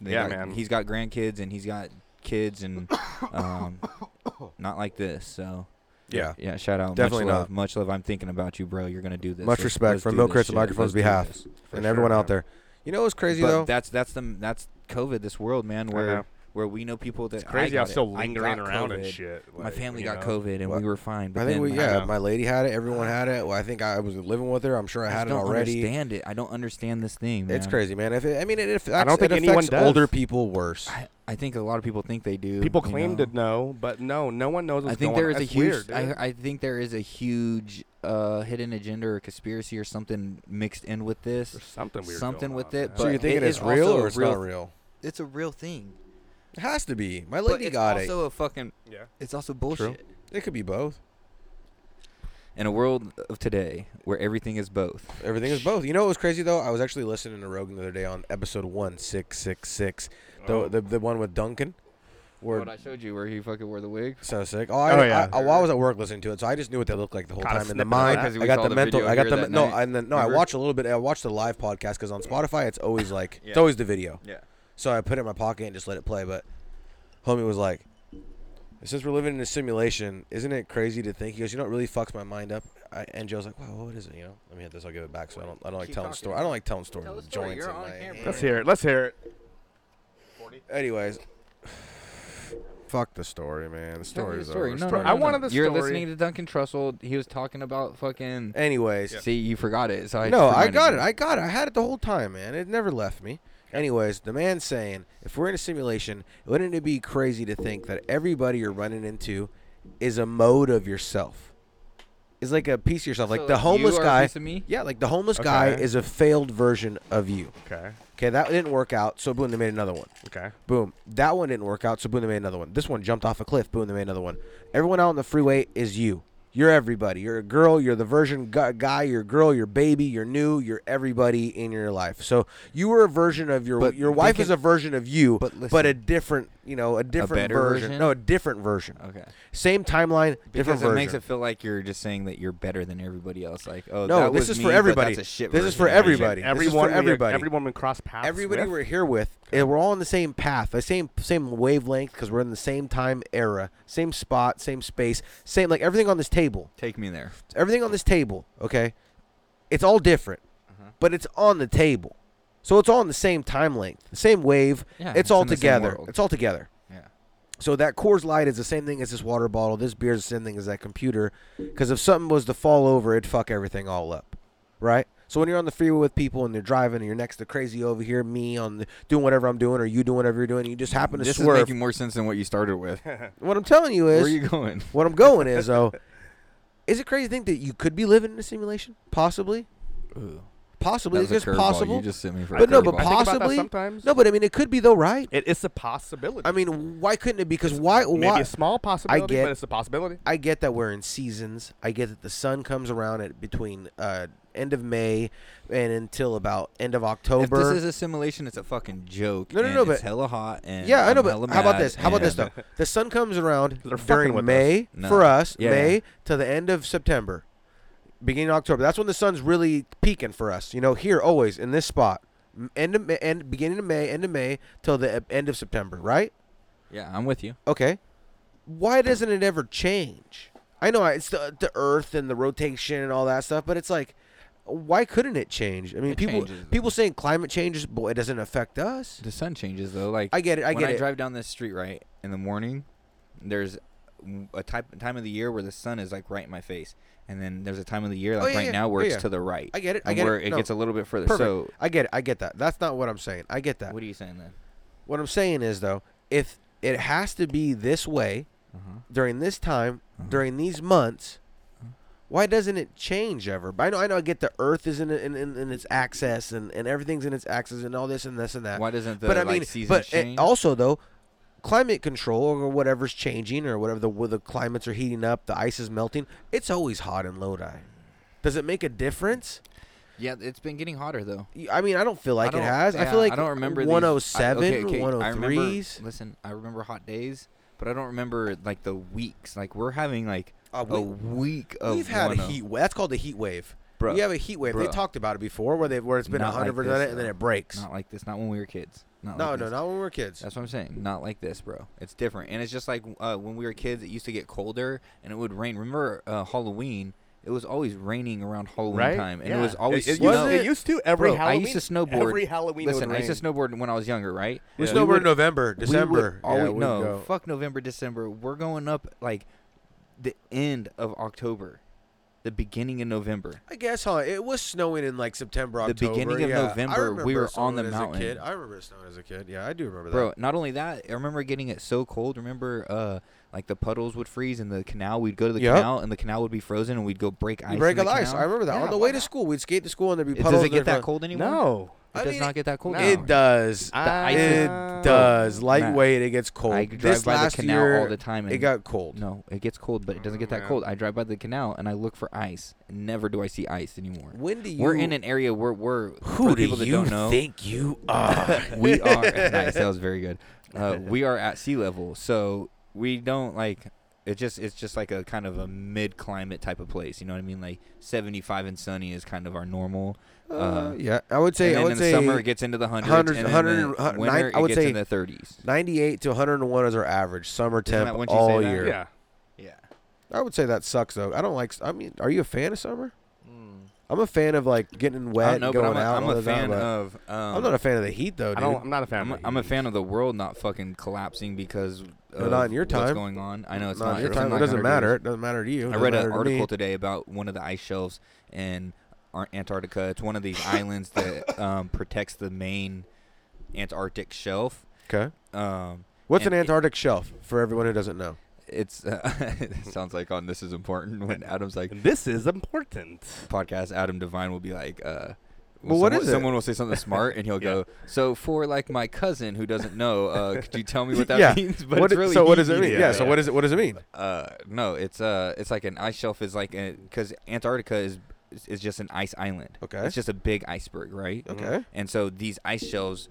Speaker 10: they
Speaker 12: Yeah,
Speaker 10: got-
Speaker 12: man.
Speaker 10: He's got grandkids and he's got kids and um, not like this. So
Speaker 11: Yeah.
Speaker 10: yeah, shout out.
Speaker 11: Definitely
Speaker 10: much love,
Speaker 11: not.
Speaker 10: Much love. I'm thinking about you, bro. You're gonna do this.
Speaker 11: Much
Speaker 10: Let's-
Speaker 11: respect
Speaker 10: let's
Speaker 11: from
Speaker 10: do
Speaker 11: Milk
Speaker 10: this
Speaker 11: Crits and
Speaker 10: shit. Let's
Speaker 11: Microphone's
Speaker 10: do
Speaker 11: behalf
Speaker 10: this.
Speaker 11: and
Speaker 12: sure,
Speaker 11: everyone out
Speaker 12: man.
Speaker 11: there. You know what's crazy
Speaker 10: but
Speaker 11: though?
Speaker 10: that's that's the that's COVID. This world, man,
Speaker 12: know.
Speaker 10: where where we know people that
Speaker 12: It's crazy
Speaker 10: I
Speaker 12: how
Speaker 10: got
Speaker 12: still
Speaker 10: it. I
Speaker 12: lingering
Speaker 10: got
Speaker 12: around and
Speaker 10: COVID.
Speaker 12: shit.
Speaker 10: My
Speaker 12: like,
Speaker 10: family
Speaker 12: you
Speaker 10: got
Speaker 12: know.
Speaker 10: COVID and
Speaker 11: Well,
Speaker 10: we were fine. But
Speaker 11: I think
Speaker 10: then
Speaker 11: we,
Speaker 10: I
Speaker 11: yeah,
Speaker 10: got-
Speaker 11: my lady had it. Everyone had it. Well, I think I was living with her. I'm sure I
Speaker 10: I
Speaker 11: had it
Speaker 10: just don't
Speaker 11: already.
Speaker 10: understand it. I don't understand this thing.
Speaker 11: It's
Speaker 10: man.
Speaker 11: crazy, man. If it, I mean, it, affects,
Speaker 12: don't think
Speaker 11: it
Speaker 12: anyone
Speaker 11: affects
Speaker 12: does.
Speaker 11: older people worse.
Speaker 10: I, I think a lot of people think they do.
Speaker 12: People
Speaker 10: you
Speaker 12: claim
Speaker 10: know?
Speaker 12: to know, but no, no one knows. What's
Speaker 10: I think
Speaker 12: going
Speaker 10: there is
Speaker 12: on.
Speaker 10: a
Speaker 12: It's
Speaker 10: huge.
Speaker 12: Weird, dude.
Speaker 10: I, I think there is a huge uh, hidden agenda or conspiracy or something mixed in with this.
Speaker 12: There's something weird.
Speaker 10: something
Speaker 12: going
Speaker 10: with
Speaker 12: on,
Speaker 10: it,
Speaker 12: man.
Speaker 11: so you
Speaker 10: but
Speaker 11: thinking
Speaker 10: it
Speaker 11: it's
Speaker 10: is
Speaker 11: real
Speaker 10: also
Speaker 11: or it's
Speaker 10: real-
Speaker 11: not real?
Speaker 10: It's a real thing.
Speaker 11: It has to be. My
Speaker 10: But
Speaker 11: lady
Speaker 10: it's
Speaker 11: got
Speaker 10: also a fucking.
Speaker 12: Yeah.
Speaker 10: It's also bullshit.
Speaker 11: it. It could be both.
Speaker 10: In a world of today where everything is both.
Speaker 11: Everything is both. You know what was crazy though? I was actually listening to Rogan the other day on episode one six six six, the
Speaker 12: Oh.
Speaker 11: the the one with Duncan. Where
Speaker 10: What Oh, I showed you, where he fucking wore the wig.
Speaker 11: So sick. Oh, I,
Speaker 12: Oh, yeah.
Speaker 11: I, I, well, I was at work listening to it, so I just knew what they looked like the whole
Speaker 12: Caught a
Speaker 11: time in
Speaker 12: snippet
Speaker 11: the
Speaker 12: of
Speaker 11: mind.
Speaker 12: that.
Speaker 10: 'Cause we
Speaker 11: I got
Speaker 10: saw
Speaker 11: the,
Speaker 10: the
Speaker 11: mental.
Speaker 10: video
Speaker 11: I got
Speaker 10: here
Speaker 11: the
Speaker 10: that
Speaker 11: men- no,
Speaker 10: night.
Speaker 11: and then no, I
Speaker 10: Remember?
Speaker 11: watch a little bit. I watch the live podcast because on Spotify it's always like it's
Speaker 10: Yeah.
Speaker 11: always the video.
Speaker 10: Yeah.
Speaker 11: So I put it in my pocket and just let it play. But homie was like, since we're living in a simulation, isn't it crazy to think? He goes, you know, what really fucks my mind up. I, and Joe's like, wow, what is it? You know, let me hit this. I'll give it back. So I don't. I don't like telling story. I don't like telling stories. with joints in my
Speaker 12: Let's hear it. Let's hear it.
Speaker 11: Anyways, <sighs> fuck the story, man.
Speaker 10: Tell me
Speaker 11: The story's
Speaker 10: the story.
Speaker 11: over.
Speaker 10: No,
Speaker 11: Story-
Speaker 10: no, no,
Speaker 12: I
Speaker 10: no.
Speaker 12: wanted the
Speaker 10: You're
Speaker 12: story.
Speaker 10: listening to Duncan Trussell. He was talking about fucking.
Speaker 11: Anyways,
Speaker 10: See, you forgot it. So I
Speaker 11: no, I
Speaker 10: reminded
Speaker 11: got
Speaker 10: you.
Speaker 11: it. I got it. I had it the whole time, man. It never left me. Anyways, the man's saying, if we're in a simulation, wouldn't it be crazy to think that everybody you're running into is a mode of yourself? Is like a piece of yourself. Like
Speaker 10: So
Speaker 11: the
Speaker 10: you
Speaker 11: homeless
Speaker 10: are a
Speaker 11: guy.
Speaker 10: piece of me?
Speaker 11: Yeah, like the homeless guy
Speaker 12: Okay.
Speaker 11: is a failed version of you.
Speaker 12: Okay.
Speaker 11: Okay, that didn't work out, so boom, they made another one.
Speaker 12: Okay.
Speaker 11: Boom. That one didn't work out, so boom, they made another one. This one jumped off a cliff, boom, they made another one. Everyone out on the freeway is you. You're everybody. You're a girl. You're the version gu- guy. You're a girl. You're baby. You're new. You're everybody in your life. So you were a version of your. your
Speaker 17: they
Speaker 11: wife
Speaker 17: can-
Speaker 11: is a version of you, but,
Speaker 17: But listen.
Speaker 11: a different, you know, a different
Speaker 10: better
Speaker 11: version.
Speaker 10: version?
Speaker 11: No, a different version.
Speaker 10: Okay.
Speaker 11: Same timeline, different
Speaker 10: Because it
Speaker 11: version.
Speaker 10: makes it feel like you're just saying that you're better than everybody else. Like, oh,
Speaker 11: No,
Speaker 10: that
Speaker 11: this
Speaker 10: was
Speaker 11: is
Speaker 10: me,
Speaker 11: for
Speaker 10: but
Speaker 11: everybody.
Speaker 10: That's a shit
Speaker 11: This is
Speaker 10: version
Speaker 11: for
Speaker 10: of me.
Speaker 11: everybody. This is
Speaker 12: Everyone
Speaker 11: for
Speaker 12: we-
Speaker 11: everybody.
Speaker 12: everyone we cross paths
Speaker 11: Everybody
Speaker 12: with.
Speaker 11: we're here with, and we're all on the same path, the same same wavelength, because we're in the same time era, same spot, same space, same like everything on this table.
Speaker 10: Take me there.
Speaker 11: Everything on this table, okay? It's all different,
Speaker 10: Mm-hmm.
Speaker 11: but it's on the table, so it's all in the same time length, the same wave.
Speaker 10: Yeah,
Speaker 11: it's,
Speaker 10: it's
Speaker 11: all
Speaker 10: in the same
Speaker 11: together.
Speaker 10: world.
Speaker 11: It's all together.
Speaker 10: Yeah.
Speaker 11: So that Coors Light is the same thing as this water bottle. This beer is the same thing as that computer. Because if something was to fall over, it'd fuck everything all up, right? So when you're on the freeway with people and they're driving and you're next to crazy over here, me on the, doing whatever I'm doing or you doing whatever you're doing, you just happen to
Speaker 10: This is
Speaker 11: swerve.
Speaker 10: making more sense than what you started <laughs> with.
Speaker 11: <laughs> What I'm telling you is,
Speaker 10: Where are you going?
Speaker 11: What I'm going
Speaker 10: <laughs>
Speaker 11: is though, is it crazy to think that you could be living in a simulation? Possibly. Possibly.
Speaker 10: That
Speaker 11: It's
Speaker 10: was a
Speaker 11: just
Speaker 10: curveball.
Speaker 11: possible.
Speaker 10: You just sent me for a
Speaker 11: But no, but
Speaker 10: curveball. I think
Speaker 12: about that
Speaker 11: possibly.
Speaker 12: sometimes.
Speaker 11: No, but I mean, it could be though, right?
Speaker 12: It, it's a possibility.
Speaker 11: I mean, why couldn't it be? Because why?
Speaker 12: Maybe
Speaker 11: why?
Speaker 12: a small possibility,
Speaker 11: get-
Speaker 12: but it's a possibility.
Speaker 11: I get that we're in seasons. I get that the sun comes around at between uh, end of May and until about end of
Speaker 10: If
Speaker 11: October.
Speaker 10: this is a simulation, it's a fucking joke.
Speaker 11: No, no,
Speaker 10: and
Speaker 11: no, but-
Speaker 10: it's hella hot and
Speaker 11: yeah, I know,
Speaker 10: I'm
Speaker 11: but
Speaker 10: hella
Speaker 11: how about
Speaker 10: mad
Speaker 11: this? How about this
Speaker 10: and-
Speaker 11: though? The sun comes around
Speaker 12: They're fucking
Speaker 11: during
Speaker 12: with
Speaker 11: May
Speaker 10: us.
Speaker 11: for
Speaker 10: No.
Speaker 11: us,
Speaker 10: Yeah,
Speaker 11: May
Speaker 10: yeah.
Speaker 11: to the end of September, beginning of October. That's when the sun's really peaking for us. You know, here always in this spot, M- end of May, end beginning of May, end of May till the uh, end of September, right?
Speaker 10: <laughs> Yeah, I'm with you.
Speaker 11: Okay. Why doesn't it ever change? I know it's the, the Earth and the rotation and all that stuff, but it's like, why couldn't it change? I mean,
Speaker 10: It
Speaker 11: people
Speaker 10: changes.
Speaker 11: people saying climate changes, boy, it doesn't affect us.
Speaker 10: The sun changes though. Like
Speaker 11: I get it, I
Speaker 10: when
Speaker 11: get
Speaker 10: I
Speaker 11: it.
Speaker 10: drive down this street right in the morning, there's a type time of the year where the sun is like right in my face, and then there's a time of the year like
Speaker 11: Oh, yeah,
Speaker 10: right
Speaker 11: yeah.
Speaker 10: now where
Speaker 11: Yeah,
Speaker 10: it's
Speaker 11: yeah.
Speaker 10: to the right.
Speaker 11: I get it, I
Speaker 10: And
Speaker 11: get it.
Speaker 10: where
Speaker 11: No.
Speaker 10: gets a little bit further.
Speaker 11: Perfect.
Speaker 10: So
Speaker 11: I get it. I get that. That's not what I'm saying. I get that.
Speaker 10: what are you saying then?
Speaker 11: What I'm saying is though, if it has to be this way
Speaker 10: Uh-huh.
Speaker 11: during this time, during these months, why doesn't it change ever? But I know, I know, I get the Earth is in in, in, in its axis and, and everything's in its axis and all this and this and that.
Speaker 10: Why doesn't the
Speaker 11: but I
Speaker 10: like
Speaker 11: mean,
Speaker 10: seasons
Speaker 11: but it-
Speaker 10: change?
Speaker 11: also though, climate control or whatever's changing or whatever the where the climates are heating up, the ice is melting. It's always hot in Lodi. Does it make a difference?
Speaker 10: yeah, it's been getting hotter though.
Speaker 11: I mean, I don't feel like
Speaker 10: I
Speaker 11: it
Speaker 10: don't-
Speaker 11: has. I
Speaker 10: yeah,
Speaker 11: feel like
Speaker 10: I don't remember these- I-
Speaker 11: 107,
Speaker 10: okay, okay, I remember-
Speaker 11: 103s.
Speaker 10: listen, I remember hot days, but I don't remember like the weeks. Like we're having like
Speaker 11: Uh,
Speaker 10: a,
Speaker 11: we-
Speaker 10: week of
Speaker 11: We've had a
Speaker 10: 10.
Speaker 11: heat wave. That's called a heat wave.
Speaker 10: Bruh.
Speaker 11: We have a heat wave. They
Speaker 10: Bruh.
Speaker 11: talked about it before, where they where it's been
Speaker 10: Not like
Speaker 11: hundred
Speaker 10: this,
Speaker 11: percent and then
Speaker 10: though.
Speaker 11: it breaks.
Speaker 10: Not like this. Not when we were kids. Not
Speaker 11: no,
Speaker 10: like
Speaker 11: no,
Speaker 10: this.
Speaker 11: not when we were kids.
Speaker 10: That's what I'm saying. Not like this, bro. It's different. And it's just like uh, when we were kids, it used to get colder and it would rain. Remember uh, Halloween? It was always raining around Halloween
Speaker 12: Right?
Speaker 10: time, and
Speaker 12: Yeah.
Speaker 10: it was always
Speaker 12: It- it
Speaker 10: snow.
Speaker 12: used- it used to every
Speaker 10: Bro, I used to
Speaker 12: Halloween-
Speaker 10: snowboard.
Speaker 12: every Halloween it
Speaker 10: Listen,
Speaker 12: would
Speaker 10: I used to snowboard when I was younger, right?
Speaker 11: We
Speaker 10: Yeah.
Speaker 11: snowboard
Speaker 10: would-
Speaker 11: November,
Speaker 10: we would
Speaker 11: December. Yeah,
Speaker 10: always-
Speaker 11: we
Speaker 10: no,
Speaker 11: go.
Speaker 10: fuck November, December. We're going up like the end of October, the beginning of November.
Speaker 11: I guess, huh? It was snowing in like September,
Speaker 10: The
Speaker 11: October.
Speaker 10: beginning of
Speaker 11: yeah. I
Speaker 10: November, we
Speaker 11: remember
Speaker 10: were on the
Speaker 11: snowing as a
Speaker 10: mountain.
Speaker 11: kid. I remember snowing as a kid. Yeah, I do remember that.
Speaker 10: Bro, not only that, I remember getting it so cold. Remember, uh, like the puddles would freeze in the canal. We'd go to the
Speaker 11: Yep.
Speaker 10: canal, and the canal would be frozen, and we'd go break ice.
Speaker 11: you break
Speaker 10: in
Speaker 11: a
Speaker 10: the
Speaker 11: ice.
Speaker 10: canal.
Speaker 11: I remember that.
Speaker 10: Yeah,
Speaker 11: on the
Speaker 10: why
Speaker 11: way to
Speaker 10: not?
Speaker 11: school, we'd skate to school and there'd be
Speaker 10: It-
Speaker 11: puddles.
Speaker 10: Does it get
Speaker 11: in front-
Speaker 10: that cold anymore?
Speaker 12: No.
Speaker 10: it
Speaker 11: I
Speaker 10: does
Speaker 11: mean,
Speaker 10: not get that cold.
Speaker 11: It does.
Speaker 12: The ice
Speaker 11: it
Speaker 12: is-
Speaker 11: does.
Speaker 10: Nah.
Speaker 11: Lightweight, it gets cold.
Speaker 10: I
Speaker 11: this
Speaker 10: drive by the
Speaker 11: last
Speaker 10: canal
Speaker 11: year,
Speaker 10: all the time. And
Speaker 11: It got cold.
Speaker 10: No, it gets cold, but it doesn't get that cold. I drive by the canal and I look for ice. and Never do I see ice anymore.
Speaker 11: When do
Speaker 10: We're
Speaker 11: you-
Speaker 10: in an area where we're
Speaker 11: Who
Speaker 10: for
Speaker 11: do
Speaker 10: people that
Speaker 11: you
Speaker 10: don't know.
Speaker 11: think you are?
Speaker 10: <laughs>
Speaker 11: <laughs>
Speaker 10: we are nice. That was very good. Uh, we are at sea level, so we don't like it. Just it's just like a kind of a mid climate type of place. You know what I mean? Like seventy five and sunny is kind of our normal. Uh,
Speaker 11: Uh, yeah, I would say.
Speaker 10: and
Speaker 11: I
Speaker 10: then
Speaker 11: would
Speaker 10: in
Speaker 11: say
Speaker 10: the summer it gets into the hundreds,
Speaker 11: 100,
Speaker 10: and then
Speaker 11: 100,
Speaker 10: the
Speaker 11: uh,
Speaker 10: winter
Speaker 11: nine- I
Speaker 10: it
Speaker 11: would
Speaker 10: gets
Speaker 11: say
Speaker 10: in the thirties.
Speaker 11: 98 to 101 is our average summer
Speaker 10: Isn't
Speaker 11: temp
Speaker 10: that what you say
Speaker 11: all
Speaker 10: that?
Speaker 11: year.
Speaker 12: Yeah.
Speaker 10: Yeah.
Speaker 11: I would say that sucks though. I don't like. I mean, are you a fan of summer? I'm a fan of like getting
Speaker 10: Hmm. I
Speaker 11: wet
Speaker 10: don't know,
Speaker 11: and going
Speaker 10: but I'm a,
Speaker 11: out.
Speaker 10: I'm
Speaker 11: and all
Speaker 10: a
Speaker 11: that,
Speaker 10: fan
Speaker 11: but
Speaker 10: of. Um,
Speaker 11: I'm not a fan of the heat though, dude.
Speaker 12: I don't. I'm not a fan.
Speaker 10: I'm,
Speaker 12: of
Speaker 10: I'm
Speaker 12: the
Speaker 10: a fan of the world not fucking collapsing because
Speaker 11: No,
Speaker 10: of
Speaker 11: not in your
Speaker 10: what's
Speaker 11: time.
Speaker 10: going on. I know it's
Speaker 11: Not in
Speaker 10: not.
Speaker 11: your
Speaker 10: It's
Speaker 11: time.
Speaker 10: in,
Speaker 11: It
Speaker 10: like,
Speaker 11: doesn't
Speaker 10: 100
Speaker 11: matter.
Speaker 10: years.
Speaker 11: It doesn't matter to you. It
Speaker 10: I
Speaker 11: doesn't
Speaker 10: read
Speaker 11: matter
Speaker 10: an
Speaker 11: to
Speaker 10: article
Speaker 11: me.
Speaker 10: today about one of the ice shelves in Ar- Antarctica. It's one of
Speaker 11: <laughs>
Speaker 10: these islands that um, protects the main Antarctic shelf.
Speaker 11: Okay.
Speaker 10: Um,
Speaker 11: What's an
Speaker 10: and it-
Speaker 11: Antarctic shelf for everyone who doesn't know?
Speaker 10: It's uh, <laughs> it sounds like on this is important when Adam's like
Speaker 12: This is important.
Speaker 10: podcast. Adam Devine will be like, uh,
Speaker 11: But what
Speaker 10: someone,
Speaker 11: is it?
Speaker 10: Someone will say something smart, and he'll go, "So for like my cousin who doesn't know, uh, could you tell
Speaker 11: <laughs>
Speaker 10: me what that
Speaker 11: Yeah.
Speaker 10: means?" <laughs> But
Speaker 11: What
Speaker 10: it's
Speaker 11: it-
Speaker 10: really
Speaker 11: so what
Speaker 10: he
Speaker 11: does it
Speaker 10: means
Speaker 11: mean? Yeah, so what is it- what does it mean?
Speaker 10: Uh, no, it's uh, it's like an ice shelf is like because Antarctica is is just an ice island.
Speaker 11: Okay.
Speaker 10: it's just a big iceberg, right?
Speaker 11: Okay.
Speaker 10: and so these ice shelves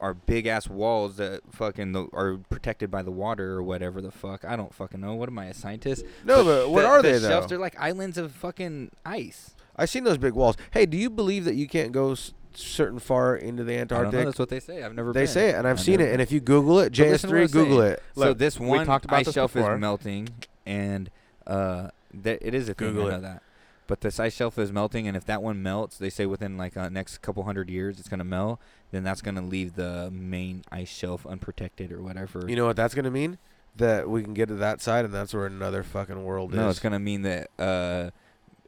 Speaker 10: are big ass walls that fucking the, are protected by the water or whatever the fuck. I don't fucking know. What am I a scientist?
Speaker 11: No, but what
Speaker 10: the-
Speaker 11: are
Speaker 10: the
Speaker 11: they,
Speaker 10: Shelves,
Speaker 11: though?
Speaker 10: they're like islands of fucking ice.
Speaker 11: I seen those big walls. Hey, do you believe that you can't go s- certain far into the
Speaker 10: I
Speaker 11: Antarctic?
Speaker 10: don't know. That's what they say. I've never.
Speaker 11: They
Speaker 10: been.
Speaker 11: say it, and I've seen
Speaker 10: never
Speaker 11: it. And
Speaker 10: been.
Speaker 11: if you Google it,
Speaker 10: But listen to what
Speaker 11: JS3,
Speaker 10: I'm saying.
Speaker 11: Google it.
Speaker 10: So this
Speaker 12: we
Speaker 10: one
Speaker 12: talked about
Speaker 10: ice
Speaker 12: this
Speaker 10: shelf
Speaker 12: before.
Speaker 10: is melting, and uh, there, it is a thing.
Speaker 12: Google
Speaker 10: I
Speaker 12: it.
Speaker 10: know that. But this ice shelf is melting, and if that one melts, they say within like uh, next couple hundred years it's gonna melt. Then that's gonna leave the main ice shelf unprotected or whatever.
Speaker 11: You know what that's gonna mean? That we can get to that side, and that's where another fucking world
Speaker 10: no,
Speaker 11: is.
Speaker 10: it's gonna mean that uh,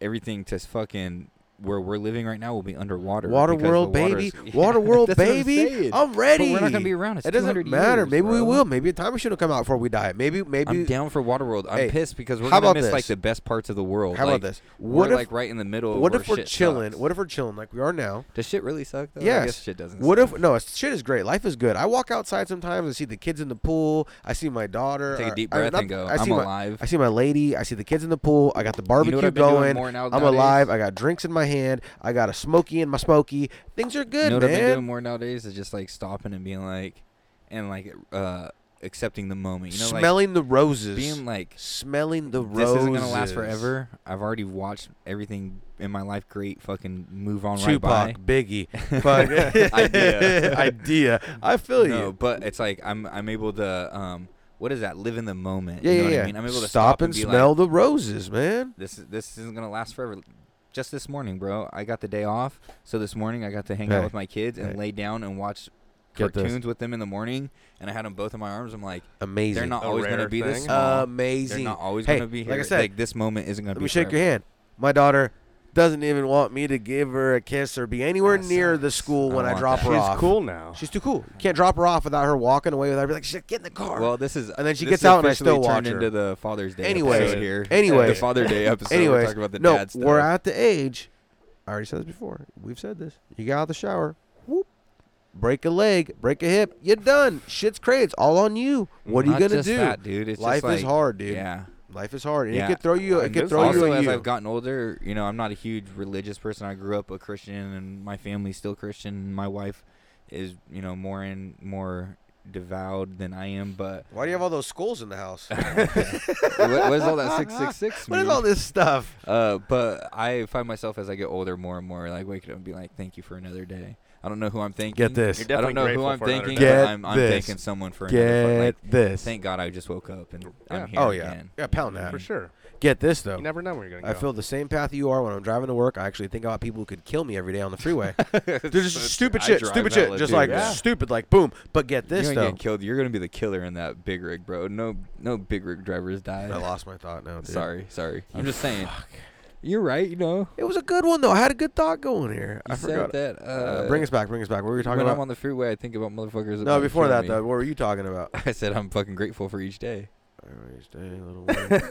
Speaker 10: everything to fucking where we're living right now will be underwater.
Speaker 11: Water
Speaker 10: because the
Speaker 11: World,
Speaker 10: water's- <laughs>
Speaker 11: baby. Water World,
Speaker 10: That's what I'm
Speaker 11: baby.
Speaker 10: saying.
Speaker 11: I'm,
Speaker 10: But
Speaker 11: ready.
Speaker 10: we're not gonna be around. It's
Speaker 11: it doesn't
Speaker 10: 200
Speaker 11: matter.
Speaker 10: years,
Speaker 11: maybe we
Speaker 10: bro.
Speaker 11: will. Maybe a time machine will come out before we die. Maybe, maybe.
Speaker 10: I'm down for Waterworld. I'm
Speaker 11: Hey,
Speaker 10: pissed because we're
Speaker 11: how
Speaker 10: gonna
Speaker 11: about
Speaker 10: miss
Speaker 11: this?
Speaker 10: like the best parts of the world.
Speaker 11: How about
Speaker 10: Like,
Speaker 11: this?
Speaker 10: We're
Speaker 11: What if-
Speaker 10: like right in the middle. of
Speaker 11: What
Speaker 10: where
Speaker 11: if we're
Speaker 10: shit
Speaker 11: chilling?
Speaker 10: sucks.
Speaker 11: What if we're chilling like we are now?
Speaker 10: Does shit really suck though?
Speaker 11: Yes.
Speaker 10: I guess shit doesn't.
Speaker 11: What
Speaker 10: suck.
Speaker 11: if no? it's- Shit is great. Life is good. I walk outside sometimes. I see the kids in the pool. I see my daughter.
Speaker 10: Take a
Speaker 11: or-
Speaker 10: deep
Speaker 11: or
Speaker 10: breath
Speaker 11: not-
Speaker 10: and go,
Speaker 11: I see
Speaker 10: "I'm
Speaker 11: my-
Speaker 10: alive."
Speaker 11: I see my lady. I see the kids in the pool. I got the barbecue
Speaker 10: I've been doing
Speaker 11: going.
Speaker 10: more now
Speaker 11: I'm
Speaker 10: nowadays?
Speaker 11: alive. I got drinks in my hand. I got a smoky in my smoky. Things are
Speaker 10: You
Speaker 11: good,
Speaker 10: know what I've been doing
Speaker 11: man.
Speaker 10: more nowadays is just like stopping and being like, and like uh, accepting the moment. You know, like,
Speaker 11: Smelling the roses.
Speaker 10: being like,
Speaker 11: smelling the
Speaker 10: this
Speaker 11: roses.
Speaker 10: isn't gonna last forever. I've already watched everything in my life. Great, fucking move on right by. <laughs>
Speaker 11: Tupac, Biggie, fuck.
Speaker 10: idea,
Speaker 11: <laughs> Idea. I feel
Speaker 10: No,
Speaker 11: you.
Speaker 10: but it's like I'm I'm able to um, what is that? Live in the moment.
Speaker 11: Yeah,
Speaker 10: you know
Speaker 11: yeah,
Speaker 10: what
Speaker 11: yeah.
Speaker 10: I mean? I'm able to
Speaker 11: stop,
Speaker 10: stop
Speaker 11: and
Speaker 10: be
Speaker 11: smell
Speaker 10: like,
Speaker 11: the roses, man.
Speaker 10: This is- this isn't gonna last forever. Just this morning, bro. I got the day off, so this morning I got to hang
Speaker 11: Hey,
Speaker 10: out with my kids and
Speaker 11: hey.
Speaker 10: lay down and watch
Speaker 11: Get this.
Speaker 10: cartoons with them in the morning. And I had them both in my arms. I'm like,
Speaker 11: Amazing.
Speaker 10: They're not
Speaker 11: A
Speaker 10: always gonna
Speaker 11: rare
Speaker 10: be this
Speaker 11: thing.
Speaker 10: small.
Speaker 11: Amazing.
Speaker 10: They're not always
Speaker 11: Hey,
Speaker 10: gonna be
Speaker 11: like
Speaker 10: here.
Speaker 11: I said,
Speaker 10: this moment isn't gonna
Speaker 11: Let
Speaker 10: be.
Speaker 11: me shake your
Speaker 10: forever.
Speaker 11: hand. My daughter doesn't even want me to give her a kiss or be anywhere near the school when
Speaker 10: I
Speaker 11: I
Speaker 10: want
Speaker 11: drop
Speaker 10: that.
Speaker 11: her
Speaker 10: She's
Speaker 11: off.
Speaker 12: cool now.
Speaker 11: She's too cool. Can't drop her off without her walking away without her. Be like, shit, get in the car.
Speaker 10: Well, this is
Speaker 11: and then she
Speaker 10: this
Speaker 11: gets out and I
Speaker 10: officially
Speaker 11: still watch
Speaker 10: turned
Speaker 11: her.
Speaker 10: into the Father's Day
Speaker 11: Anyways,
Speaker 10: episode here.
Speaker 11: anyways,
Speaker 10: the Father Day episode.
Speaker 11: Anyways,
Speaker 10: we're talking about the
Speaker 11: no,
Speaker 10: dad stuff.
Speaker 11: we're at the age. I already said this before. We've said this. You get out of the shower. Whoop. Break a leg, break a hip, you're done. Shit's crazy. It's all on you. What are you
Speaker 10: Not
Speaker 11: gonna
Speaker 10: just
Speaker 11: do,
Speaker 10: that, dude. It's just
Speaker 11: Life is
Speaker 10: like-
Speaker 11: hard, dude.
Speaker 10: yeah.
Speaker 11: life is hard. And It could throw you. It could
Speaker 10: And
Speaker 11: throw
Speaker 10: also,
Speaker 11: you. a
Speaker 10: as
Speaker 11: you.
Speaker 10: I've gotten older, you know, I'm not a huge religious person. I grew up a Christian, and my family's still Christian. My wife is, you know, more and more devout than I am. But
Speaker 11: Why do you have all those skulls in
Speaker 10: <laughs>
Speaker 11: the house?
Speaker 10: what, what is all that six six six?
Speaker 11: <laughs> What is all this stuff?
Speaker 10: Uh, but I find myself as I get older, more and more like waking up and be like, "Thank you for another day." I don't know who I'm thanking.
Speaker 11: this.
Speaker 12: You're
Speaker 10: I
Speaker 12: definitely
Speaker 10: don't know who
Speaker 12: grateful
Speaker 10: I'm
Speaker 12: for another
Speaker 10: thanking.
Speaker 12: day.
Speaker 10: but
Speaker 11: Get
Speaker 10: I'm, I'm
Speaker 11: this.
Speaker 10: thanking someone for
Speaker 11: Get
Speaker 10: another. Like,
Speaker 11: this.
Speaker 10: Thank God I just woke up and I'm here.
Speaker 11: Oh yeah,
Speaker 10: again.
Speaker 11: yeah, pound that.
Speaker 12: For sure.
Speaker 11: Get this though.
Speaker 12: You never know where you're gonna
Speaker 11: I
Speaker 12: go.
Speaker 11: feel the same path you are when I'm driving to work. I actually think about people who could kill me every day on
Speaker 10: <laughs>
Speaker 11: the freeway.
Speaker 12: <laughs>
Speaker 11: They're just stupid
Speaker 10: I
Speaker 11: shit,
Speaker 10: drive
Speaker 11: stupid
Speaker 10: hella
Speaker 11: shit, just
Speaker 10: too.
Speaker 11: like
Speaker 10: Yeah.
Speaker 11: stupid, like boom. But get this
Speaker 10: you ain't
Speaker 11: though.
Speaker 10: getting killed. You're gonna be the killer in that big rig, bro. No, no big rig drivers die.
Speaker 11: I lost my thought now. Dude.
Speaker 10: Sorry, sorry. I'm just saying. You're right. You know.
Speaker 11: It was a good one though. I had a good thought going here. I
Speaker 10: You said
Speaker 11: forgot
Speaker 10: that, uh,
Speaker 11: bring us back. Bring us back. What were you talking
Speaker 10: when
Speaker 11: about?
Speaker 10: I'm on the freeway, I think about motherfuckers. that
Speaker 11: no,
Speaker 10: wanna
Speaker 11: before
Speaker 10: kill
Speaker 11: that
Speaker 10: me.
Speaker 11: though, what were you talking about?
Speaker 10: <laughs> I said I'm fucking grateful for each day.
Speaker 11: Alright, stay Oh, a little
Speaker 10: <laughs>
Speaker 11: while.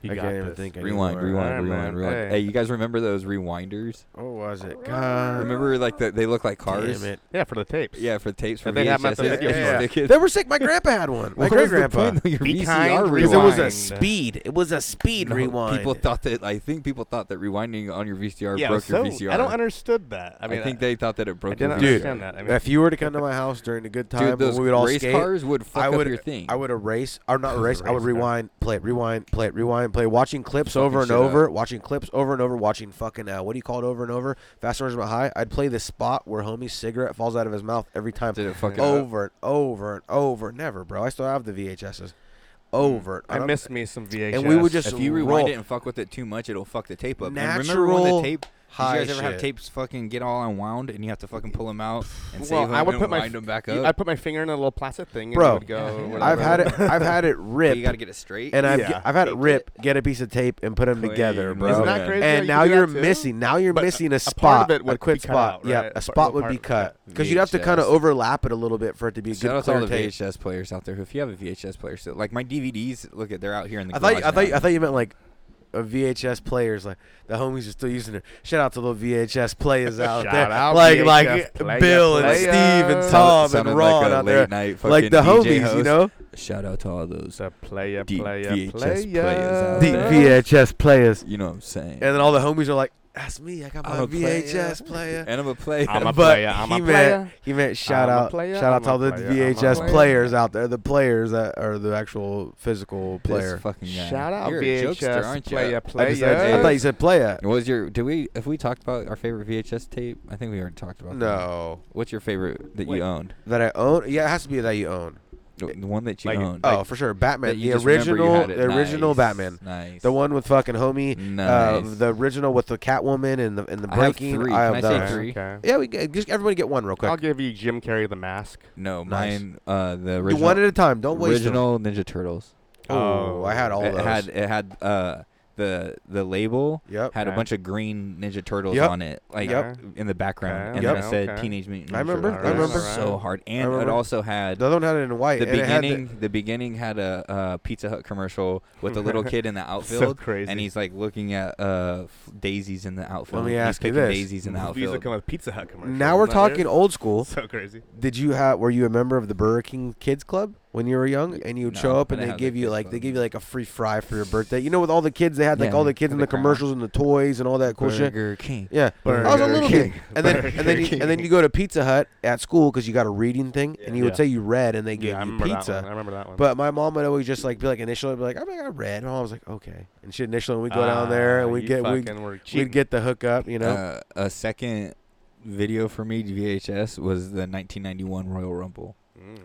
Speaker 12: You
Speaker 11: I
Speaker 12: got
Speaker 11: can't even
Speaker 12: this.
Speaker 11: think.
Speaker 10: Rewind,
Speaker 11: anymore.
Speaker 10: rewind,
Speaker 12: Alright, man.
Speaker 10: rewind, rewind. Hey.
Speaker 12: Hey.
Speaker 10: you guys remember those rewinders?
Speaker 11: What Oh, was it? God.
Speaker 10: Remember, like the, they look like cars.
Speaker 11: Damn it.
Speaker 12: Yeah, for the tapes.
Speaker 10: Yeah, for tapes for
Speaker 12: And they have them at the
Speaker 10: VHSs,
Speaker 12: video
Speaker 10: you
Speaker 12: store.
Speaker 10: stick <laughs> it-
Speaker 11: They were sick. My grandpa had one. My
Speaker 10: What
Speaker 11: great
Speaker 10: was the
Speaker 11: grandpa.
Speaker 10: point of your
Speaker 12: Be
Speaker 10: VCR
Speaker 12: kind,
Speaker 11: Because it was a
Speaker 10: rewind?
Speaker 11: speed. It was a speed
Speaker 10: No,
Speaker 11: rewind.
Speaker 10: People thought that I think people thought that rewinding on your VCR
Speaker 12: Yeah,
Speaker 10: broke
Speaker 12: so
Speaker 10: your VCR.
Speaker 12: I don't understood that. I
Speaker 10: I,
Speaker 12: mean,
Speaker 10: think they thought that it broke.
Speaker 12: didn't
Speaker 10: your
Speaker 11: Dude,
Speaker 10: VCR.
Speaker 12: understand that. I mean-
Speaker 11: if you were to come to my house during a good time,
Speaker 10: those
Speaker 11: when we would all
Speaker 10: race
Speaker 11: skate,
Speaker 10: cars would fuck
Speaker 11: I
Speaker 10: up
Speaker 11: would,
Speaker 10: your thing.
Speaker 11: I would erase, or
Speaker 12: <laughs>
Speaker 11: not erase. I would
Speaker 12: Race car.
Speaker 11: rewind, play it, rewind, play it, rewind, play. it, Watching clips
Speaker 10: Fucking
Speaker 11: over and
Speaker 10: shit
Speaker 11: over, watching clips over and over, watching fucking uh, what do you call it over and over? Fast Forward High. I'd play this spot where homie's cigarette falls out of his mouth every time.
Speaker 10: Did it fuck it up?
Speaker 11: over and over and over? Never, bro. I still have the VHSs. Over.
Speaker 12: Oh, I
Speaker 11: don't-
Speaker 12: missed me some VHS.
Speaker 11: And we would just
Speaker 10: If you rewind
Speaker 11: roll.
Speaker 12: uh,
Speaker 10: it and fuck with it too much, it'll fuck the tape up. and remember when
Speaker 11: Natural
Speaker 10: the tape? Did you
Speaker 11: high
Speaker 10: guys ever have
Speaker 11: shit.
Speaker 10: tapes fucking get all unwound and you have to fucking pull
Speaker 12: <sighs>
Speaker 10: them out and save
Speaker 12: Well,
Speaker 10: them
Speaker 12: I would
Speaker 10: and
Speaker 12: put my
Speaker 10: wind them back
Speaker 12: you-
Speaker 10: up?
Speaker 12: I'd put my finger in a little plastic thing.
Speaker 11: Bro,
Speaker 12: and it would go.
Speaker 10: <laughs> I've
Speaker 11: I've
Speaker 12: whatever. <laughs>
Speaker 11: had it. I've
Speaker 10: <laughs>
Speaker 11: had it
Speaker 10: But
Speaker 11: rip.
Speaker 10: you gotta get it straight.
Speaker 11: and I've
Speaker 12: Mm-hmm. Yeah.
Speaker 11: I've had it
Speaker 10: Take
Speaker 11: rip, get a piece of tape and put them
Speaker 10: Clean,
Speaker 11: together,
Speaker 10: bro.
Speaker 11: bro.
Speaker 12: Isn't that
Speaker 10: Yeah.
Speaker 12: crazy? how
Speaker 11: and
Speaker 12: you
Speaker 11: now
Speaker 12: can do
Speaker 11: you're
Speaker 12: that too?
Speaker 11: missing. Now you're
Speaker 12: But
Speaker 11: missing a
Speaker 12: a part
Speaker 11: spot.
Speaker 12: of it
Speaker 11: a
Speaker 12: would
Speaker 11: quick
Speaker 12: be cut
Speaker 11: spot.
Speaker 12: out,
Speaker 11: yeah,
Speaker 12: right?
Speaker 11: a
Speaker 12: A
Speaker 11: spot
Speaker 12: part-
Speaker 11: would be
Speaker 12: part-
Speaker 11: cut because you'd have to kind of
Speaker 10: VHS.
Speaker 11: overlap it a little bit for it to be a
Speaker 10: Shout
Speaker 11: good
Speaker 10: out to all
Speaker 11: clear
Speaker 10: the
Speaker 11: tape.
Speaker 10: VHS players out there. If you have a VHS player, so like my DVDs, look at they're out here in the
Speaker 11: I thought you,
Speaker 10: garage
Speaker 11: I thought you,
Speaker 10: now.
Speaker 11: I thought you meant like uh, VHS players. Like the homies are still using it. Shout out to the VHS players out
Speaker 12: Shout
Speaker 11: there,
Speaker 12: out
Speaker 11: like
Speaker 12: VHS
Speaker 11: like
Speaker 12: player,
Speaker 11: Bill and
Speaker 12: player.
Speaker 11: Steve and
Speaker 12: Sounded-
Speaker 11: Tom
Speaker 12: sounded
Speaker 11: and
Speaker 12: like
Speaker 11: Ron
Speaker 12: a
Speaker 11: out there,
Speaker 12: late-night
Speaker 11: like the
Speaker 12: fucking DJ
Speaker 11: homies, you
Speaker 12: host.
Speaker 11: know.
Speaker 10: Shout out to all those
Speaker 12: the player,
Speaker 10: D-
Speaker 12: player,
Speaker 10: VHS
Speaker 12: player.
Speaker 10: players out
Speaker 11: The
Speaker 10: there.
Speaker 11: VHS players.
Speaker 10: You know what I'm saying?
Speaker 11: And then all the homies are like, "That's me. I got my
Speaker 10: I'm a player.
Speaker 11: VHS player."
Speaker 10: And I'm a player.
Speaker 12: I'm a
Speaker 11: but
Speaker 12: player. I'm
Speaker 11: he
Speaker 12: a
Speaker 11: meant,
Speaker 12: player.
Speaker 11: He meant shout
Speaker 12: I'm a
Speaker 11: out,
Speaker 12: player,
Speaker 11: shout out
Speaker 12: I'm
Speaker 11: to
Speaker 12: a
Speaker 11: all the
Speaker 12: player, I'm a
Speaker 11: VHS
Speaker 12: player.
Speaker 11: players out there, the players that are the actual physical player.
Speaker 10: fucking guy.
Speaker 12: Shout out
Speaker 10: You're a
Speaker 12: VHS
Speaker 10: jokester, aren't you?
Speaker 12: player,
Speaker 11: I, just- I- I thought you said player.
Speaker 10: What was your? Did we? If we talked about our favorite VHS tape, I think we already talked about.
Speaker 11: No.
Speaker 10: That. What's your favorite that
Speaker 11: Wait.
Speaker 10: you owned?
Speaker 11: That I own. Yeah, it has to be that you own.
Speaker 10: The the one that you
Speaker 12: Like-
Speaker 10: owned.
Speaker 11: oh, for sure,
Speaker 10: that
Speaker 11: Batman.
Speaker 10: you
Speaker 11: The
Speaker 10: just remember you
Speaker 11: original,
Speaker 10: had it.
Speaker 11: the original
Speaker 10: Nice,
Speaker 11: Batman.
Speaker 10: nice.
Speaker 11: The one with fucking homie. Uh,
Speaker 10: Nice.
Speaker 11: the original with the Catwoman and the and the
Speaker 10: I have
Speaker 11: breaking.
Speaker 10: three. Can I
Speaker 11: the,
Speaker 10: say three?
Speaker 12: Okay.
Speaker 11: Yeah, we get, just everybody get one real quick.
Speaker 12: I'll give you Jim Carrey the mask.
Speaker 10: No,
Speaker 11: Nice.
Speaker 10: mine. Uh, the
Speaker 11: Do
Speaker 10: original.
Speaker 11: one at a time. Don't waste them.
Speaker 10: original Ninja Turtles.
Speaker 11: Oh, I had all
Speaker 10: it
Speaker 11: those.
Speaker 10: had it had uh the the label
Speaker 11: Yep.
Speaker 10: had a
Speaker 12: Okay.
Speaker 10: bunch of green Ninja Turtles
Speaker 11: Yep.
Speaker 10: on it, like
Speaker 11: Yep.
Speaker 10: in the
Speaker 12: Okay,
Speaker 10: background,
Speaker 12: okay,
Speaker 10: and then it said
Speaker 12: okay.
Speaker 10: Teenage Mutant.
Speaker 11: I
Speaker 10: Ninja
Speaker 11: remember,
Speaker 10: Turtles.
Speaker 12: I
Speaker 10: It was
Speaker 12: remember.
Speaker 10: so hard,
Speaker 11: I
Speaker 10: and it
Speaker 11: remember.
Speaker 10: also had
Speaker 11: The other one had it in white.
Speaker 10: the
Speaker 11: and it had the-
Speaker 10: beginning the beginning had a uh, pizza hut commercial with a little kid
Speaker 12: <laughs>
Speaker 10: in the outfield
Speaker 12: crazy.
Speaker 10: and he's like looking at uh, f- daisies in the outfield
Speaker 11: me
Speaker 10: he's
Speaker 11: ask you
Speaker 10: picking
Speaker 11: this.
Speaker 10: daisies in the
Speaker 12: Movies that
Speaker 10: outfield
Speaker 12: come with Pizza Hut commercials.
Speaker 11: now we're
Speaker 12: Isn't that weird?
Speaker 11: talking old
Speaker 12: <laughs>
Speaker 11: school.
Speaker 12: So crazy.
Speaker 11: Did you have? Were you a member of the Burger King Kids Club when you were young? And you would
Speaker 10: No,
Speaker 11: show up
Speaker 10: I didn't
Speaker 11: and they
Speaker 10: have
Speaker 11: give
Speaker 10: the
Speaker 11: you
Speaker 10: kids
Speaker 11: like they
Speaker 10: club.
Speaker 11: give you like a free fry for your birthday. You know, with all the kids they had, like
Speaker 10: Yeah,
Speaker 11: all the kids
Speaker 10: for
Speaker 11: in
Speaker 10: the
Speaker 11: the
Speaker 10: crown.
Speaker 11: commercials and the toys and all that cool shit.
Speaker 10: Burger King
Speaker 11: Yeah, I was a
Speaker 12: Burger
Speaker 11: little
Speaker 12: King.
Speaker 11: kid, and then and then
Speaker 12: Burger
Speaker 11: you, and then
Speaker 12: King.
Speaker 11: you go to Pizza Hut at school because you got a reading thing, and you would
Speaker 12: Yeah.
Speaker 11: say you read, and they gave
Speaker 12: I
Speaker 11: you
Speaker 12: remember that one. I
Speaker 11: pizza.
Speaker 12: remember that one.
Speaker 11: But my mom would always just like be like initially be like, I'm like I read, and I was like okay, and she initially we go
Speaker 10: Ah,
Speaker 11: down there and we get we we'd get the hook up, you know.
Speaker 10: uh, a second video for me VHS was the 1991 Royal Rumble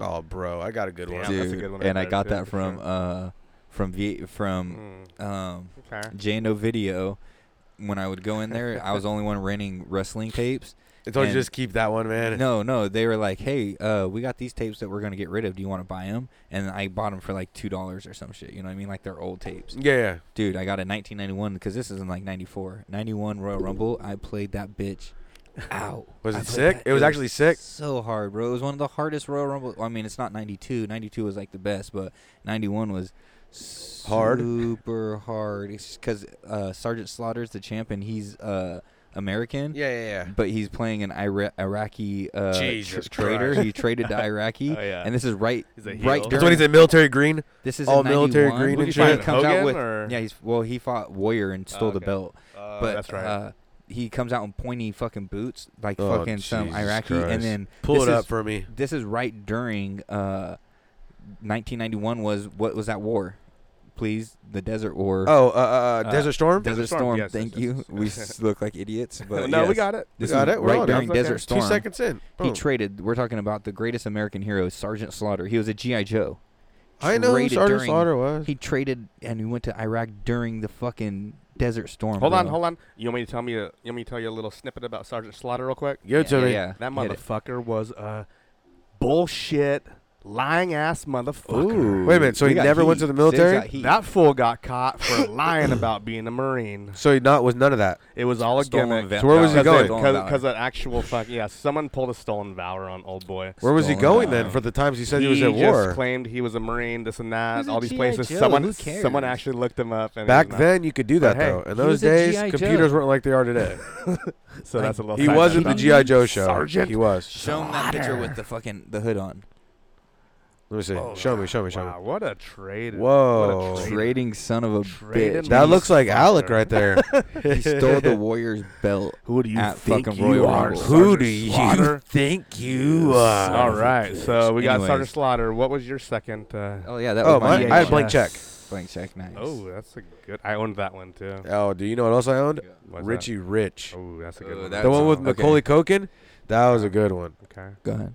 Speaker 11: oh, bro, I got a good one.
Speaker 12: Mm. Damn, that's a
Speaker 10: Dude,
Speaker 12: good one right
Speaker 10: and I
Speaker 12: there,
Speaker 10: got
Speaker 12: too,
Speaker 10: that
Speaker 12: for
Speaker 10: from
Speaker 12: sure.
Speaker 10: uh from v- from
Speaker 11: Mm.
Speaker 10: um
Speaker 12: Okay.
Speaker 10: Jano Video when I would go in there I
Speaker 11: <laughs>
Speaker 10: was the only one renting wrestling tapes
Speaker 11: I told you
Speaker 10: and-
Speaker 11: just keep that one, man.
Speaker 10: No, no, they were like, "Hey, uh, we got these tapes that we're gonna get rid of. Do you want to buy them?" And I bought them for like two dollars or some shit. You know what I mean? Like they're old tapes.
Speaker 11: Yeah, yeah.
Speaker 10: Dude, I got a 1991 because this is in like 94, 91 Royal Rumble. I played that
Speaker 11: <laughs>
Speaker 10: bitch out.
Speaker 11: Was
Speaker 10: I
Speaker 11: it
Speaker 10: played
Speaker 11: sick?
Speaker 10: that-
Speaker 11: It was actually sick.
Speaker 10: So hard, bro. It was one of the hardest Royal Rumble. I mean, it's not 92. 92 was like the best, but 91 was.
Speaker 11: Hard?
Speaker 10: super hard. because uh, Sergeant Slaughter's the champ and he's uh, American
Speaker 11: Yeah, yeah, yeah.
Speaker 10: but he's playing an Ira- Iraqi uh, tr-
Speaker 11: Jesus
Speaker 10: traitor.
Speaker 11: Christ.
Speaker 10: He traded
Speaker 12: <laughs>
Speaker 10: to Iraqi,
Speaker 12: Oh, yeah.
Speaker 10: and this is right,
Speaker 12: He's a
Speaker 10: right
Speaker 12: heel.
Speaker 11: That's when
Speaker 10: during.
Speaker 11: he's in military green.
Speaker 10: This is
Speaker 11: all
Speaker 10: in
Speaker 11: military
Speaker 10: 91.
Speaker 11: green
Speaker 10: He
Speaker 11: and
Speaker 10: finally
Speaker 11: shit.
Speaker 10: comes out
Speaker 12: Hogan,
Speaker 10: with
Speaker 12: or-
Speaker 10: yeah. He's well, he fought Warrior and stole the
Speaker 12: okay.
Speaker 10: belt,
Speaker 12: Uh,
Speaker 10: but
Speaker 12: that's right.
Speaker 10: uh, he comes out in pointy fucking boots, like
Speaker 11: Oh,
Speaker 10: fucking some
Speaker 11: Jesus
Speaker 10: Iraqi,
Speaker 11: Christ.
Speaker 10: and then
Speaker 11: Pull
Speaker 10: this
Speaker 11: it up
Speaker 10: is-
Speaker 11: for me.
Speaker 10: This is right during uh, 1991. Was what was that war? Please, the Desert War.
Speaker 11: Oh, uh, uh, uh, Desert Storm.
Speaker 10: Desert
Speaker 12: Storm,
Speaker 10: Storm.
Speaker 12: yes,
Speaker 10: Thank
Speaker 12: yes,
Speaker 10: you.
Speaker 12: yes,
Speaker 10: We
Speaker 12: yes.
Speaker 10: s-
Speaker 11: <laughs>
Speaker 10: look like idiots, but
Speaker 12: no, we
Speaker 10: yes.
Speaker 12: got it.
Speaker 10: This
Speaker 11: Got
Speaker 10: is
Speaker 11: it? We're
Speaker 10: right
Speaker 11: on.
Speaker 10: during
Speaker 11: Okay.
Speaker 10: Desert Storm.
Speaker 11: Two seconds in.
Speaker 10: He
Speaker 11: Boom.
Speaker 10: traded. We're talking about the greatest American hero, Sergeant Slaughter. He was a GI Joe.
Speaker 11: I know who
Speaker 10: Traded
Speaker 11: Sergeant
Speaker 10: during-
Speaker 11: Slaughter was.
Speaker 10: He traded and he went to Iraq during the fucking Desert Storm.
Speaker 12: Hold on, hold on. You want me to tell me? A, you want me to tell you a little snippet about Sergeant Slaughter real quick?
Speaker 11: Give it to
Speaker 10: yeah,
Speaker 11: me.
Speaker 10: yeah.
Speaker 12: That
Speaker 10: Hit it.
Speaker 12: motherfucker was a bullshit, lying ass motherfucker.
Speaker 10: Ooh.
Speaker 11: Wait a minute. So
Speaker 10: We
Speaker 11: he
Speaker 10: got
Speaker 11: never went
Speaker 10: heat.
Speaker 11: to the
Speaker 10: Sid's got
Speaker 11: military.
Speaker 10: heat.
Speaker 12: That fool got caught for <laughs> lying about being a Marine.
Speaker 11: So he not was none of that.
Speaker 12: It was all a
Speaker 10: Stolen
Speaker 12: gimmick.
Speaker 10: va-
Speaker 11: So where was he
Speaker 10: valor.
Speaker 11: going?
Speaker 10: Stolen valor.
Speaker 12: Because an actual fuck yeah, someone pulled a stolen valor on old boy.
Speaker 11: Where was he
Speaker 10: Stolen
Speaker 11: going then?
Speaker 10: valor.
Speaker 11: For the times he said he, was at
Speaker 12: just
Speaker 11: war.
Speaker 12: claimed he was a Marine, this and that,
Speaker 10: He's a
Speaker 12: all these
Speaker 10: G.I.
Speaker 12: places.
Speaker 10: Joe,
Speaker 12: Someone,
Speaker 10: who
Speaker 12: someone
Speaker 10: cares?
Speaker 12: actually looked him up. And he
Speaker 11: Back
Speaker 12: was not-
Speaker 11: then, you could do that
Speaker 12: But hey,
Speaker 11: though. In
Speaker 10: he
Speaker 11: those
Speaker 10: was a
Speaker 11: days,
Speaker 10: G.I. Joe.
Speaker 11: computers weren't like they are today.
Speaker 12: <laughs> so that's a little.
Speaker 11: he
Speaker 12: side
Speaker 11: was
Speaker 12: note
Speaker 11: in the
Speaker 12: about-
Speaker 11: GI Joe show.
Speaker 12: Sergeant.
Speaker 11: He was.
Speaker 10: Show him that picture with the fucking the hood on.
Speaker 11: Let me see.
Speaker 12: Oh,
Speaker 11: show me. Show me. Show
Speaker 12: Wow, what a trade!
Speaker 11: Whoa.
Speaker 12: What a trade.
Speaker 10: Trading son of a
Speaker 12: Trading
Speaker 10: bitch.
Speaker 11: me. That
Speaker 12: Jeez,
Speaker 11: looks like
Speaker 12: fucker.
Speaker 11: Alec right
Speaker 12: <laughs>
Speaker 11: there.
Speaker 10: He stole the Warriors belt.
Speaker 12: Who do you
Speaker 10: at
Speaker 12: think
Speaker 10: fucking
Speaker 12: you
Speaker 10: Royal
Speaker 12: are,
Speaker 10: Rumble.
Speaker 12: Sergeant
Speaker 11: Who do you
Speaker 12: Slaughter?
Speaker 11: think you are?
Speaker 12: All right, so we got
Speaker 10: Anyways.
Speaker 12: Sergeant Slaughter. What was your second? Uh,
Speaker 10: Oh yeah, that
Speaker 11: Oh,
Speaker 10: was my.
Speaker 11: mine- I had
Speaker 10: VHS.
Speaker 11: blank check.
Speaker 10: Blank check. Nice.
Speaker 12: oh, that's a good. I owned that one too.
Speaker 11: Oh, do you know what else I owned?
Speaker 12: What's that?
Speaker 11: Richie Rich.
Speaker 12: Oh, that's a good
Speaker 10: Oh,
Speaker 12: one.
Speaker 10: that-
Speaker 11: The one with
Speaker 10: Okay.
Speaker 11: Macaulay Culkin. That was a good one.
Speaker 12: okay.
Speaker 10: Go ahead.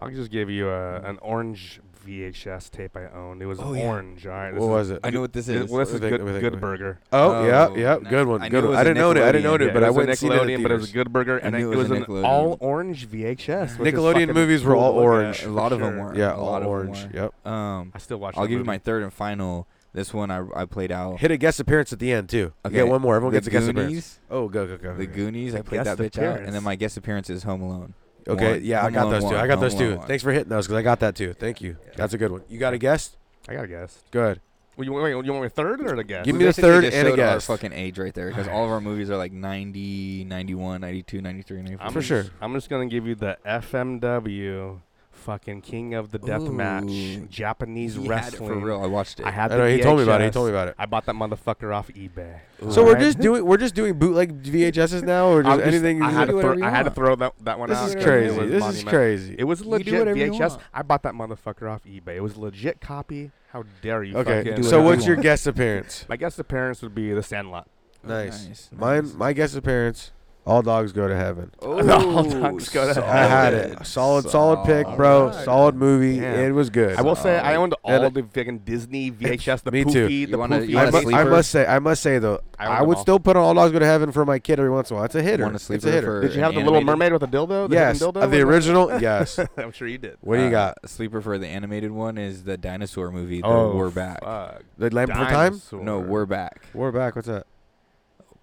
Speaker 12: I'll just give you a,
Speaker 11: Mm-hmm.
Speaker 12: an orange VHS tape I owned. It was
Speaker 10: Oh, yeah.
Speaker 12: orange. All right.
Speaker 11: What was it?
Speaker 10: I know what this
Speaker 12: This,
Speaker 10: is.
Speaker 12: well, this is
Speaker 11: Let me think,
Speaker 12: good,
Speaker 11: let me think,
Speaker 12: good
Speaker 11: let me
Speaker 12: burger.
Speaker 11: Oh, yeah,
Speaker 10: Oh,
Speaker 11: yeah,
Speaker 10: nice.
Speaker 11: good one,
Speaker 10: I
Speaker 11: good
Speaker 10: knew it
Speaker 11: one.
Speaker 10: was
Speaker 11: I
Speaker 10: a
Speaker 11: didn't know it. I didn't know it,
Speaker 10: Nickelodeon.
Speaker 12: Yeah,
Speaker 11: but
Speaker 12: it
Speaker 11: I
Speaker 12: was a
Speaker 11: went and seen it. in
Speaker 12: Nickelodeon, but it was a
Speaker 11: theaters.
Speaker 12: good burger, and
Speaker 10: I
Speaker 12: it,
Speaker 10: knew
Speaker 12: it was an
Speaker 10: Nickelodeon.
Speaker 12: all orange VHS. which is
Speaker 11: Nickelodeon
Speaker 12: fucking
Speaker 11: movies were
Speaker 12: cool
Speaker 11: all
Speaker 12: to look
Speaker 11: orange.
Speaker 12: at,
Speaker 10: A lot
Speaker 12: for
Speaker 10: of them
Speaker 12: sure.
Speaker 10: were.
Speaker 11: Yeah,
Speaker 10: a
Speaker 11: all
Speaker 10: lot of them
Speaker 11: orange.
Speaker 10: were.
Speaker 11: Yep.
Speaker 10: Um,
Speaker 12: I still watch.
Speaker 10: I'll
Speaker 12: that
Speaker 10: give you
Speaker 12: movie.
Speaker 10: my third and final. This one I, I played out.
Speaker 11: Hit a guest appearance at the end too. Okay,
Speaker 10: Okay,
Speaker 11: one more. Everyone
Speaker 10: the
Speaker 11: gets a guest appearance.
Speaker 10: Goonies-
Speaker 11: Oh, go go go.
Speaker 10: The
Speaker 11: go.
Speaker 10: Goonies. I played
Speaker 12: guest
Speaker 10: that bitch out,
Speaker 12: appearance.
Speaker 10: and then my guest appearance is Home Alone.
Speaker 11: Okay,
Speaker 10: One.
Speaker 11: yeah, I
Speaker 10: Home
Speaker 11: got
Speaker 10: Alone
Speaker 11: those two.
Speaker 10: one,
Speaker 11: I got
Speaker 10: Home
Speaker 11: those
Speaker 10: Alone
Speaker 11: two.
Speaker 10: one.
Speaker 11: Thanks for hitting those because I got that too. Thank you. That's a good one. You got a guest?
Speaker 12: I got a guess.
Speaker 11: Good.
Speaker 12: Well, you, wait, you want a third or a guess?
Speaker 11: Give me the third
Speaker 10: just
Speaker 11: and a
Speaker 10: showed our
Speaker 11: guess.
Speaker 10: fucking age right there because all of our movies are like 90, 91, 92, 93, 94.
Speaker 12: I'm just- I'm just gonna give you the FMW fucking King of the Death
Speaker 10: Ooh.
Speaker 12: Match Japanese
Speaker 10: He had it for
Speaker 12: wrestling.
Speaker 10: real. I watched it.
Speaker 12: I had
Speaker 11: I
Speaker 12: the
Speaker 11: know, he told me about it, he
Speaker 12: VHS.
Speaker 11: told me about it.
Speaker 12: I bought that motherfucker off eBay.
Speaker 11: So we're
Speaker 12: Alright?
Speaker 11: just doing we're just doing bootleg VHSs
Speaker 12: <laughs>
Speaker 11: now, or just,
Speaker 12: I'm just-
Speaker 11: anything.
Speaker 12: I
Speaker 11: you
Speaker 12: had,
Speaker 11: do
Speaker 12: to throw,
Speaker 11: whatever you
Speaker 12: I had to
Speaker 11: want?
Speaker 12: throw that, that one
Speaker 11: This
Speaker 12: out.
Speaker 11: is
Speaker 12: because
Speaker 11: crazy.
Speaker 12: it was
Speaker 11: This is
Speaker 12: monumental.
Speaker 11: crazy.
Speaker 12: It was
Speaker 11: You do
Speaker 12: legit
Speaker 11: whatever you
Speaker 12: VHS.
Speaker 11: want.
Speaker 12: I bought that motherfucker off eBay. It was a legit copy. How dare you?
Speaker 11: Okay,
Speaker 12: fucking-
Speaker 11: so what's your guest appearance?
Speaker 12: My guest appearance would be The Sandlot.
Speaker 11: Nice. Mine, my guest appearance. All dogs go to heaven.
Speaker 12: <laughs> All dogs go to
Speaker 11: So I had
Speaker 12: heaven.
Speaker 11: it. Solid, solid pick, bro. Solid movie.
Speaker 12: Damn.
Speaker 11: It was good. Uh,
Speaker 12: I will say I owned
Speaker 11: And
Speaker 12: all
Speaker 11: it-
Speaker 12: the fucking Disney VHS, the
Speaker 11: <laughs> Me too.
Speaker 12: Poofy,
Speaker 11: You
Speaker 12: the
Speaker 10: wanna-
Speaker 12: Poofy.
Speaker 10: you
Speaker 11: I,
Speaker 10: wanna
Speaker 11: mu- I
Speaker 10: sleeper?
Speaker 11: must say, I must say though,
Speaker 12: I
Speaker 11: I,
Speaker 12: own them
Speaker 11: would
Speaker 12: all.
Speaker 11: still put on All Dogs Go to Heaven for my kid every once in a while. It's a hitter.
Speaker 10: Want a
Speaker 11: it's
Speaker 10: sleeper
Speaker 11: a
Speaker 10: for
Speaker 11: hitter.
Speaker 12: Did you have the
Speaker 10: an
Speaker 12: Little
Speaker 10: animated-
Speaker 12: Mermaid with a dildo? The
Speaker 11: Yes,
Speaker 12: hidden dildo
Speaker 11: of the
Speaker 12: with
Speaker 11: original.
Speaker 12: <laughs>
Speaker 11: Yes.
Speaker 12: I'm sure you did.
Speaker 11: What do you
Speaker 10: Uh,
Speaker 11: got?
Speaker 10: Sleeper for the animated one is the dinosaur movie. The
Speaker 12: Oh,
Speaker 10: We're Back.
Speaker 12: fuck.
Speaker 11: The Lamp Before Time?
Speaker 12: Dinosaur.
Speaker 10: No, We're Back.
Speaker 11: Warback, what's that?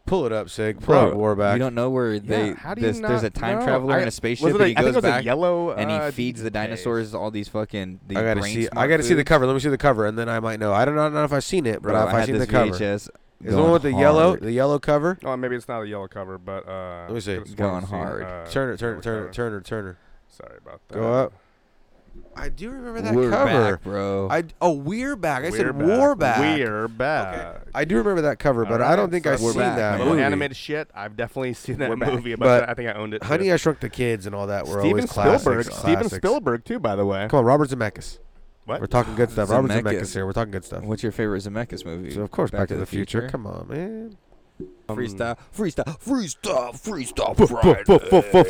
Speaker 11: Pull it up, Sig. Pull
Speaker 10: Bro,
Speaker 11: up Warback.
Speaker 10: You don't know where they.
Speaker 12: how do you
Speaker 10: this, there's a
Speaker 12: not
Speaker 10: time
Speaker 12: know?
Speaker 10: traveler
Speaker 12: I-
Speaker 10: in a
Speaker 12: was it
Speaker 10: spaceship,
Speaker 12: a-
Speaker 10: and he
Speaker 12: I think it
Speaker 10: goes
Speaker 12: was a
Speaker 10: back
Speaker 12: yellow,
Speaker 10: and he
Speaker 12: uh,
Speaker 10: feeds the
Speaker 12: days.
Speaker 10: dinosaurs all these fucking. These
Speaker 11: I gotta
Speaker 10: brain
Speaker 11: see. I
Speaker 10: smart
Speaker 11: gotta see the
Speaker 10: foods.
Speaker 11: cover. Let me see the cover, and then I might know. I don't, know- I don't know if I've seen it, but
Speaker 10: Bro,
Speaker 11: if
Speaker 10: I
Speaker 11: I've
Speaker 10: had
Speaker 11: seen
Speaker 10: this
Speaker 11: the cover.
Speaker 10: VHS
Speaker 11: Is the one with the yellow,
Speaker 10: hard.
Speaker 11: the yellow cover?
Speaker 12: Oh, maybe it's not a yellow cover, but uh,
Speaker 11: Let me see.
Speaker 12: could've sworn
Speaker 10: Gone
Speaker 12: I've seen,
Speaker 10: hard.
Speaker 12: uh,
Speaker 11: Turner, Turner,
Speaker 12: yellow
Speaker 11: Turner,
Speaker 12: cover.
Speaker 11: Turner, Turner.
Speaker 12: Sorry about that.
Speaker 11: Go up. I do remember that
Speaker 10: We're
Speaker 11: cover,
Speaker 10: back, bro.
Speaker 11: I oh, we're back. I
Speaker 12: We're
Speaker 11: said war back.
Speaker 12: back. We're back.
Speaker 11: I do remember that cover, but I don't think I've
Speaker 10: We're
Speaker 11: seen
Speaker 10: back,
Speaker 11: that
Speaker 10: man.
Speaker 12: Little
Speaker 11: movie.
Speaker 12: animated shit. I've definitely seen that
Speaker 11: We're back.
Speaker 12: movie, but,
Speaker 11: But
Speaker 12: I think I owned it.
Speaker 11: Honey,
Speaker 12: too.
Speaker 11: I Shrunk the Kids and all that were
Speaker 12: Steven
Speaker 11: always classics.
Speaker 12: Spielberg. Steven
Speaker 11: classics.
Speaker 12: Spielberg too, by the way.
Speaker 11: Come on, Robert Zemeckis.
Speaker 12: What?
Speaker 11: We're talking good stuff. Robert
Speaker 10: Zemeckis.
Speaker 11: Zemeckis here. We're talking good stuff.
Speaker 10: What's your favorite Zemeckis movie?
Speaker 11: So of course, Back, to, the, future. Come on, man.
Speaker 10: Freestyle, freestyle, freestyle, freestyle.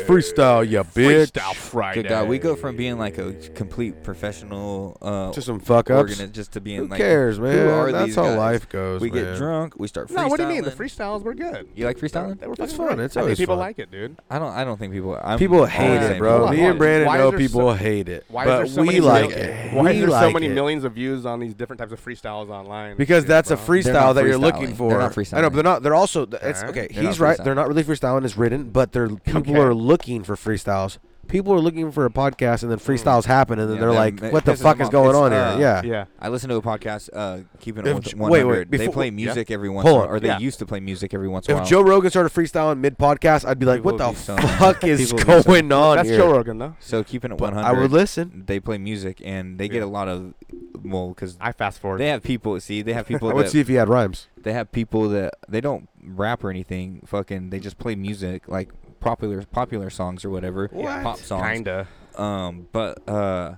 Speaker 11: Freestyle, you bitch.
Speaker 12: Freestyle Friday.
Speaker 10: Good God, we go from being like a complete professional uh,
Speaker 11: To some fuck ups.
Speaker 10: organi- just to being
Speaker 11: Who
Speaker 10: like,
Speaker 11: cares,
Speaker 10: Who
Speaker 11: man?
Speaker 10: are
Speaker 11: That's
Speaker 10: these
Speaker 11: how
Speaker 10: guys?
Speaker 11: life goes.
Speaker 10: We
Speaker 11: man.
Speaker 10: get drunk, we start freestyling.
Speaker 12: No, what do you mean? The freestyles were good.
Speaker 10: You like freestyling?
Speaker 12: They were
Speaker 11: That's
Speaker 12: fucking
Speaker 11: fun.
Speaker 12: great.
Speaker 11: It's
Speaker 12: I think
Speaker 11: always
Speaker 12: people
Speaker 11: fun.
Speaker 12: like it, dude.
Speaker 10: I don't. I don't think people. I'm
Speaker 11: People
Speaker 10: I'm
Speaker 11: hate
Speaker 10: the
Speaker 11: it,
Speaker 10: same
Speaker 11: bro.
Speaker 10: people.
Speaker 11: Me and Brandon
Speaker 12: Why is
Speaker 11: know
Speaker 12: there
Speaker 11: people
Speaker 12: so-
Speaker 11: hate it,
Speaker 12: Why
Speaker 11: but
Speaker 12: is there so
Speaker 11: we
Speaker 12: many
Speaker 11: like
Speaker 12: mil-
Speaker 11: it.
Speaker 12: Why
Speaker 11: we
Speaker 12: is there
Speaker 11: like
Speaker 12: so many
Speaker 11: it.
Speaker 12: millions of views on these different types of freestyles online? and
Speaker 11: Because
Speaker 12: shit,
Speaker 11: that's a
Speaker 12: bro?
Speaker 11: freestyle
Speaker 10: not
Speaker 11: that you're looking
Speaker 10: freestyling.
Speaker 11: for.
Speaker 10: They're not
Speaker 11: I know, but
Speaker 10: freestyling.
Speaker 11: they're not. They're also. th- It's
Speaker 12: Alright.
Speaker 11: okay.
Speaker 10: They're not
Speaker 11: he's right.
Speaker 10: freestyling.
Speaker 11: They're not really freestyling as written, but they're people
Speaker 12: Okay.
Speaker 11: are looking for freestyles. People are looking for a podcast, and then freestyles happen, and then
Speaker 10: Yeah,
Speaker 11: they're
Speaker 10: that
Speaker 11: like,
Speaker 10: ma-
Speaker 11: "What the
Speaker 10: pisses
Speaker 11: fuck
Speaker 10: them
Speaker 11: is
Speaker 10: off.
Speaker 11: going
Speaker 10: It's,
Speaker 11: on
Speaker 10: uh,
Speaker 11: here?" Yeah.
Speaker 12: Yeah.
Speaker 10: I listen to a podcast, uh, keeping
Speaker 11: If
Speaker 10: it
Speaker 11: J-
Speaker 10: one
Speaker 11: wait, wait,
Speaker 10: hundred. They
Speaker 11: before-
Speaker 10: play music every once, in
Speaker 11: Hold
Speaker 10: a while,
Speaker 11: on.
Speaker 10: or they
Speaker 12: Yeah.
Speaker 10: used to play music every once in a
Speaker 11: If
Speaker 10: while.
Speaker 11: Joe Rogan started freestyling mid podcast, I'd be like,
Speaker 10: People
Speaker 11: "What the
Speaker 10: would be
Speaker 11: <laughs>
Speaker 10: so-
Speaker 11: fuck is
Speaker 10: people would be so-
Speaker 11: going on
Speaker 12: That's
Speaker 11: here?"
Speaker 12: Joe Rogan though.
Speaker 10: so keeping it
Speaker 11: But
Speaker 10: one hundred,
Speaker 11: I would listen.
Speaker 10: They play music and they get
Speaker 12: Yeah.
Speaker 10: a lot of, well, because
Speaker 12: I fast forward.
Speaker 10: they have people. See,
Speaker 12: <laughs>
Speaker 10: they have people.
Speaker 11: I would
Speaker 10: that,
Speaker 11: see if he had rhymes.
Speaker 10: they have people that they don't rap or anything. Fucking, they just play music like popular popular songs or whatever, pop songs.
Speaker 12: Kinda.
Speaker 10: Um, but uh,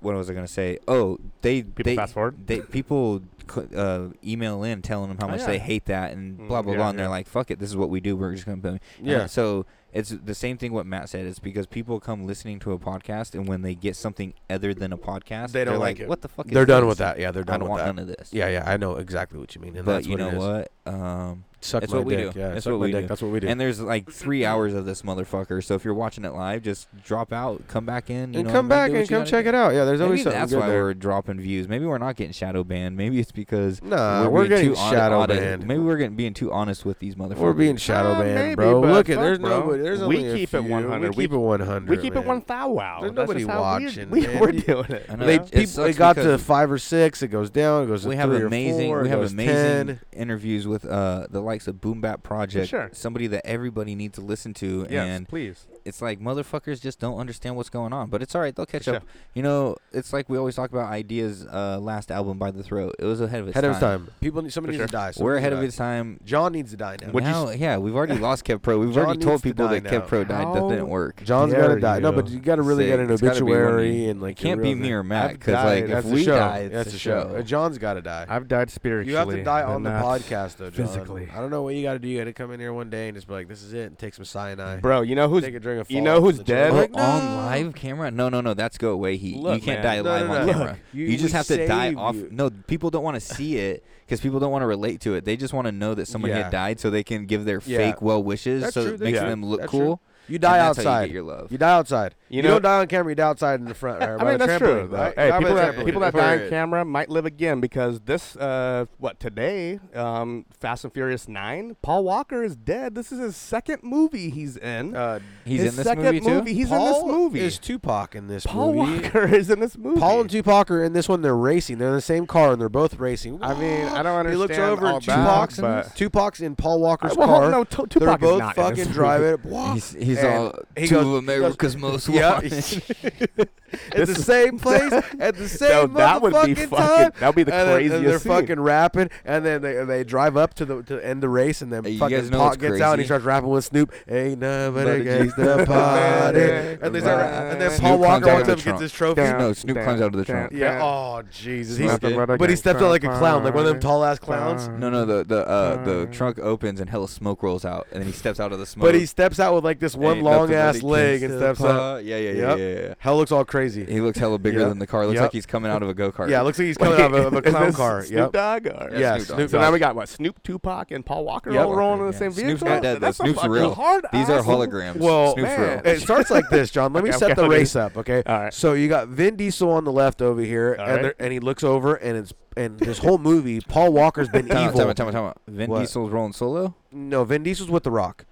Speaker 10: what was I gonna say? Oh, they
Speaker 12: People
Speaker 10: they,
Speaker 12: fast forward?
Speaker 10: They people co- uh, email in telling them how
Speaker 12: Oh,
Speaker 10: much
Speaker 12: yeah.
Speaker 10: they hate that and
Speaker 12: Mm,
Speaker 10: blah blah
Speaker 12: yeah,
Speaker 10: blah, and they're
Speaker 12: yeah.
Speaker 10: like, "Fuck it, this is what we do. We're just gonna." Put
Speaker 11: Yeah.
Speaker 10: so it's the same thing what Matt said. It's because people come listening to a podcast, and when they get something other than a podcast,
Speaker 11: They don't
Speaker 10: they're
Speaker 11: like it.
Speaker 10: What the fuck? is
Speaker 11: They're done
Speaker 10: this?
Speaker 11: with that. Yeah, they're
Speaker 10: I
Speaker 11: done
Speaker 10: don't
Speaker 11: with
Speaker 10: want
Speaker 11: that.
Speaker 10: none of this.
Speaker 11: Yeah, yeah, I know exactly what you mean, and
Speaker 10: but
Speaker 11: that's
Speaker 10: you
Speaker 11: what
Speaker 10: know
Speaker 11: it is.
Speaker 10: what? Um,
Speaker 11: Suck
Speaker 10: it's
Speaker 11: my
Speaker 10: what we
Speaker 11: dick.
Speaker 10: do.
Speaker 11: Yeah,
Speaker 10: That's
Speaker 11: suck
Speaker 10: what
Speaker 11: my
Speaker 10: we
Speaker 11: dick.
Speaker 10: do.
Speaker 11: That's what we do.
Speaker 10: And there's like three hours of this motherfucker. So if you're watching it live, just drop out, come back in, you
Speaker 11: and
Speaker 10: know,
Speaker 11: come
Speaker 10: what I mean?
Speaker 11: back
Speaker 10: Do
Speaker 11: and
Speaker 10: what you
Speaker 11: come
Speaker 10: gotta
Speaker 11: check
Speaker 10: do.
Speaker 11: it out. Yeah, there's always
Speaker 10: Maybe
Speaker 11: something
Speaker 10: that's
Speaker 11: good
Speaker 10: why
Speaker 11: there.
Speaker 10: we're dropping views. Maybe we're not getting shadow banned. Maybe it's because
Speaker 11: Nah, we're
Speaker 10: being
Speaker 11: getting
Speaker 10: too hon-
Speaker 11: shadow
Speaker 10: honest-
Speaker 11: banned.
Speaker 10: Maybe we're getting being too honest with these motherfuckers.
Speaker 11: We're being shadow
Speaker 10: Ah,
Speaker 12: Uh,
Speaker 11: banned,
Speaker 12: maybe,
Speaker 11: bro.
Speaker 12: but
Speaker 11: Look at
Speaker 12: fuck,
Speaker 11: there's
Speaker 12: bro.
Speaker 11: nobody. There's
Speaker 12: We
Speaker 11: only a
Speaker 12: keep it
Speaker 11: few.
Speaker 12: 100.
Speaker 11: We keep it 100.
Speaker 12: We keep it
Speaker 11: man.
Speaker 12: one thou wow.
Speaker 11: There's
Speaker 12: That's
Speaker 11: nobody
Speaker 12: just how weird <laughs>
Speaker 11: watching,
Speaker 12: We,
Speaker 11: man.
Speaker 12: we're doing it.
Speaker 10: I know.
Speaker 11: They
Speaker 10: It
Speaker 11: people
Speaker 10: sucks
Speaker 11: it got to
Speaker 10: because
Speaker 11: five or six. It goes down. It goes. to
Speaker 10: We have
Speaker 11: three or
Speaker 10: amazing,
Speaker 11: Four,
Speaker 10: we
Speaker 11: it
Speaker 10: have
Speaker 11: goes
Speaker 10: amazing
Speaker 11: 10.
Speaker 10: interviews with uh, the likes of Boom Bap Project,
Speaker 12: Sure.
Speaker 10: somebody that everybody needs to listen to,
Speaker 12: Yes,
Speaker 10: and
Speaker 12: please.
Speaker 10: it's like motherfuckers just don't understand what's going on. But it's all right, they'll catch
Speaker 12: For
Speaker 10: up. You know, it's like we always talk about ideas. Uh, last album by the throat, it was ahead of its
Speaker 11: Ahead
Speaker 10: time.
Speaker 11: of its time. People. need- Somebody
Speaker 12: For
Speaker 11: needs to
Speaker 12: sure.
Speaker 11: die.
Speaker 10: We're
Speaker 11: Somebody
Speaker 10: ahead of
Speaker 11: needs
Speaker 10: its
Speaker 11: to die.
Speaker 10: time.
Speaker 11: John needs to die now.
Speaker 12: Would you
Speaker 10: now, yeah, we've
Speaker 12: <laughs>
Speaker 10: already lost Kev Pro. We've
Speaker 11: John
Speaker 10: already
Speaker 11: needs
Speaker 10: told
Speaker 11: to
Speaker 10: people
Speaker 11: die
Speaker 10: that Kev
Speaker 11: now.
Speaker 10: Pro died. That didn't
Speaker 12: How
Speaker 10: work.
Speaker 11: John's
Speaker 12: Dare
Speaker 11: gotta die. No,
Speaker 12: you.
Speaker 11: but you gotta really
Speaker 10: Say,
Speaker 11: get an
Speaker 10: it's gotta be one of
Speaker 11: obituary
Speaker 10: you.
Speaker 11: and like
Speaker 10: It can't
Speaker 11: your real
Speaker 10: be me
Speaker 11: thing.
Speaker 10: or Matt
Speaker 11: I've
Speaker 10: because
Speaker 11: died.
Speaker 10: like if
Speaker 11: That's a
Speaker 10: we
Speaker 11: show.
Speaker 10: die, it's
Speaker 11: that's
Speaker 10: a
Speaker 11: a
Speaker 10: show.
Speaker 11: show. Uh, John's gotta die.
Speaker 12: I've died spiritually.
Speaker 11: You have to die on the
Speaker 12: but not
Speaker 11: podcast though, John.
Speaker 12: Physically.
Speaker 11: I don't know what you got to do. You got to come in here one day and just be like, "This is it," and take some cyanide.
Speaker 12: Bro, you know who's
Speaker 11: Take a drink of
Speaker 12: you
Speaker 11: Fallout
Speaker 12: know who's
Speaker 11: Shelter.
Speaker 12: dead?
Speaker 11: Like,
Speaker 10: Oh, on live camera? No, no, no. That's go away heat. you
Speaker 12: Look,
Speaker 10: can't
Speaker 12: man.
Speaker 10: die
Speaker 11: No,
Speaker 10: live
Speaker 11: no,
Speaker 10: on
Speaker 11: no.
Speaker 10: camera.
Speaker 11: You-
Speaker 10: You, just
Speaker 11: we
Speaker 10: have to die
Speaker 11: save
Speaker 10: off.
Speaker 11: you.
Speaker 10: No, people don't want to see it because people don't want to relate to it. They just want to know that someone
Speaker 11: Yeah.
Speaker 10: had died so they can give their
Speaker 11: Yeah.
Speaker 10: fake well wishes.
Speaker 11: That's
Speaker 10: so
Speaker 11: true,
Speaker 10: it
Speaker 11: that's
Speaker 10: makes
Speaker 11: true,
Speaker 10: them look
Speaker 11: that's true.
Speaker 10: cool.
Speaker 11: You die
Speaker 10: and that's how you
Speaker 11: outside.
Speaker 10: get your love.
Speaker 11: You die outside. You, you know, don't die on camera. You die outside in the front. Right?
Speaker 12: I mean, that's true. Though. Hey, people that, people that die on camera might live again because this, uh, what today, um, Fast and Furious Nine. Paul Walker is dead. This is his second movie he's in.
Speaker 17: Uh, he's
Speaker 12: his
Speaker 17: in this
Speaker 12: second
Speaker 17: movie too.
Speaker 12: He's
Speaker 11: Paul
Speaker 12: in this movie.
Speaker 11: Is Tupac in this
Speaker 12: Paul
Speaker 11: movie?
Speaker 12: Walker
Speaker 11: <laughs>
Speaker 12: is in this movie.
Speaker 11: Paul and Tupac are in this one. They're racing. They're in the same car and they're both racing.
Speaker 12: I mean, I don't understand.
Speaker 11: He looks over
Speaker 12: all
Speaker 11: and Tupac's,
Speaker 12: that, <laughs>
Speaker 11: in, Tupac's in Paul Walker's
Speaker 12: Well,
Speaker 11: car.
Speaker 12: no, Tu- Tupac
Speaker 11: they're
Speaker 12: is
Speaker 11: both
Speaker 12: not in this
Speaker 11: fucking
Speaker 12: movie.
Speaker 11: driving.
Speaker 17: He's, he's
Speaker 11: And
Speaker 17: all
Speaker 11: he
Speaker 17: two of
Speaker 11: goes- he goes-
Speaker 17: America's most
Speaker 11: <laughs> Yeah.
Speaker 17: wanted.
Speaker 11: at the
Speaker 12: This-
Speaker 11: same place at the same
Speaker 12: No, that would be
Speaker 11: motherfucking
Speaker 12: fucking-
Speaker 11: time.
Speaker 12: that would be the
Speaker 11: and then-
Speaker 12: craziest
Speaker 11: And they're
Speaker 12: scene.
Speaker 11: fucking rapping, and then they, they drive up to the to end the race, and then
Speaker 17: Hey, you guys
Speaker 11: fucking
Speaker 17: know what's
Speaker 11: Pac gets out and he
Speaker 17: crazy?
Speaker 11: starts rapping with Snoop. Ain't nothing but
Speaker 17: But
Speaker 11: a
Speaker 17: a
Speaker 11: gangsta party. and, they start, ra- and then
Speaker 17: Snoop
Speaker 11: Paul
Speaker 17: comes
Speaker 11: Walker
Speaker 17: out of
Speaker 11: walks up
Speaker 17: the
Speaker 11: and gets
Speaker 17: trunk.
Speaker 11: his trophy.
Speaker 17: Yeah. No, Snoop climbs out of the trunk.
Speaker 11: Yeah. Oh Jesus.
Speaker 17: He's-
Speaker 11: He's, but he steps out like a clown, like one of them tall ass clowns.
Speaker 17: No, no, the the uh, the trunk opens and hella smoke rolls out, and then he steps out of the smoke.
Speaker 11: But he steps out with like this one
Speaker 17: Ain't
Speaker 11: long
Speaker 17: nothing but
Speaker 11: ass
Speaker 17: a
Speaker 11: leg and
Speaker 17: gangsta
Speaker 11: steps
Speaker 17: pa-
Speaker 11: up.
Speaker 17: yeah, yeah, yeah,
Speaker 11: Yep.
Speaker 17: yeah, yeah.
Speaker 11: Hell looks all crazy.
Speaker 17: he looks hella bigger
Speaker 11: Yep.
Speaker 17: than the car. Looks
Speaker 11: Yep.
Speaker 17: like he's coming out of a go kart.
Speaker 11: Yeah, looks like he's coming out of a, of
Speaker 17: <laughs>
Speaker 11: a
Speaker 12: Is
Speaker 11: clown
Speaker 12: this
Speaker 11: car.
Speaker 12: Snoop
Speaker 11: Yep.
Speaker 12: Dogg or
Speaker 11: Yeah,
Speaker 17: Snoop Dogg.
Speaker 11: Snoop
Speaker 12: So now
Speaker 11: Dogg.
Speaker 12: we got what Snoop, Tupac, and Paul Walker
Speaker 11: Yep.
Speaker 12: all rolling in the same
Speaker 17: Snoop's
Speaker 12: vehicle.
Speaker 17: not dead, though.
Speaker 12: That's
Speaker 17: Snoop's
Speaker 12: a fucking
Speaker 17: real.
Speaker 12: hard.
Speaker 17: These
Speaker 12: ass
Speaker 17: are holograms.
Speaker 11: Well,
Speaker 17: Snoop's
Speaker 12: man.
Speaker 17: real.
Speaker 11: It starts like this,
Speaker 12: <laughs>
Speaker 11: John. Let me
Speaker 12: Okay,
Speaker 11: set
Speaker 12: okay,
Speaker 11: the
Speaker 12: okay.
Speaker 11: race up, okay?
Speaker 12: All right.
Speaker 11: So you got Vin Diesel on the left over here,
Speaker 12: All
Speaker 11: and
Speaker 12: right.
Speaker 11: there, and he looks over, and it's and this whole movie, Paul Walker's
Speaker 17: <laughs>
Speaker 11: been
Speaker 17: Uh, Time out,
Speaker 11: evil.
Speaker 17: time out, time out, time out. Vin
Speaker 11: What?
Speaker 17: Diesel's rolling solo.
Speaker 11: No, Vin Diesel's with The Rock.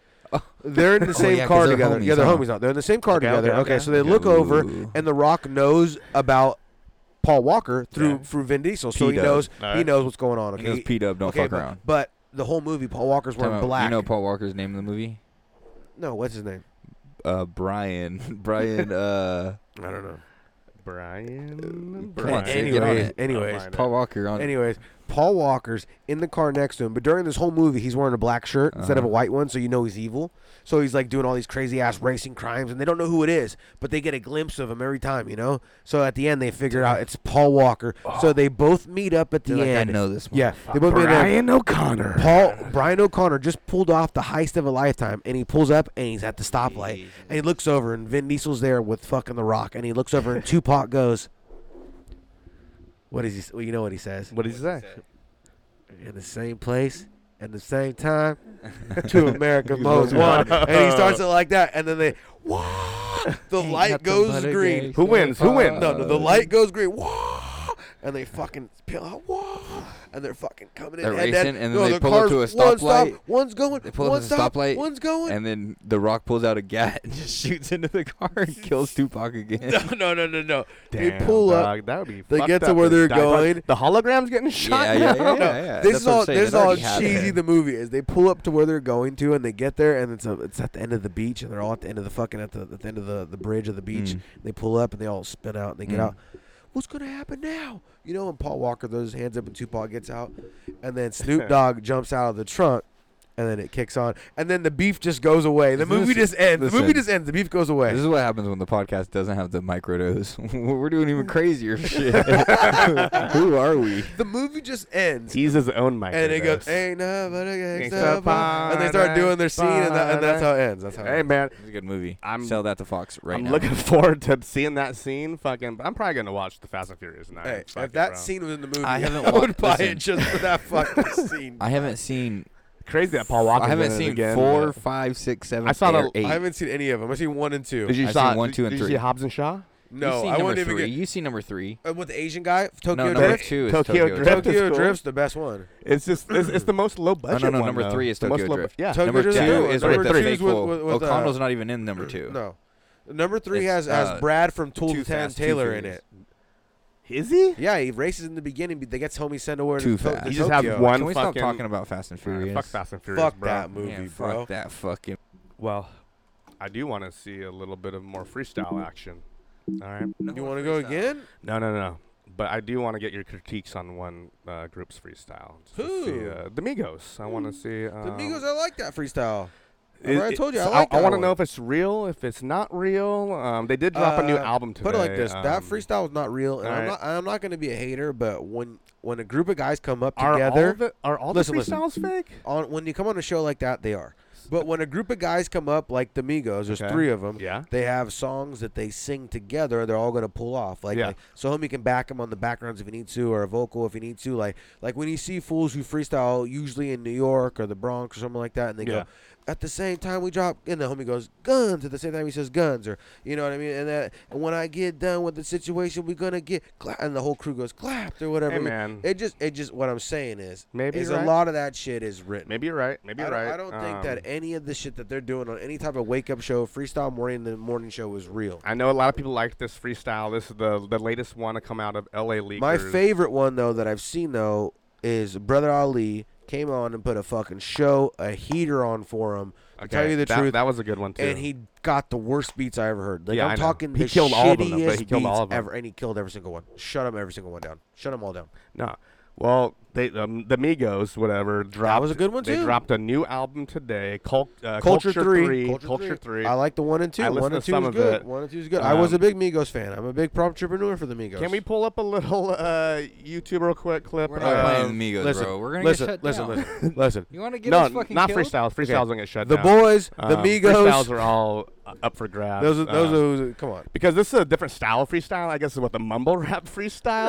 Speaker 11: They're in
Speaker 17: <laughs>
Speaker 11: the
Speaker 17: Oh,
Speaker 11: same
Speaker 17: yeah, 'cause
Speaker 11: car
Speaker 17: they're
Speaker 11: together. yeah,
Speaker 17: homies,
Speaker 11: they're
Speaker 17: huh?
Speaker 11: homies now. They're in the same car
Speaker 12: Okay,
Speaker 11: together.
Speaker 12: okay,
Speaker 11: Okay,
Speaker 12: okay.
Speaker 11: so they look over,
Speaker 17: Ooh.
Speaker 11: and The Rock knows about Paul Walker through
Speaker 12: Yeah.
Speaker 11: through Vin Diesel, so he
Speaker 17: P-Dub.
Speaker 11: knows
Speaker 12: All
Speaker 11: he
Speaker 12: right.
Speaker 11: knows what's going on.
Speaker 17: He
Speaker 11: Okay,
Speaker 17: knows P-Dub don't
Speaker 11: okay,
Speaker 17: fuck
Speaker 11: but-
Speaker 17: around.
Speaker 11: But the whole movie, Paul Walker's
Speaker 17: Time
Speaker 11: wearing
Speaker 17: out.
Speaker 11: black.
Speaker 17: You know Paul Walker's name in the movie?
Speaker 11: no, what's his name?
Speaker 17: Uh, Brian. <laughs> Brian. Uh,
Speaker 11: I don't know.
Speaker 12: Brian.
Speaker 17: Come on,
Speaker 12: Brian.
Speaker 17: Sid, get on
Speaker 11: Anyways,
Speaker 17: it.
Speaker 11: anyways,
Speaker 12: I'll find
Speaker 17: Paul Walker on.
Speaker 11: Anyways, Paul Walker's in the car next to him, but during this whole movie, he's wearing a black shirt instead of a
Speaker 17: Uh-huh.
Speaker 11: white one, so you know he's evil. So he's like doing all these crazy ass racing crimes, and they don't know who it is, but they get a glimpse of him every time, you know. So at the end, they figure out it's Paul Walker. So they both meet up at the
Speaker 17: They're like, I
Speaker 11: end.
Speaker 17: know this
Speaker 11: Yeah, they both meet up.
Speaker 12: Brian O'Connor.
Speaker 11: Paul Brian O'Connor just pulled off the heist of a lifetime, and he pulls up and he's at the stoplight, and he looks over, and Vin Diesel's there with fucking The Rock, and he looks
Speaker 17: <laughs>
Speaker 11: over, and Tupac goes, "What is he? s- Well, you know what he says?
Speaker 12: What did he say?
Speaker 11: in the same place." At the same <laughs> time,
Speaker 12: <laughs>
Speaker 11: to America most
Speaker 12: looking-
Speaker 11: one, and he
Speaker 12: <laughs>
Speaker 11: starts <laughs> it like that, and then they, "Whoa!" The
Speaker 17: Ain't
Speaker 11: light
Speaker 17: nothing
Speaker 11: goes
Speaker 17: but a
Speaker 11: green.
Speaker 12: Who wins? Who wins?
Speaker 11: No,
Speaker 17: Uh,
Speaker 11: no, the light goes green. Whoa! And they fucking peel out. Whoa! And they're fucking coming in.
Speaker 17: They're
Speaker 11: and
Speaker 17: racing,
Speaker 11: then,
Speaker 17: and then
Speaker 11: no,
Speaker 17: they
Speaker 11: the
Speaker 17: pull up to
Speaker 11: cars-
Speaker 17: a
Speaker 11: one stop,
Speaker 17: stoplight.
Speaker 11: one's going.
Speaker 17: They pull up
Speaker 11: one
Speaker 17: to the
Speaker 11: stop,
Speaker 17: stoplight,
Speaker 11: One's going.
Speaker 17: And then The Rock pulls out a gat and <laughs> just shoots into the car and kills Tupac
Speaker 11: <laughs>
Speaker 17: again.
Speaker 11: <laughs> no, no, no, no, no.
Speaker 12: Damn,
Speaker 11: they pull up.
Speaker 12: dog, That would be
Speaker 11: They
Speaker 12: fucked
Speaker 11: get to
Speaker 12: up
Speaker 11: where
Speaker 12: if
Speaker 11: they're
Speaker 12: Doc-
Speaker 11: going.
Speaker 12: The hologram's getting
Speaker 17: Yeah,
Speaker 12: shot. <laughs>
Speaker 17: yeah,
Speaker 12: now.
Speaker 17: yeah, yeah, yeah. That's
Speaker 11: This is
Speaker 17: what I'm
Speaker 11: all.
Speaker 17: saying.
Speaker 11: This is
Speaker 17: It
Speaker 11: all
Speaker 17: already
Speaker 11: cheesy.
Speaker 17: happened.
Speaker 11: The movie is they pull up to where they're going to, and they get there, and it's a, it's at the end of the beach, and they're all at the end of the fucking at the, at the end of the, the bridge of the beach.
Speaker 17: Mm.
Speaker 11: They pull up, and they all spin out, and they get
Speaker 17: Mm.
Speaker 11: out. What's gonna happen now? You know, and Paul Walker throws his hands up, and Tupac gets out,
Speaker 17: <laughs>
Speaker 11: and then Snoop Dogg jumps out of the trunk. And then it kicks on, and then the beef just goes away. The
Speaker 17: Isn't
Speaker 11: movie
Speaker 17: this-
Speaker 11: just ends. The movie
Speaker 17: listen.
Speaker 11: just ends. The beef goes away.
Speaker 17: This is what happens when the podcast doesn't have the microdose. <laughs> We're doing
Speaker 11: <laughs>
Speaker 17: even crazier shit. Who are we?
Speaker 11: the movie just ends.
Speaker 12: He's his own mic.
Speaker 11: and it goes, ain't nothing but a gangsta pop." and they start doing their scene, and, that, and that's how it ends. That's how. It
Speaker 12: Hey
Speaker 11: ends.
Speaker 12: man,
Speaker 17: It's a good movie.
Speaker 12: I'm-
Speaker 17: Sell that to Fox right
Speaker 12: I'm
Speaker 17: now.
Speaker 12: looking <laughs> forward to seeing that scene. Fucking, I'm probably gonna watch the Fast and Furious nine.
Speaker 11: Hey,
Speaker 12: Fuck
Speaker 11: if
Speaker 12: it,
Speaker 11: that
Speaker 12: bro.
Speaker 11: scene was in the movie,
Speaker 17: I haven't wa-
Speaker 11: <laughs> would buy it
Speaker 17: listen.
Speaker 11: just for
Speaker 12: <laughs>
Speaker 11: that fucking scene.
Speaker 17: I haven't seen.
Speaker 12: crazy that Paul Walker.
Speaker 17: I haven't seen
Speaker 12: again,
Speaker 17: four,
Speaker 12: but-
Speaker 17: five, six, seven,
Speaker 12: I saw
Speaker 17: eight,
Speaker 12: the-
Speaker 17: or eight.
Speaker 11: I haven't seen any of them. I've seen one and two.
Speaker 12: Did you
Speaker 17: I've
Speaker 12: saw
Speaker 17: seen one, two, and
Speaker 12: did you
Speaker 17: three.
Speaker 12: see Hobbs and Shaw?
Speaker 17: You've
Speaker 11: no,
Speaker 17: seen
Speaker 11: I
Speaker 17: number
Speaker 11: wouldn't even
Speaker 17: three.
Speaker 11: get.
Speaker 17: You see number three?
Speaker 11: Uh, with the Asian guy, Tokyo
Speaker 17: no, number
Speaker 11: Drift.
Speaker 17: two is
Speaker 12: Tokyo
Speaker 17: Tokyo,
Speaker 12: Drift.
Speaker 17: Drift. Oh,
Speaker 12: is
Speaker 11: Tokyo
Speaker 12: cool.
Speaker 11: Drift's the best one.
Speaker 12: It's just it's, it's the most low budget.
Speaker 17: no, no,
Speaker 12: one,
Speaker 17: number
Speaker 12: though.
Speaker 17: three is
Speaker 12: The
Speaker 17: Tokyo
Speaker 12: most low bu-
Speaker 17: Drift.
Speaker 12: Yeah,
Speaker 11: Tokyo
Speaker 17: number
Speaker 11: Drift's
Speaker 17: two
Speaker 11: the one.
Speaker 17: is
Speaker 11: Number
Speaker 17: with the
Speaker 11: threee is
Speaker 17: fake
Speaker 11: with-
Speaker 17: wolf.
Speaker 11: with- with, uh,
Speaker 17: O'Connell's not even in number two.
Speaker 11: No, number three
Speaker 17: It's,
Speaker 11: has has
Speaker 17: uh,
Speaker 11: Brad from Tool
Speaker 17: Too
Speaker 11: to Town
Speaker 17: Fast, Too
Speaker 11: Taylor in
Speaker 17: Furious.
Speaker 11: it.
Speaker 12: is he?
Speaker 11: Yeah, he races in the beginning, but they gets homie sent away
Speaker 17: Too
Speaker 11: to, to-
Speaker 17: fast.
Speaker 11: to
Speaker 17: He
Speaker 12: just has
Speaker 11: Tokyo.
Speaker 12: one
Speaker 17: Can we stop
Speaker 12: fucking-
Speaker 17: talking about Fast and Furious?
Speaker 12: Fuck Fast and Furious,
Speaker 11: Fuck
Speaker 12: bro.
Speaker 11: that movie,
Speaker 17: Man,
Speaker 11: bro.
Speaker 17: fuck that fucking.
Speaker 12: Well, I do want to see a little bit of more freestyle action. All right.
Speaker 11: You want to go again?
Speaker 12: No, no, no. But I do want to get your critiques on one uh, group's freestyle. just to see,
Speaker 11: Who? Hmm.
Speaker 12: uh, the Migos. I want to see. Um,
Speaker 11: The Migos, I like that freestyle.
Speaker 12: it-
Speaker 11: I
Speaker 12: it-
Speaker 11: told you, I
Speaker 12: so
Speaker 11: like
Speaker 12: I,
Speaker 11: that
Speaker 12: want to
Speaker 11: one.
Speaker 12: know if it's real, if it's not real. Um, they did drop a new
Speaker 11: Uh,
Speaker 12: album today.
Speaker 11: Put it like this: that
Speaker 12: um,
Speaker 11: freestyle was not real, and I'm
Speaker 12: alright.
Speaker 11: not. I'm not going to be a hater, but when when a group of guys come up
Speaker 12: Are all,
Speaker 11: together,
Speaker 12: of it, are all
Speaker 11: Listen,
Speaker 12: the
Speaker 11: listen.
Speaker 12: freestyles fake?
Speaker 11: on when you come on a show like that, they are. But when a group of guys come up like the Migos, there's
Speaker 12: Okay.
Speaker 11: three of them.
Speaker 12: Yeah.
Speaker 11: They have songs that they sing together. They're all going to pull off. Like,
Speaker 12: Yeah.
Speaker 11: like so homie can back him on the backgrounds if he needs to, or a vocal if he needs to. Like like when you see fools who freestyle usually in New York or the Bronx or something like that, and they
Speaker 12: Yeah.
Speaker 11: go, at the same time we drop and the homie goes guns at the same time he says guns or you know what I mean and that and when I get done with the situation we're gonna get cla-, and the whole crew goes clapped or whatever.
Speaker 12: Hey, man.
Speaker 11: It just it just what I'm saying is
Speaker 12: Maybe
Speaker 11: is
Speaker 12: you're
Speaker 11: a
Speaker 12: right.
Speaker 11: lot of that shit is written.
Speaker 12: Maybe you're right. Maybe
Speaker 11: I
Speaker 12: you're
Speaker 11: don't-
Speaker 12: right.
Speaker 11: I don't think
Speaker 12: Um,
Speaker 11: that any of the shit that they're doing on any type of wake up show, freestyle morning, the morning show is real.
Speaker 12: I know a lot of people like this freestyle. This is the the latest one to come out of LA League.
Speaker 11: My favorite one though that I've seen though is Brother Ali came on and put a fucking show, a heater on for him. To tell
Speaker 12: Okay,
Speaker 11: you the
Speaker 12: that-
Speaker 11: truth,
Speaker 12: that was a good one, too.
Speaker 11: And he got the worst beats I ever heard. Like
Speaker 12: Yeah,
Speaker 11: I'm
Speaker 12: I know.
Speaker 11: talking,
Speaker 12: He
Speaker 11: the
Speaker 12: killed all of them, though, but
Speaker 11: shittiest
Speaker 12: he killed all
Speaker 11: beats
Speaker 12: of them.
Speaker 11: ever, and he killed every single one. Shut him, every single one down. Shut them all down.
Speaker 12: No. Well, they um, the Migos, whatever, dropped.
Speaker 11: was a good one,
Speaker 12: They
Speaker 11: too.
Speaker 12: dropped a new album today, Cult, uh,
Speaker 11: Culture, three.
Speaker 12: Culture, Three.
Speaker 11: I like the one and two.
Speaker 12: I listened
Speaker 11: one
Speaker 12: to
Speaker 11: and two
Speaker 12: some
Speaker 11: is
Speaker 12: of
Speaker 11: good.
Speaker 12: it.
Speaker 11: One and two is good. I was a
Speaker 12: Um,
Speaker 11: big Migos fan. I'm a big prop entrepreneur for the Migos.
Speaker 12: Can we pull up a little <laughs> uh, YouTube real quick clip? um,
Speaker 20: We're not playing the Migos,
Speaker 11: listen,
Speaker 20: bro. We're gonna
Speaker 11: listen,
Speaker 20: get shut
Speaker 11: listen,
Speaker 20: down.
Speaker 11: listen, listen.
Speaker 20: <laughs> You wanna get
Speaker 12: no,
Speaker 20: us fucking
Speaker 12: not
Speaker 20: killed?
Speaker 12: freestyles. Freestyles
Speaker 11: Okay.
Speaker 12: don't get shut
Speaker 11: The
Speaker 12: down. Um,
Speaker 11: boys, the Migos-
Speaker 12: Freestyles are all uh, up for grabs.
Speaker 11: Those are- those
Speaker 12: Um,
Speaker 11: are who's- come on.
Speaker 12: Because this is a different style of freestyle. I guess is what the mumble rap <laughs> freestyle.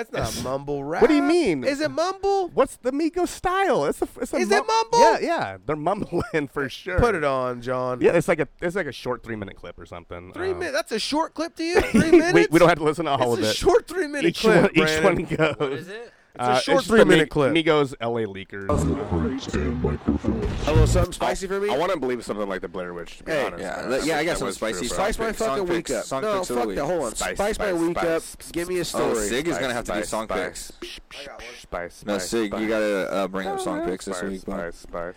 Speaker 11: No, that's
Speaker 15: <laughs>
Speaker 11: not mumble rap.
Speaker 12: What do you mean?
Speaker 11: Is it mumble?
Speaker 12: What's the Migos style? It's a, it's a
Speaker 11: Is
Speaker 12: mum-
Speaker 11: it mumble?
Speaker 12: Yeah, yeah. They're mumbling <laughs> for sure.
Speaker 11: Put it on, John.
Speaker 12: Yeah, it's like a it's like a short three minute clip or something.
Speaker 11: Three
Speaker 12: Um,
Speaker 11: minutes. That's a short clip
Speaker 12: <laughs>
Speaker 11: to you. Three minutes.
Speaker 12: we, we don't have to listen to all
Speaker 11: It's
Speaker 12: of
Speaker 11: a
Speaker 12: it.
Speaker 11: short three-minute
Speaker 12: each
Speaker 11: clip,
Speaker 12: One, each one
Speaker 11: Brandon.
Speaker 12: goes.
Speaker 11: What is it? It's a
Speaker 12: uh,
Speaker 11: short
Speaker 12: just the
Speaker 11: three-minute
Speaker 12: Mi-
Speaker 11: clip.
Speaker 12: Migos, LA Leakers.
Speaker 11: A little something spicy for me.
Speaker 10: I want to believe something like the Blair Witch. To be
Speaker 11: Hey.
Speaker 10: honest.
Speaker 11: Yeah,
Speaker 10: Uh,
Speaker 11: let- yeah, I
Speaker 10: that
Speaker 11: got something
Speaker 10: was true,
Speaker 11: spicy.
Speaker 10: bro.
Speaker 11: Spice my
Speaker 10: Song
Speaker 11: fucking
Speaker 10: picks.
Speaker 11: week up.
Speaker 10: Song
Speaker 11: No,
Speaker 10: picks of
Speaker 11: fuck
Speaker 10: the week.
Speaker 11: that. Hold on. Spice my week up. Give me a
Speaker 10: Oh,
Speaker 11: story.
Speaker 10: Sig is gonna have to do
Speaker 11: Spice,
Speaker 10: song
Speaker 11: spice,
Speaker 10: picks.
Speaker 12: Spice.
Speaker 10: No,
Speaker 11: spice,
Speaker 10: Sig,
Speaker 11: spice.
Speaker 10: you gotta uh, bring up song picks this
Speaker 11: Spice,
Speaker 10: week. bud.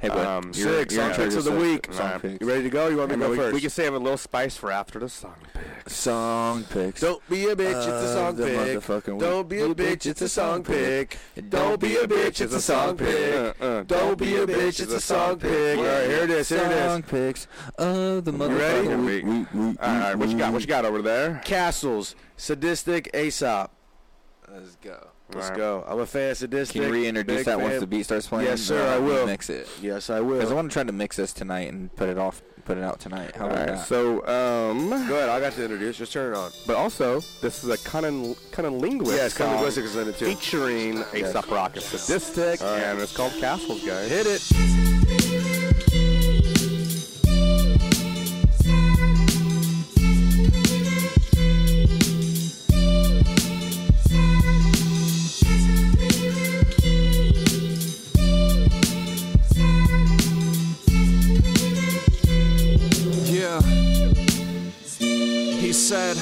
Speaker 11: Hey, bud,
Speaker 10: um,
Speaker 11: you're-
Speaker 10: Sig,
Speaker 11: you're
Speaker 10: song
Speaker 11: in
Speaker 10: picks
Speaker 11: charge
Speaker 10: of the
Speaker 11: of stuff.
Speaker 10: week.
Speaker 11: Song
Speaker 10: picks.
Speaker 11: picks. You ready to go? You want me to
Speaker 10: Hey,
Speaker 11: go
Speaker 10: we-
Speaker 11: first?
Speaker 10: We can save a little spice for after the song.
Speaker 11: Song picks. Don't be a bitch. It's a
Speaker 10: Uh,
Speaker 11: song
Speaker 10: the
Speaker 11: pick.
Speaker 10: motherfucking
Speaker 11: Don't be a bitch. It's a song pick. Don't be a bitch. It's a song pick.
Speaker 10: Uh, uh,
Speaker 11: Don't be a bitch. It's a song pick. All right, here it is. Here it is.
Speaker 10: Song picks of the
Speaker 11: You ready?
Speaker 10: motherfucking week.
Speaker 11: All
Speaker 10: right, what you got? What you got over there?
Speaker 11: Castles, sadistic Aesop.
Speaker 10: Let's go.
Speaker 11: Let's go. I'm a fan of sadistic.
Speaker 10: Can you reintroduce
Speaker 11: Big
Speaker 10: that once
Speaker 11: fan.
Speaker 10: the beat starts playing?
Speaker 11: Yes, sir.
Speaker 10: Uh,
Speaker 11: I will.
Speaker 10: Mix it.
Speaker 11: Yes, I
Speaker 10: Because I
Speaker 11: will.
Speaker 10: want to try to mix this tonight and put it off, put it out tonight. How
Speaker 11: All
Speaker 10: about
Speaker 11: right,
Speaker 10: that?
Speaker 11: so- Go ahead. I got to introduce. Just turn it on.
Speaker 12: um, But also, this is a Cunning Cunning Linguist.
Speaker 11: Yes, Cunning
Speaker 12: song
Speaker 11: Linguist is in it, too.
Speaker 12: Featuring
Speaker 11: Yes.
Speaker 12: Aesop Rock and Sadistic, and it's called Castles, guys.
Speaker 11: Hit it.
Speaker 19: Yeah. He said,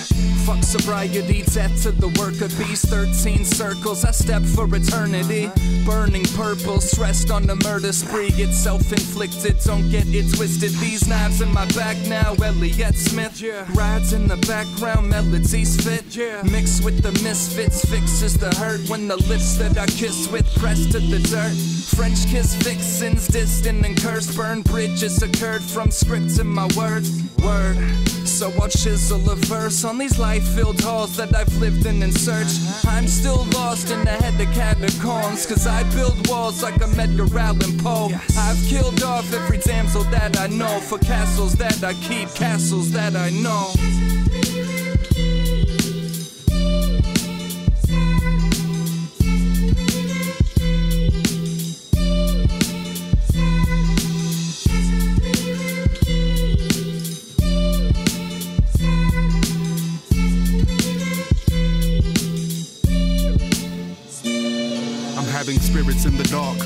Speaker 19: Fuck sobriety, debt to the work of these 13 circles. I step for eternity, burning purple, stressed on the murder spree. It's self inflicted, don't get it twisted. These knives in my back now, Elliot Smith. Rides in the background, melodies fit. Mixed with the misfits, fixes the hurt when the lips that I kiss with press to the dirt. French kiss vixens, distant and cursed. Burn bridges occurred from scripts in my words. Word. So I'll chisel a verse on these life filled halls that I've lived in and searched. I'm still lost in the head of catacombs, cause I build walls like I'm Edgar Allan Poe. I've killed off every damsel that I know for castles that I keep, castles that I know.
Speaker 15: I'm having spirits in the dark,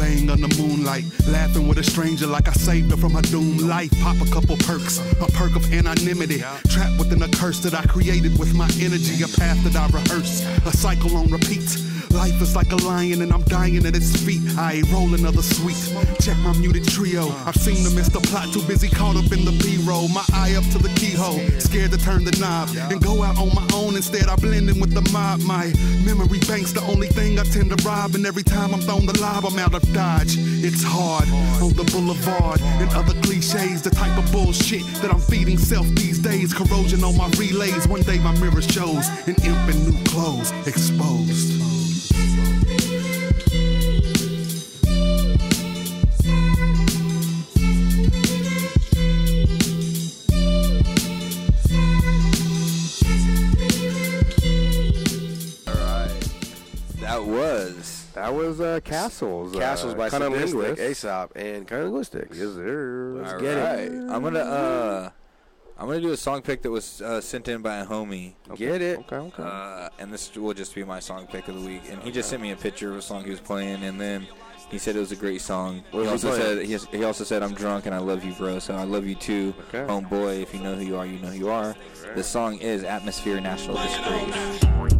Speaker 15: laying on the moonlight, laughing with a stranger like I saved her from her doomed life. Pop a couple perks, a perk of anonymity, trapped within a curse that I created with my energy, a path that I rehearse, a cycle on repeat. Life is like a lion and I'm dying at its feet. I roll another sweet. Check my muted trio. I've seen the missed the plot, too busy caught up in the B-roll. My eye up to the keyhole, scared to turn the knob and go out on my own. Instead, I blend in with the mob. My memory bank's the only thing I tend to rob, and every time I'm thrown alive, I'm out of dodge. It's hard on the boulevard and other cliches, the type of bullshit that I'm feeding self these days. Corrosion on my relays. One day my mirror shows an imp in new clothes exposed.
Speaker 10: All right. That was.
Speaker 11: That
Speaker 12: was uh, Castles.
Speaker 11: Castles
Speaker 12: uh,
Speaker 11: by Sadistic,
Speaker 12: Cunnilingus.
Speaker 11: Aesop, and Cunnilinguistics.
Speaker 12: Yes, sir.
Speaker 11: Let's
Speaker 10: All
Speaker 11: get
Speaker 10: right.
Speaker 11: it.
Speaker 10: I'm gonna uh, I'm gonna do a song pick that was uh, sent in by a homie.
Speaker 11: Get it.
Speaker 12: Okay, okay.
Speaker 10: Uh, and this will just be my song pick of the week. And he just sent me a picture of a song he was playing, and then he said it was a great song. he
Speaker 11: was he
Speaker 10: also
Speaker 11: playing?
Speaker 10: said he, he also said I'm drunk and I love you, bro. So I love you too, homeboy. If you know who you are, you know who you are. The song is Atmosphere National Disgrace.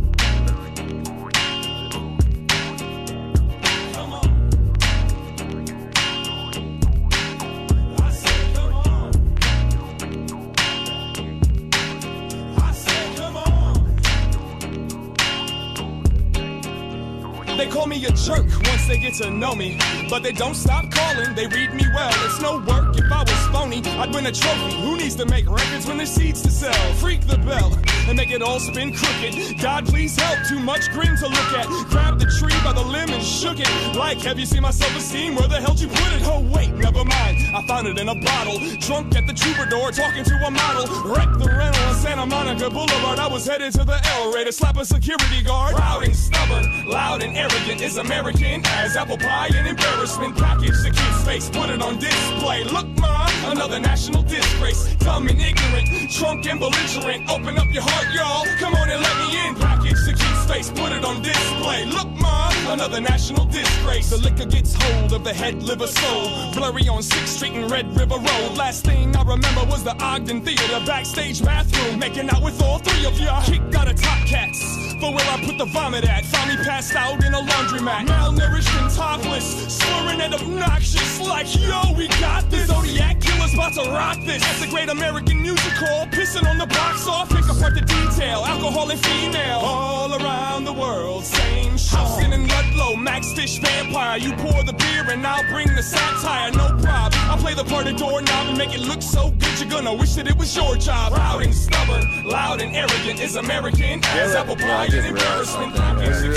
Speaker 5: They call me a jerk once they get to know me, but they don't stop calling. They read me well. It's no work. If I was phony, I'd win a trophy. Who needs to make records when there's seeds to sell? Freak the bell and make it all spin crooked. God, please help. Too much grin to look at. Grabbed the tree by the limb and shook it. Like, have you seen my self-esteem? Where the hell you put it? Oh wait, never mind. I found it in a bottle. Drunk at the troubadour, talking to a model. Wrecked the rental on Santa Monica Boulevard. I was headed to the L Ray to slap a security guard. Proud and stubborn, loud and arrogant is American as apple pie and embarrassment. Package the kid's face, put it on display. Look, mom, another national disgrace. Dumb and ignorant, drunk and belligerent. Open up your heart, y'all. Come on and let me in. Package the kid's face, put it on display. Look, mom, another national disgrace. The liquor gets hold of the head, liver, soul. Blurry on 6th Street and Red River Road. Last thing I remember was the Ogden Theater. Backstage bathroom, making out with all three of ya. Kicked out of Top Cats. For where I put the vomit at, found me passed out in a laundromat. Malnourished and topless, slurring and obnoxious, like, yo, we got this. Zodiac killer's about to rock this. That's a great American music hall, pissing on the box off, pick apart the detail. Alcohol and female, all around the world, same show. Hobson and Ludlow, Max Fish Vampire. You pour the beer and I'll bring the satire, no prob. I play the part of doorknob and make it look so good, you're gonna wish that it was your job. Proud and stubborn, loud and arrogant is American as apple pie and embarrassment.
Speaker 11: I
Speaker 5: Package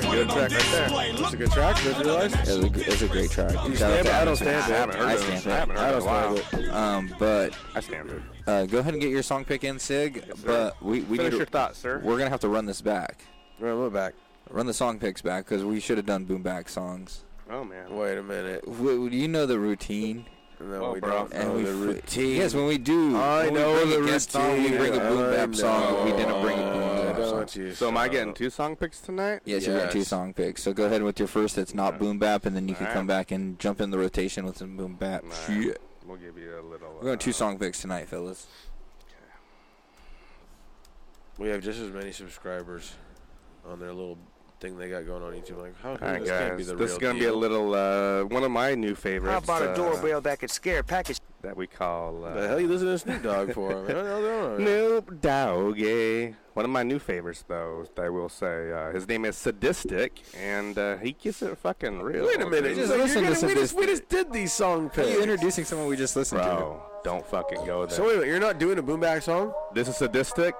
Speaker 5: the kid's
Speaker 11: realized that
Speaker 5: face,
Speaker 11: a
Speaker 5: put
Speaker 11: good
Speaker 5: it on
Speaker 11: track
Speaker 5: display.
Speaker 11: right there. That's a good track. Did you realize?
Speaker 10: It's a, it's a great track.
Speaker 11: You
Speaker 10: Shout out
Speaker 11: stand
Speaker 10: to
Speaker 11: it? I
Speaker 10: Atmosphere.
Speaker 11: don't stand it. I haven't heard
Speaker 10: I
Speaker 11: of it.
Speaker 10: stand
Speaker 11: I haven't heard
Speaker 10: I
Speaker 11: of
Speaker 10: don't
Speaker 11: it in a while.
Speaker 10: stand it. Um, but
Speaker 11: I stand it.
Speaker 10: Uh, go ahead and get your song pick in, Sig. but we, we
Speaker 11: Finish
Speaker 10: need to-
Speaker 11: your thoughts, sir.
Speaker 10: We're gonna have to run this back.
Speaker 11: Run what back?
Speaker 10: Run the song picks back because we should have done boom back songs.
Speaker 11: Oh man. Wait a minute.
Speaker 10: W- you know the routine.
Speaker 11: No,
Speaker 10: Oh,
Speaker 11: we
Speaker 10: bro.
Speaker 11: don't
Speaker 10: And
Speaker 11: know
Speaker 10: we
Speaker 11: the
Speaker 10: fr-
Speaker 11: routine. Uh,
Speaker 10: Yes, when we do.
Speaker 11: I
Speaker 10: when we
Speaker 11: know
Speaker 10: bring a
Speaker 11: the
Speaker 10: guest song, we
Speaker 11: routine.
Speaker 10: bring a boom
Speaker 11: I
Speaker 10: bap song, but we didn't bring a
Speaker 11: know.
Speaker 10: boom bap song.
Speaker 11: Don't you
Speaker 12: So am I
Speaker 11: shut
Speaker 12: getting
Speaker 11: up.
Speaker 12: two song picks tonight?
Speaker 10: Yes, you're getting two song picks. So go ahead with your first that's not boom bap, and then you can come back and jump in the rotation with some boom bap. Yeah.
Speaker 12: We'll give you a little.
Speaker 10: We're going two song picks tonight, fellas.
Speaker 11: We have just as many subscribers on their little thing they got going on YouTube. Like, how
Speaker 12: All right,
Speaker 11: this can't
Speaker 12: guys.
Speaker 11: be the
Speaker 12: this
Speaker 11: real
Speaker 12: is gonna be
Speaker 11: deal.
Speaker 12: a little uh, one of my new favorites.
Speaker 11: How about a
Speaker 12: uh,
Speaker 11: doorbell
Speaker 12: that could scare package? That we call. Uh,
Speaker 11: the hell you listening to Snoop Dogg
Speaker 12: <laughs>
Speaker 11: for? I mean, I don't know.
Speaker 12: Snoop Doggy. One of my new favorites, though, I will say. Uh, his name is Sadistic, and uh, he gets it fucking real.
Speaker 11: Wait a minute.
Speaker 12: dude.
Speaker 11: so you're gonna- we, just, we just did these song picks.
Speaker 10: introducing someone we just listened
Speaker 12: Bro, don't fucking go there.
Speaker 11: So wait a minute, you're not doing a boomback song?
Speaker 12: this is Sadistic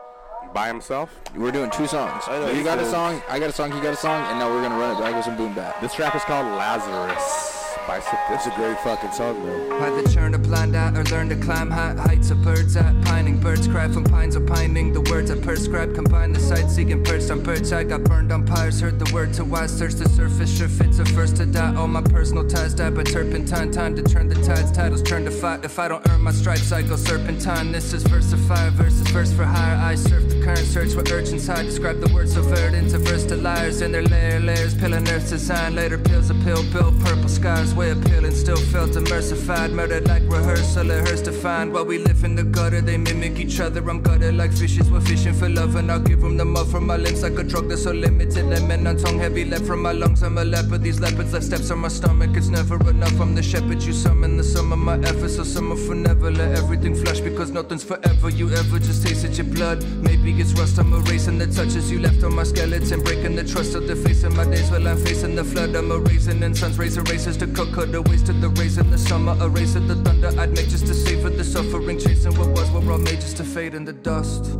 Speaker 12: by himself.
Speaker 10: We're doing two songs.
Speaker 12: I know,
Speaker 10: you got a
Speaker 12: so-
Speaker 10: song, I got a song, you got a song, and now we're gonna run it back with some boom bap.
Speaker 12: This track is called Lazarus by Sadistic. It's a great fucking song, though.
Speaker 19: Either turn a blind eye or learn to climb high heights of bird's eye. Pining birds cry from pines opining. The words I prescribe combine the sight seeking perched on bird's eye. Got burned on pyres, heard the word to wise. Search the surface, sure fits a first to die. All my personal ties die by turpentine. Time to turn the tides, titles turn to fight. If I don't earn my stripes, I go serpentine. This is verse of fire versus verse for hire. I surf the current, search for urchins high. Describe the words of earth into verse to liars in their lair layers. Pilling earth's design. Later pills a pill, built purple skies. Way appealing, still felt immersified. Murdered like rehearsal, it hurts to find. While we live in the gutter, they mimic each other. I'm gutted like fishes, we're fishing for love. And I'll give them the mud from my lips like a drug that's so limited. Lemon on tongue, heavy left from my lungs. I'm a leopard, these leopards left steps on my stomach. It's never enough. I'm the shepherd you summon, the sum of my efforts. So summer for never let everything flush because nothing's forever. You ever just tasted your blood? Maybe it's rust, I'm erasing the touches you left on my skeleton. Breaking the trust of the face of my days while I'm facing the flood. I'm erasing and sun's razor races to cut cutaways to the raisin. The summer eraser, the thunder I'd make just to savor the suffering. Chasing what was, we're all made just to fade in the dust.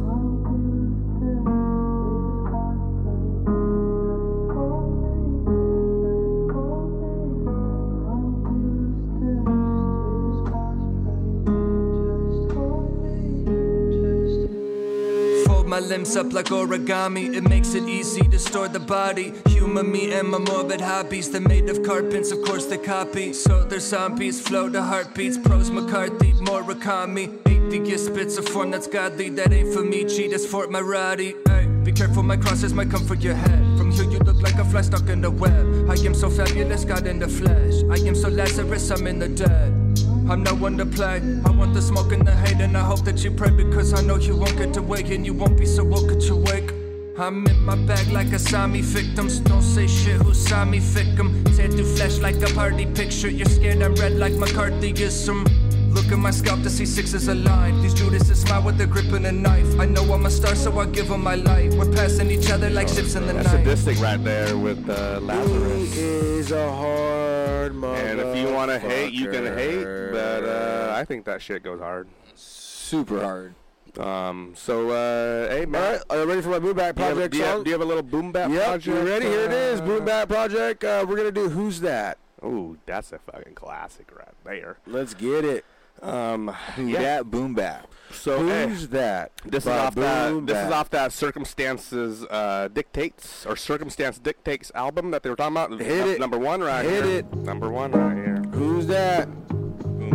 Speaker 19: Fold my my limbs up like origami. It makes it easy to store the body. Human me and my morbid hobbies. They're made of carpets, of course they copy. So they're zombies, flow to heartbeats. Pros McCarthy, Murakami. Atheist spits a form that's godly. That ain't for me, G, that's Fort Mirati. Ay, be careful, my crosses might come for your head. From here, you look like a fly stuck in the web. I am so fabulous, God in the flesh. I am so Lazarus, I'm in the dead. I'm no one to play. I want the smoke and the hate, and I hope that you pray because I know you won't get away and you won't be so woke at your wake. I'm in my bag like a Sami victims. Don't say shit, who Sami fick 'em? Tear through flesh like a party picture. You're scared I'm red like McCarthyism. Look at my scalp to see sixes aligned. These Judases smile with a grip and a knife. I know I'm a star, so I give 'em my life. We're passing each other like ships in the
Speaker 21: That's
Speaker 19: night.
Speaker 21: sadistic right there with uh, Lazarus.
Speaker 16: is a hard
Speaker 21: And if you want to hate, you can hate, but uh, I think that shit goes hard.
Speaker 22: Super hard.
Speaker 21: Um. So, uh, hey, man.
Speaker 16: Are you ready for my boom bap
Speaker 21: Do you have-
Speaker 16: project
Speaker 21: do you have-
Speaker 16: song?
Speaker 21: do you have a little boom bap
Speaker 16: yep,
Speaker 21: project? Uh,
Speaker 16: you ready? Here it
Speaker 11: Uh,
Speaker 16: is, boom bap project. Uh, we're gonna do who's that?
Speaker 21: Ooh, that's a fucking classic right there.
Speaker 16: Let's get it.
Speaker 21: Um, yeah.
Speaker 22: that boom bap.
Speaker 21: So
Speaker 16: who's that?
Speaker 21: This is
Speaker 16: By
Speaker 21: off
Speaker 16: Boom
Speaker 21: that. This is
Speaker 16: Bap.
Speaker 21: off that circumstances uh, dictates or circumstance dictates album that they were talking about.
Speaker 16: Hit
Speaker 21: Num-
Speaker 16: it.
Speaker 21: Number one right
Speaker 16: Hit
Speaker 21: here.
Speaker 16: it.
Speaker 21: Number one right here.
Speaker 16: Who's that?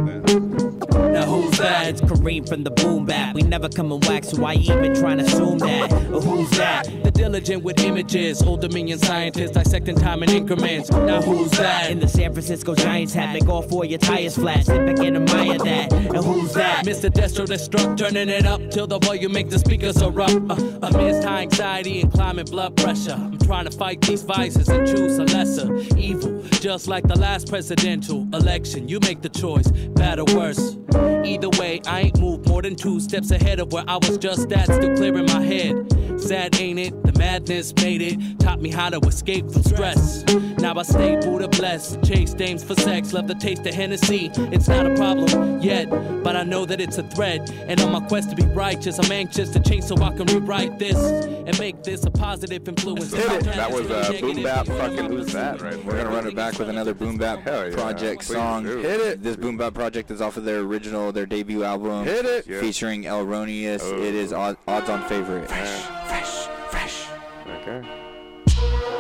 Speaker 23: Now who's that? It's Kareem from the boom bap. We never come in wax, so why even trying to assume that? Or who's that?
Speaker 24: The diligent with images, old Dominion scientists dissecting time in increments. Now who's that?
Speaker 23: In the San Francisco Giants hat, make all four your tires flat. Sit back and admire that. And who's that?
Speaker 24: Mr. Destro Destruct, turning it up till the volume make the speakers erupt. Uh, amidst high anxiety and climbing blood pressure, I'm trying to fight these vices and choose a lesser evil. Just like the last presidential election, you make the choice, bad or worse. Either way, I ain't moved more than two steps ahead of where I was just at, still clearing my head. Sad, ain't it? The madness made it, taught me how to escape from stress. Now I stay Buddha blessed, chase dames for sex, love the taste of Hennessy. It's not a problem yet, but I know that it's a threat. And on my quest to be righteous, I'm anxious to change so I can rewrite this and make this a positive influence.
Speaker 21: That was uh, boom bap. Fucking who's that right
Speaker 22: We're gonna run it back with another Boom Bap Project
Speaker 21: Please
Speaker 22: song.
Speaker 21: do.
Speaker 22: Hit it. This Boom Bap Project is off of their original, their debut album.
Speaker 21: Hit it. Yeah. Oh.
Speaker 22: Featuring Elronius. It is od- odds on favorite.
Speaker 21: fresh, fresh. Okay.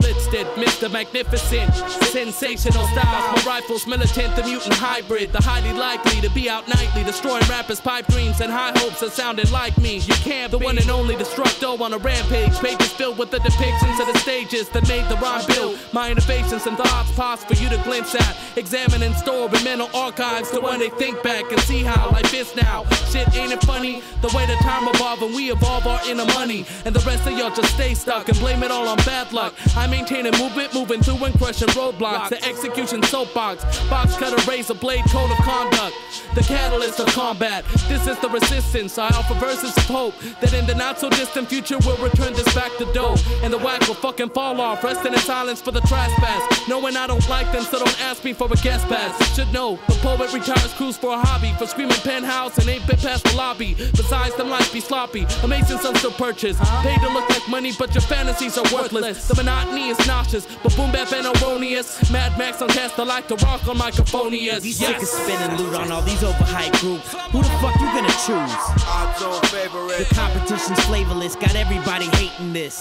Speaker 24: blitzed it, Mr. Magnificent. Sensational styles, my rifles, militant, the mutant hybrid. The highly likely to be out nightly, destroying rappers' pipe dreams and high hopes that sounded like me. You can't the one and only destructo on a rampage. Pages filled with the depictions of the stages that made the rhyme build. My innovations and thoughts pause for you to glimpse at. Examine and store in mental archives to when they think back and see how life is now. Shit, ain't it funny? The way the time evolve and we evolve our inner money. And the rest of y'all just stay stuck and blame it all on bad luck. I maintain a movement, moving through and crushing roadblocks. The execution soapbox, box cutter, razor blade, code of conduct. The catalyst of combat. This is the resistance. I offer verses of hope that in the not so distant future we'll return this back to dope. And the whack will fucking fall off, resting in silence for the trespass. Knowing I don't like them, so don't ask me for a guest pass. Should know the poet retires, cruise for a hobby, for screaming penthouse and ain't been past the lobby. Besides, them lights be sloppy. Amazing some still purchase. Paid to look like money, but your fantasies are worthless. The monotony is nauseous, but boom bap and erroneous. Mad Max on cast the light to rock on microphonius.
Speaker 23: These
Speaker 24: Yes.
Speaker 23: chickens spinning loot on all these overhyped groups. Who the fuck you gonna choose?
Speaker 6: Odds on favorite.
Speaker 23: The competition's flavorless, got everybody hating this.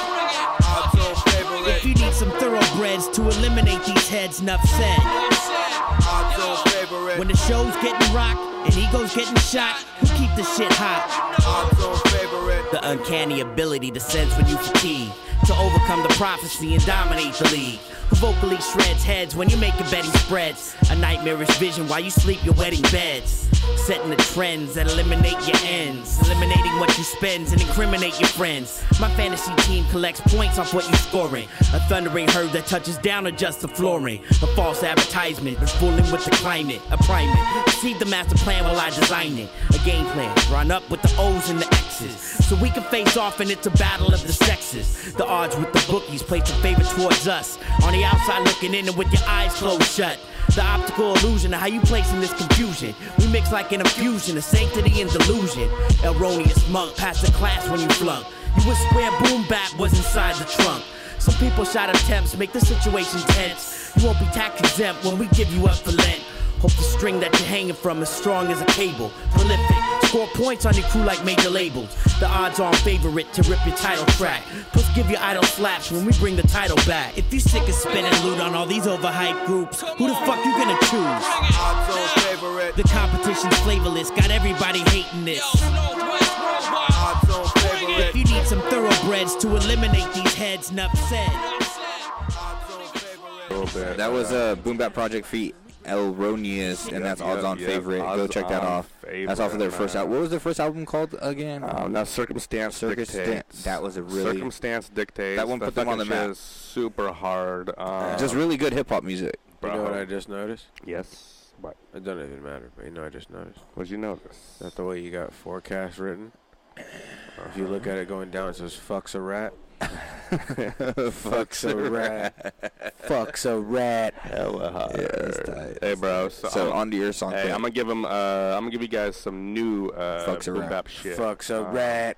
Speaker 6: Odds on favorite.
Speaker 23: If you need some thoroughbreds to eliminate these heads, nuff said.
Speaker 6: Odds on favorite.
Speaker 23: When the show's getting rocked and ego's getting shot, who keep the shit hot?
Speaker 6: Odds on favorite.
Speaker 23: The uncanny ability to sense when you fatigue, to overcome the prophecy and dominate the league. Who vocally shreds heads when you're making betting spreads? A nightmarish vision while you sleep your wedding beds. Setting the trends that eliminate your ends, eliminating what you spend and incriminate your friends. My fantasy team collects points off what you scoring. A thundering herd that touches down adjusts the flooring. A false advertisement, but fooling with the climate, a primate. See the master plan while I design it. A game plan, drawn up with the O's and the X's. So we can face off and it's a battle of the sexes. The odds with the bookies place a favor towards us. On the outside looking in and with your eyes closed shut. The optical illusion of how you place in this confusion. We mix like an infusion of sanctity and delusion. Erroneous monk, pass the class when you flunk. You would swear boom bap was inside the trunk.
Speaker 21: Some people shot attempts make the situation tense. You won't be tax exempt when we give you up for Lent. Hope the string that you're hanging from is strong as a cable. Prolific, score points on your crew like major labels. The odds on favorite to rip your title track. Plus, give your idol slaps when we bring the title back. If you sick of spending loot on all these overhyped groups, who the fuck you gonna choose? The competition's flavorless, got everybody hating this. If you need some thoroughbreds to eliminate these heads, nuff said.
Speaker 10: That was a uh, Boom Bap Project feat El Ronius, and that's odds on
Speaker 12: yep,
Speaker 10: favorite. Go
Speaker 12: odds
Speaker 10: check that
Speaker 12: on
Speaker 10: off. that's off of their
Speaker 12: favorite,
Speaker 10: first
Speaker 12: man.
Speaker 10: album. What was their first album called again?
Speaker 12: Um, now circumstance
Speaker 10: Circus-
Speaker 12: dictates.
Speaker 10: that was a really
Speaker 12: circumstance dictates.
Speaker 10: That one put them on the
Speaker 12: fucking shit
Speaker 10: map.
Speaker 12: is Super hard.
Speaker 21: uh,
Speaker 12: Um,
Speaker 10: Just really good hip hop music.
Speaker 11: You know what I just noticed?
Speaker 12: Yes. What?
Speaker 11: It doesn't even matter, but you know I just noticed.
Speaker 12: What'd you notice?
Speaker 11: That the way you got forecast written. If you look at it going down, it says "fucks a <laughs> rat." fucks a rat. <laughs>
Speaker 10: Fucks a rat. Hella hard.
Speaker 12: Hey, bro. So,
Speaker 10: So,
Speaker 12: I'm,
Speaker 10: on to your song,
Speaker 12: Hey,
Speaker 10: quick.
Speaker 12: I'm gonna give 'em, Uh, I'm gonna give you guys some new uh,
Speaker 10: Fucks a
Speaker 12: boom
Speaker 10: rat.
Speaker 12: bap shit.
Speaker 10: Fucks a
Speaker 12: Uh,
Speaker 10: rat.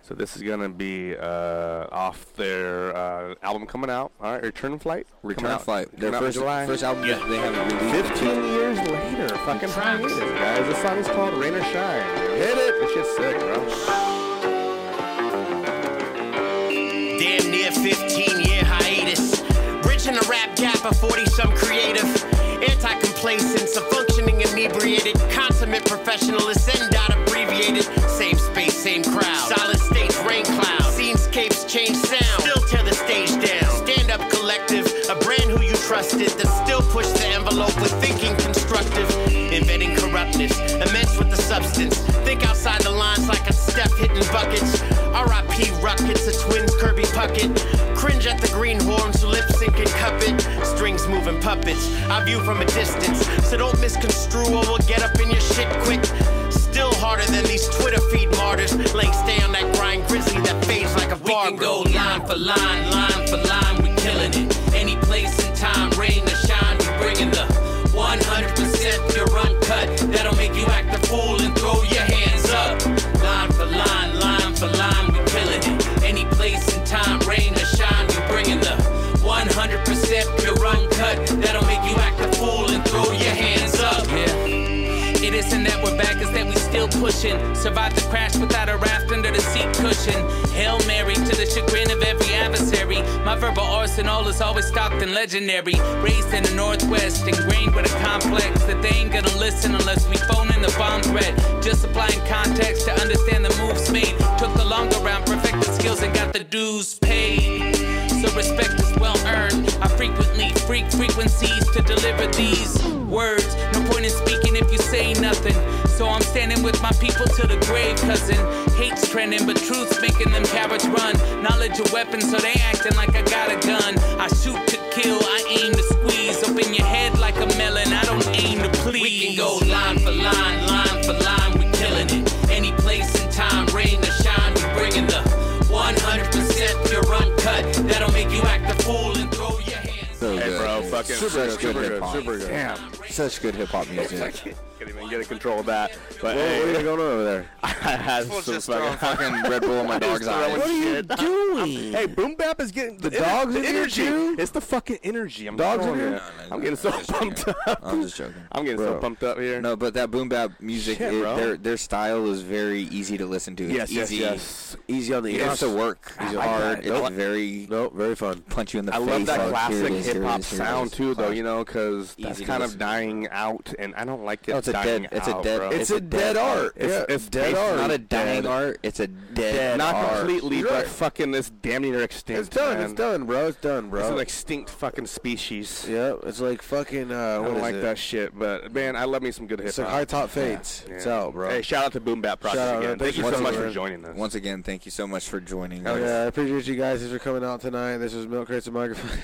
Speaker 12: So this is gonna be uh, off their uh, album coming out. All right, Return Flight. coming
Speaker 10: Return
Speaker 12: out-
Speaker 10: Flight. Their
Speaker 12: coming out in
Speaker 10: first-
Speaker 12: July.
Speaker 10: first album that they haven't released.
Speaker 12: Fifteen years later, fucking time it, guys. This song is called Rain or Shine. Hit it. This shit's sick, bro.
Speaker 21: Damn near 15 year hiatus. Bridging the rap gap of 40 some creative. Anti complacence, a functioning inebriated. Consummate professionalist, end dot abbreviated. Same space, same crowd. Solid stage, rain cloud. Scenescapes change sound. Still tear the stage down. Stand up collective, a brand who you trusted that still pushed the envelope with thinking constructive. Inventing corruptness, immense with the substance. Think outside the lines like a step hitting buckets. RIP Ruckus, a twins Kirby Puckett. Cringe at the greenhorns who lip sync and cup it. Strings moving puppets, I view from a distance. So don't misconstrue or we'll get up in your shit quick. Still harder than these Twitter feed martyrs. Link stay on that grind grizzly that fades like a barber.
Speaker 9: can go line for line, line for line, we killing it. Any place and time, rain or shine, we bringing the 100% pure uncut. That'll make you act a fool and throw your hands up. Line for line, line for line, we killing it. Any place and time, rain or shine, we bringing the 100% pure uncut. That'll make you act a fool and throw your hands up. Yeah. It isn't that we're back, it's that we still pushing. Survived the crash without a raft under the seat cushion. Hail Mary to the chagrin of every adversary. My verbal arsenal is always stocked and legendary. Raised in the Northwest, ingrained with a complex that they ain't gonna listen unless we phone in the bomb threat. Just applying context to understand the moves made. Took the longer round, perfected skills, and got the dues paid. So respect is well earned. I frequently freak frequencies to deliver these words. No point in speaking if you say nothing. So I'm standing with my people to the grave, cousin. Hate's trending, but truth's making them cowards run. Knowledge a weapon, so they acting like I got a gun. I shoot to kill, I aim to squeeze. Open your head like a melon, I don't aim to please. We can go line for line, line for line, we killing it. Any place and time, rain or shine, we bringing the 100% pure uncut. That'll make you act a fool and throw your hands.
Speaker 10: So
Speaker 12: hey,
Speaker 10: good.
Speaker 12: bro. Fucking
Speaker 10: Such
Speaker 12: such
Speaker 10: good hip
Speaker 12: hip-hop.
Speaker 10: hop.
Speaker 12: Damn.
Speaker 10: Such good hip hop
Speaker 12: I
Speaker 10: music.
Speaker 12: can't can't even get in control of that. But
Speaker 10: Whoa,
Speaker 12: hey,
Speaker 10: what are you going on over there?
Speaker 12: I had some
Speaker 10: just
Speaker 12: fucking,
Speaker 10: throwing fucking Red Bull in my
Speaker 12: I was
Speaker 10: dog's eyes.
Speaker 12: throwing
Speaker 10: What are you
Speaker 12: shit.
Speaker 10: doing?
Speaker 12: hey, Boom Bap is getting the,
Speaker 10: The
Speaker 12: ener-
Speaker 10: dogs
Speaker 12: the
Speaker 10: in here
Speaker 12: energy.
Speaker 10: too?
Speaker 12: It's the fucking energy. I'm
Speaker 10: Dogs in
Speaker 12: telling
Speaker 10: here?
Speaker 12: you. I'm getting so pumped
Speaker 10: <laughs>
Speaker 12: up.
Speaker 10: I'm just joking.
Speaker 12: I'm getting so pumped up here.
Speaker 10: No, but that boom bap music,
Speaker 12: Shit,
Speaker 10: it-
Speaker 12: bro.
Speaker 10: their their style is very easy to listen to. It's
Speaker 12: Yes, yes,
Speaker 10: easy,
Speaker 12: yes.
Speaker 10: easy on the. You don't have to work
Speaker 12: I like
Speaker 10: hard.
Speaker 12: that.
Speaker 10: It's
Speaker 12: Nope.
Speaker 10: very
Speaker 11: nope, very fun.
Speaker 10: Punch you in the
Speaker 12: I
Speaker 10: face.
Speaker 12: love that
Speaker 10: like, here
Speaker 12: classic
Speaker 10: it is, here
Speaker 12: hip
Speaker 10: it
Speaker 12: hop
Speaker 10: is, here it
Speaker 12: sound
Speaker 10: is.
Speaker 12: too, though. You know, because
Speaker 10: Easy
Speaker 12: that's
Speaker 10: to
Speaker 12: kind of
Speaker 10: listen
Speaker 12: dying out, and I don't like it.
Speaker 10: No, it's a
Speaker 12: dying
Speaker 10: dead. It's a
Speaker 12: out,
Speaker 10: dead.
Speaker 12: bro.
Speaker 10: It's, a dead art.
Speaker 12: It's, it's
Speaker 10: dead
Speaker 12: based-
Speaker 10: art.
Speaker 12: Not a
Speaker 10: dying
Speaker 12: dead
Speaker 10: art. It's a dead.
Speaker 12: Not
Speaker 10: art.
Speaker 12: completely,
Speaker 10: You're
Speaker 12: but
Speaker 10: right.
Speaker 12: fucking it's damn near extinct.
Speaker 11: It's done.
Speaker 12: Man.
Speaker 11: It's done, bro. It's done, bro.
Speaker 12: It's an extinct fucking species.
Speaker 11: Yeah, it's like fucking. Uh,
Speaker 12: I
Speaker 11: what
Speaker 12: don't
Speaker 11: is
Speaker 12: like
Speaker 11: it?
Speaker 12: that shit, but man, I love me some good hip hop.
Speaker 11: It's like high top fades. It's out, bro.
Speaker 12: Hey, shout out to Boom Bap Project
Speaker 11: Shout out,
Speaker 12: again.
Speaker 11: man. Thank
Speaker 12: Thank you
Speaker 11: you
Speaker 12: so
Speaker 11: so
Speaker 12: much
Speaker 11: much,
Speaker 12: for
Speaker 11: man.
Speaker 12: joining us.
Speaker 10: Once again, thank you so much for joining
Speaker 11: Hell
Speaker 10: us.
Speaker 11: yeah, I appreciate you guys. Thanks for coming out tonight. This was Milk Crates and Microphone.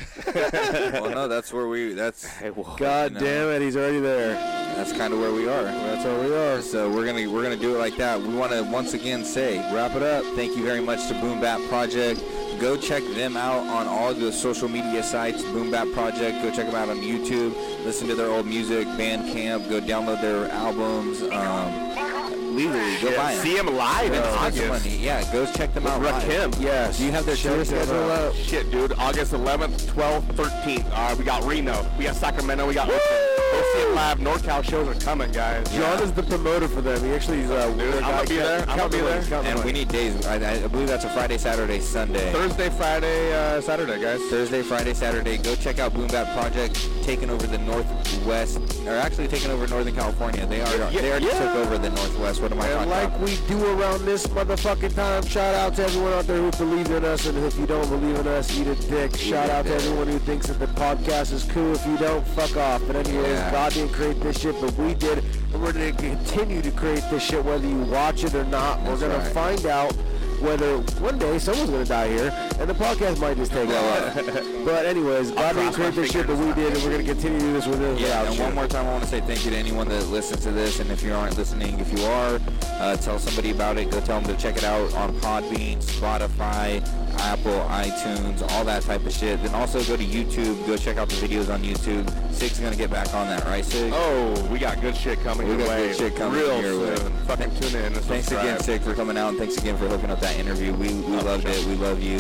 Speaker 10: well, no, that's where we.
Speaker 11: <laughs>
Speaker 10: That's
Speaker 11: God damn it, he's already there.
Speaker 10: That's kind of where we are. That's
Speaker 11: where we are.
Speaker 10: So we're gonna we're gonna do it like that. We want to once again say
Speaker 11: wrap it up.
Speaker 10: Thank you very much to Boom Bap Project. Go check them out on all the social media sites. Boom Bap Project. Go check them out on YouTube. Listen to their old music, Bandcamp. Go download their albums. Um, legally. Go
Speaker 12: Yeah,
Speaker 10: buy 'em. Uh,
Speaker 12: see 'em live in
Speaker 10: Spend some
Speaker 12: August.
Speaker 10: money. Yeah, go check them out. live.
Speaker 12: Rakim.
Speaker 10: Do you have their tour schedule up?
Speaker 12: Shit, dude. August 11th, 12th, 13th. All right, we got Reno. We got Sacramento. We got Oakland. Go see it live. NorCal shows are coming, guys.
Speaker 11: <laughs> John is the promoter for them. He actually is. Uh,
Speaker 12: Dude,
Speaker 11: their
Speaker 12: I'm
Speaker 11: guy,
Speaker 12: gonna be there. I'm gonna be there.
Speaker 10: And we need days. I, I believe that's a Friday, Saturday, Sunday.
Speaker 12: Thursday, Friday, uh, Saturday, guys.
Speaker 10: Thursday, Friday, Saturday. Go check out Boom Bap Project taking over the Northwest, or actually taking over Northern California. They are
Speaker 11: Yeah,
Speaker 10: they already
Speaker 11: yeah.
Speaker 10: took over the Northwest. What am I talking
Speaker 11: And like we do around this motherfucking time, shout out to everyone out there who believed in us, and if you don't believe in us, eat a dick. Shout
Speaker 10: a
Speaker 11: out to
Speaker 10: dick.
Speaker 11: everyone who thinks that the podcast is cool. If you don't, fuck off. But
Speaker 10: Yeah.
Speaker 11: anyways, God didn't create this shit, but we did, and we're gonna continue to create this shit whether you watch it or not.
Speaker 10: That's
Speaker 11: we're gonna
Speaker 10: right.
Speaker 11: find out whether one day someone's gonna die here, and the podcast might just take
Speaker 10: <laughs>
Speaker 11: off. But anyways, God didn't create this shit, but we did, and we're gonna continue to do this with it.
Speaker 10: Yeah,
Speaker 11: without
Speaker 10: and
Speaker 11: you.
Speaker 10: one more time, I want to say thank you to anyone that listens to this. And if you aren't listening, if you are, uh, tell somebody about it. Go tell them to check it out on Podbean, Spotify, Apple, iTunes, all that type of shit. Then also go to YouTube. Go check out the videos on YouTube. Six is going to get back on that, right, Six?
Speaker 12: Oh, we got good shit coming
Speaker 10: we
Speaker 12: your
Speaker 10: got
Speaker 12: way.
Speaker 10: good shit coming
Speaker 12: real
Speaker 10: your way.
Speaker 12: soon. Fucking tune in. and
Speaker 10: Thanks
Speaker 12: subscribe.
Speaker 10: again, Six, for coming out. And thanks again for hooking up that interview. We, we loved it. We love you.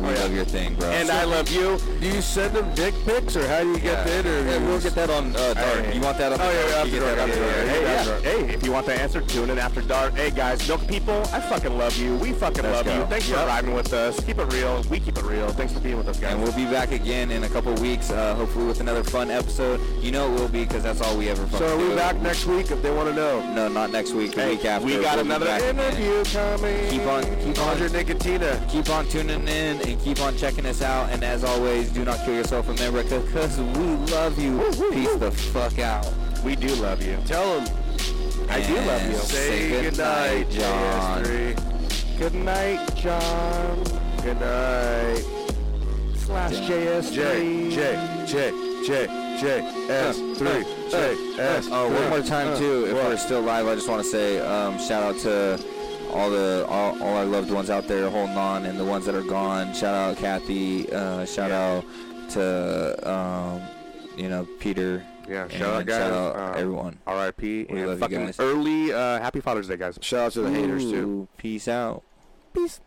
Speaker 10: We
Speaker 12: Oh,
Speaker 10: love your thing, bro.
Speaker 11: And I love you. Do you send them dick pics or how do you get the interviews?
Speaker 10: Yeah, we'll get that on uh, Dark. You want that on
Speaker 12: Oh, yeah, yeah,
Speaker 10: Dark?
Speaker 12: after
Speaker 10: You
Speaker 12: dark.
Speaker 10: get that on
Speaker 12: Yeah, yeah,
Speaker 10: Dark.
Speaker 12: yeah. Hey,
Speaker 10: That's
Speaker 12: yeah.
Speaker 10: right.
Speaker 12: hey, if you want the answer, tune in after dark. Hey, guys, milk people, I fucking love you. We fucking
Speaker 10: Let's
Speaker 12: love
Speaker 10: go.
Speaker 12: you. Thanks for
Speaker 10: Yep.
Speaker 12: riding with us. Keep it real. We keep it real. Thanks for being with us, guys.
Speaker 10: And we'll be back again in a couple weeks, uh, hopefully with another fun episode. You know it will be because that's all we ever.
Speaker 11: So are we back next week if they want to know?
Speaker 10: No, not next week. The week after.
Speaker 11: we got another
Speaker 10: interview
Speaker 11: coming.
Speaker 10: Keep on, keep on. Nicotina. Keep on tuning in and keep on checking us out. And as always, do not kill yourself, America, because we love you. Peace the fuck out.
Speaker 12: We do love you.
Speaker 11: Tell them.
Speaker 12: I do love you.
Speaker 10: Say, goodnight, John.
Speaker 12: Good night, John.
Speaker 11: Good night.
Speaker 12: Slash JS3.
Speaker 11: J, J, J, J, J, S3, J, S.
Speaker 10: Oh, one more time
Speaker 11: Uh,
Speaker 10: too. If
Speaker 11: what?
Speaker 10: we're still live, I just want to say um, shout out to all the all, all our loved ones out there holding on, and the ones that are gone. Shout out Kathy. Uh, shout out to um, you know Peter.
Speaker 12: Yeah,
Speaker 10: and
Speaker 12: shout out, guys.
Speaker 10: Shout out
Speaker 12: Uh,
Speaker 10: everyone.
Speaker 12: R.I.P.
Speaker 10: We
Speaker 12: and
Speaker 10: love you
Speaker 12: fucking
Speaker 10: guys.
Speaker 12: early uh, Happy Father's Day, guys.
Speaker 11: Shout out to
Speaker 10: Ooh, Peace out.
Speaker 12: Peace.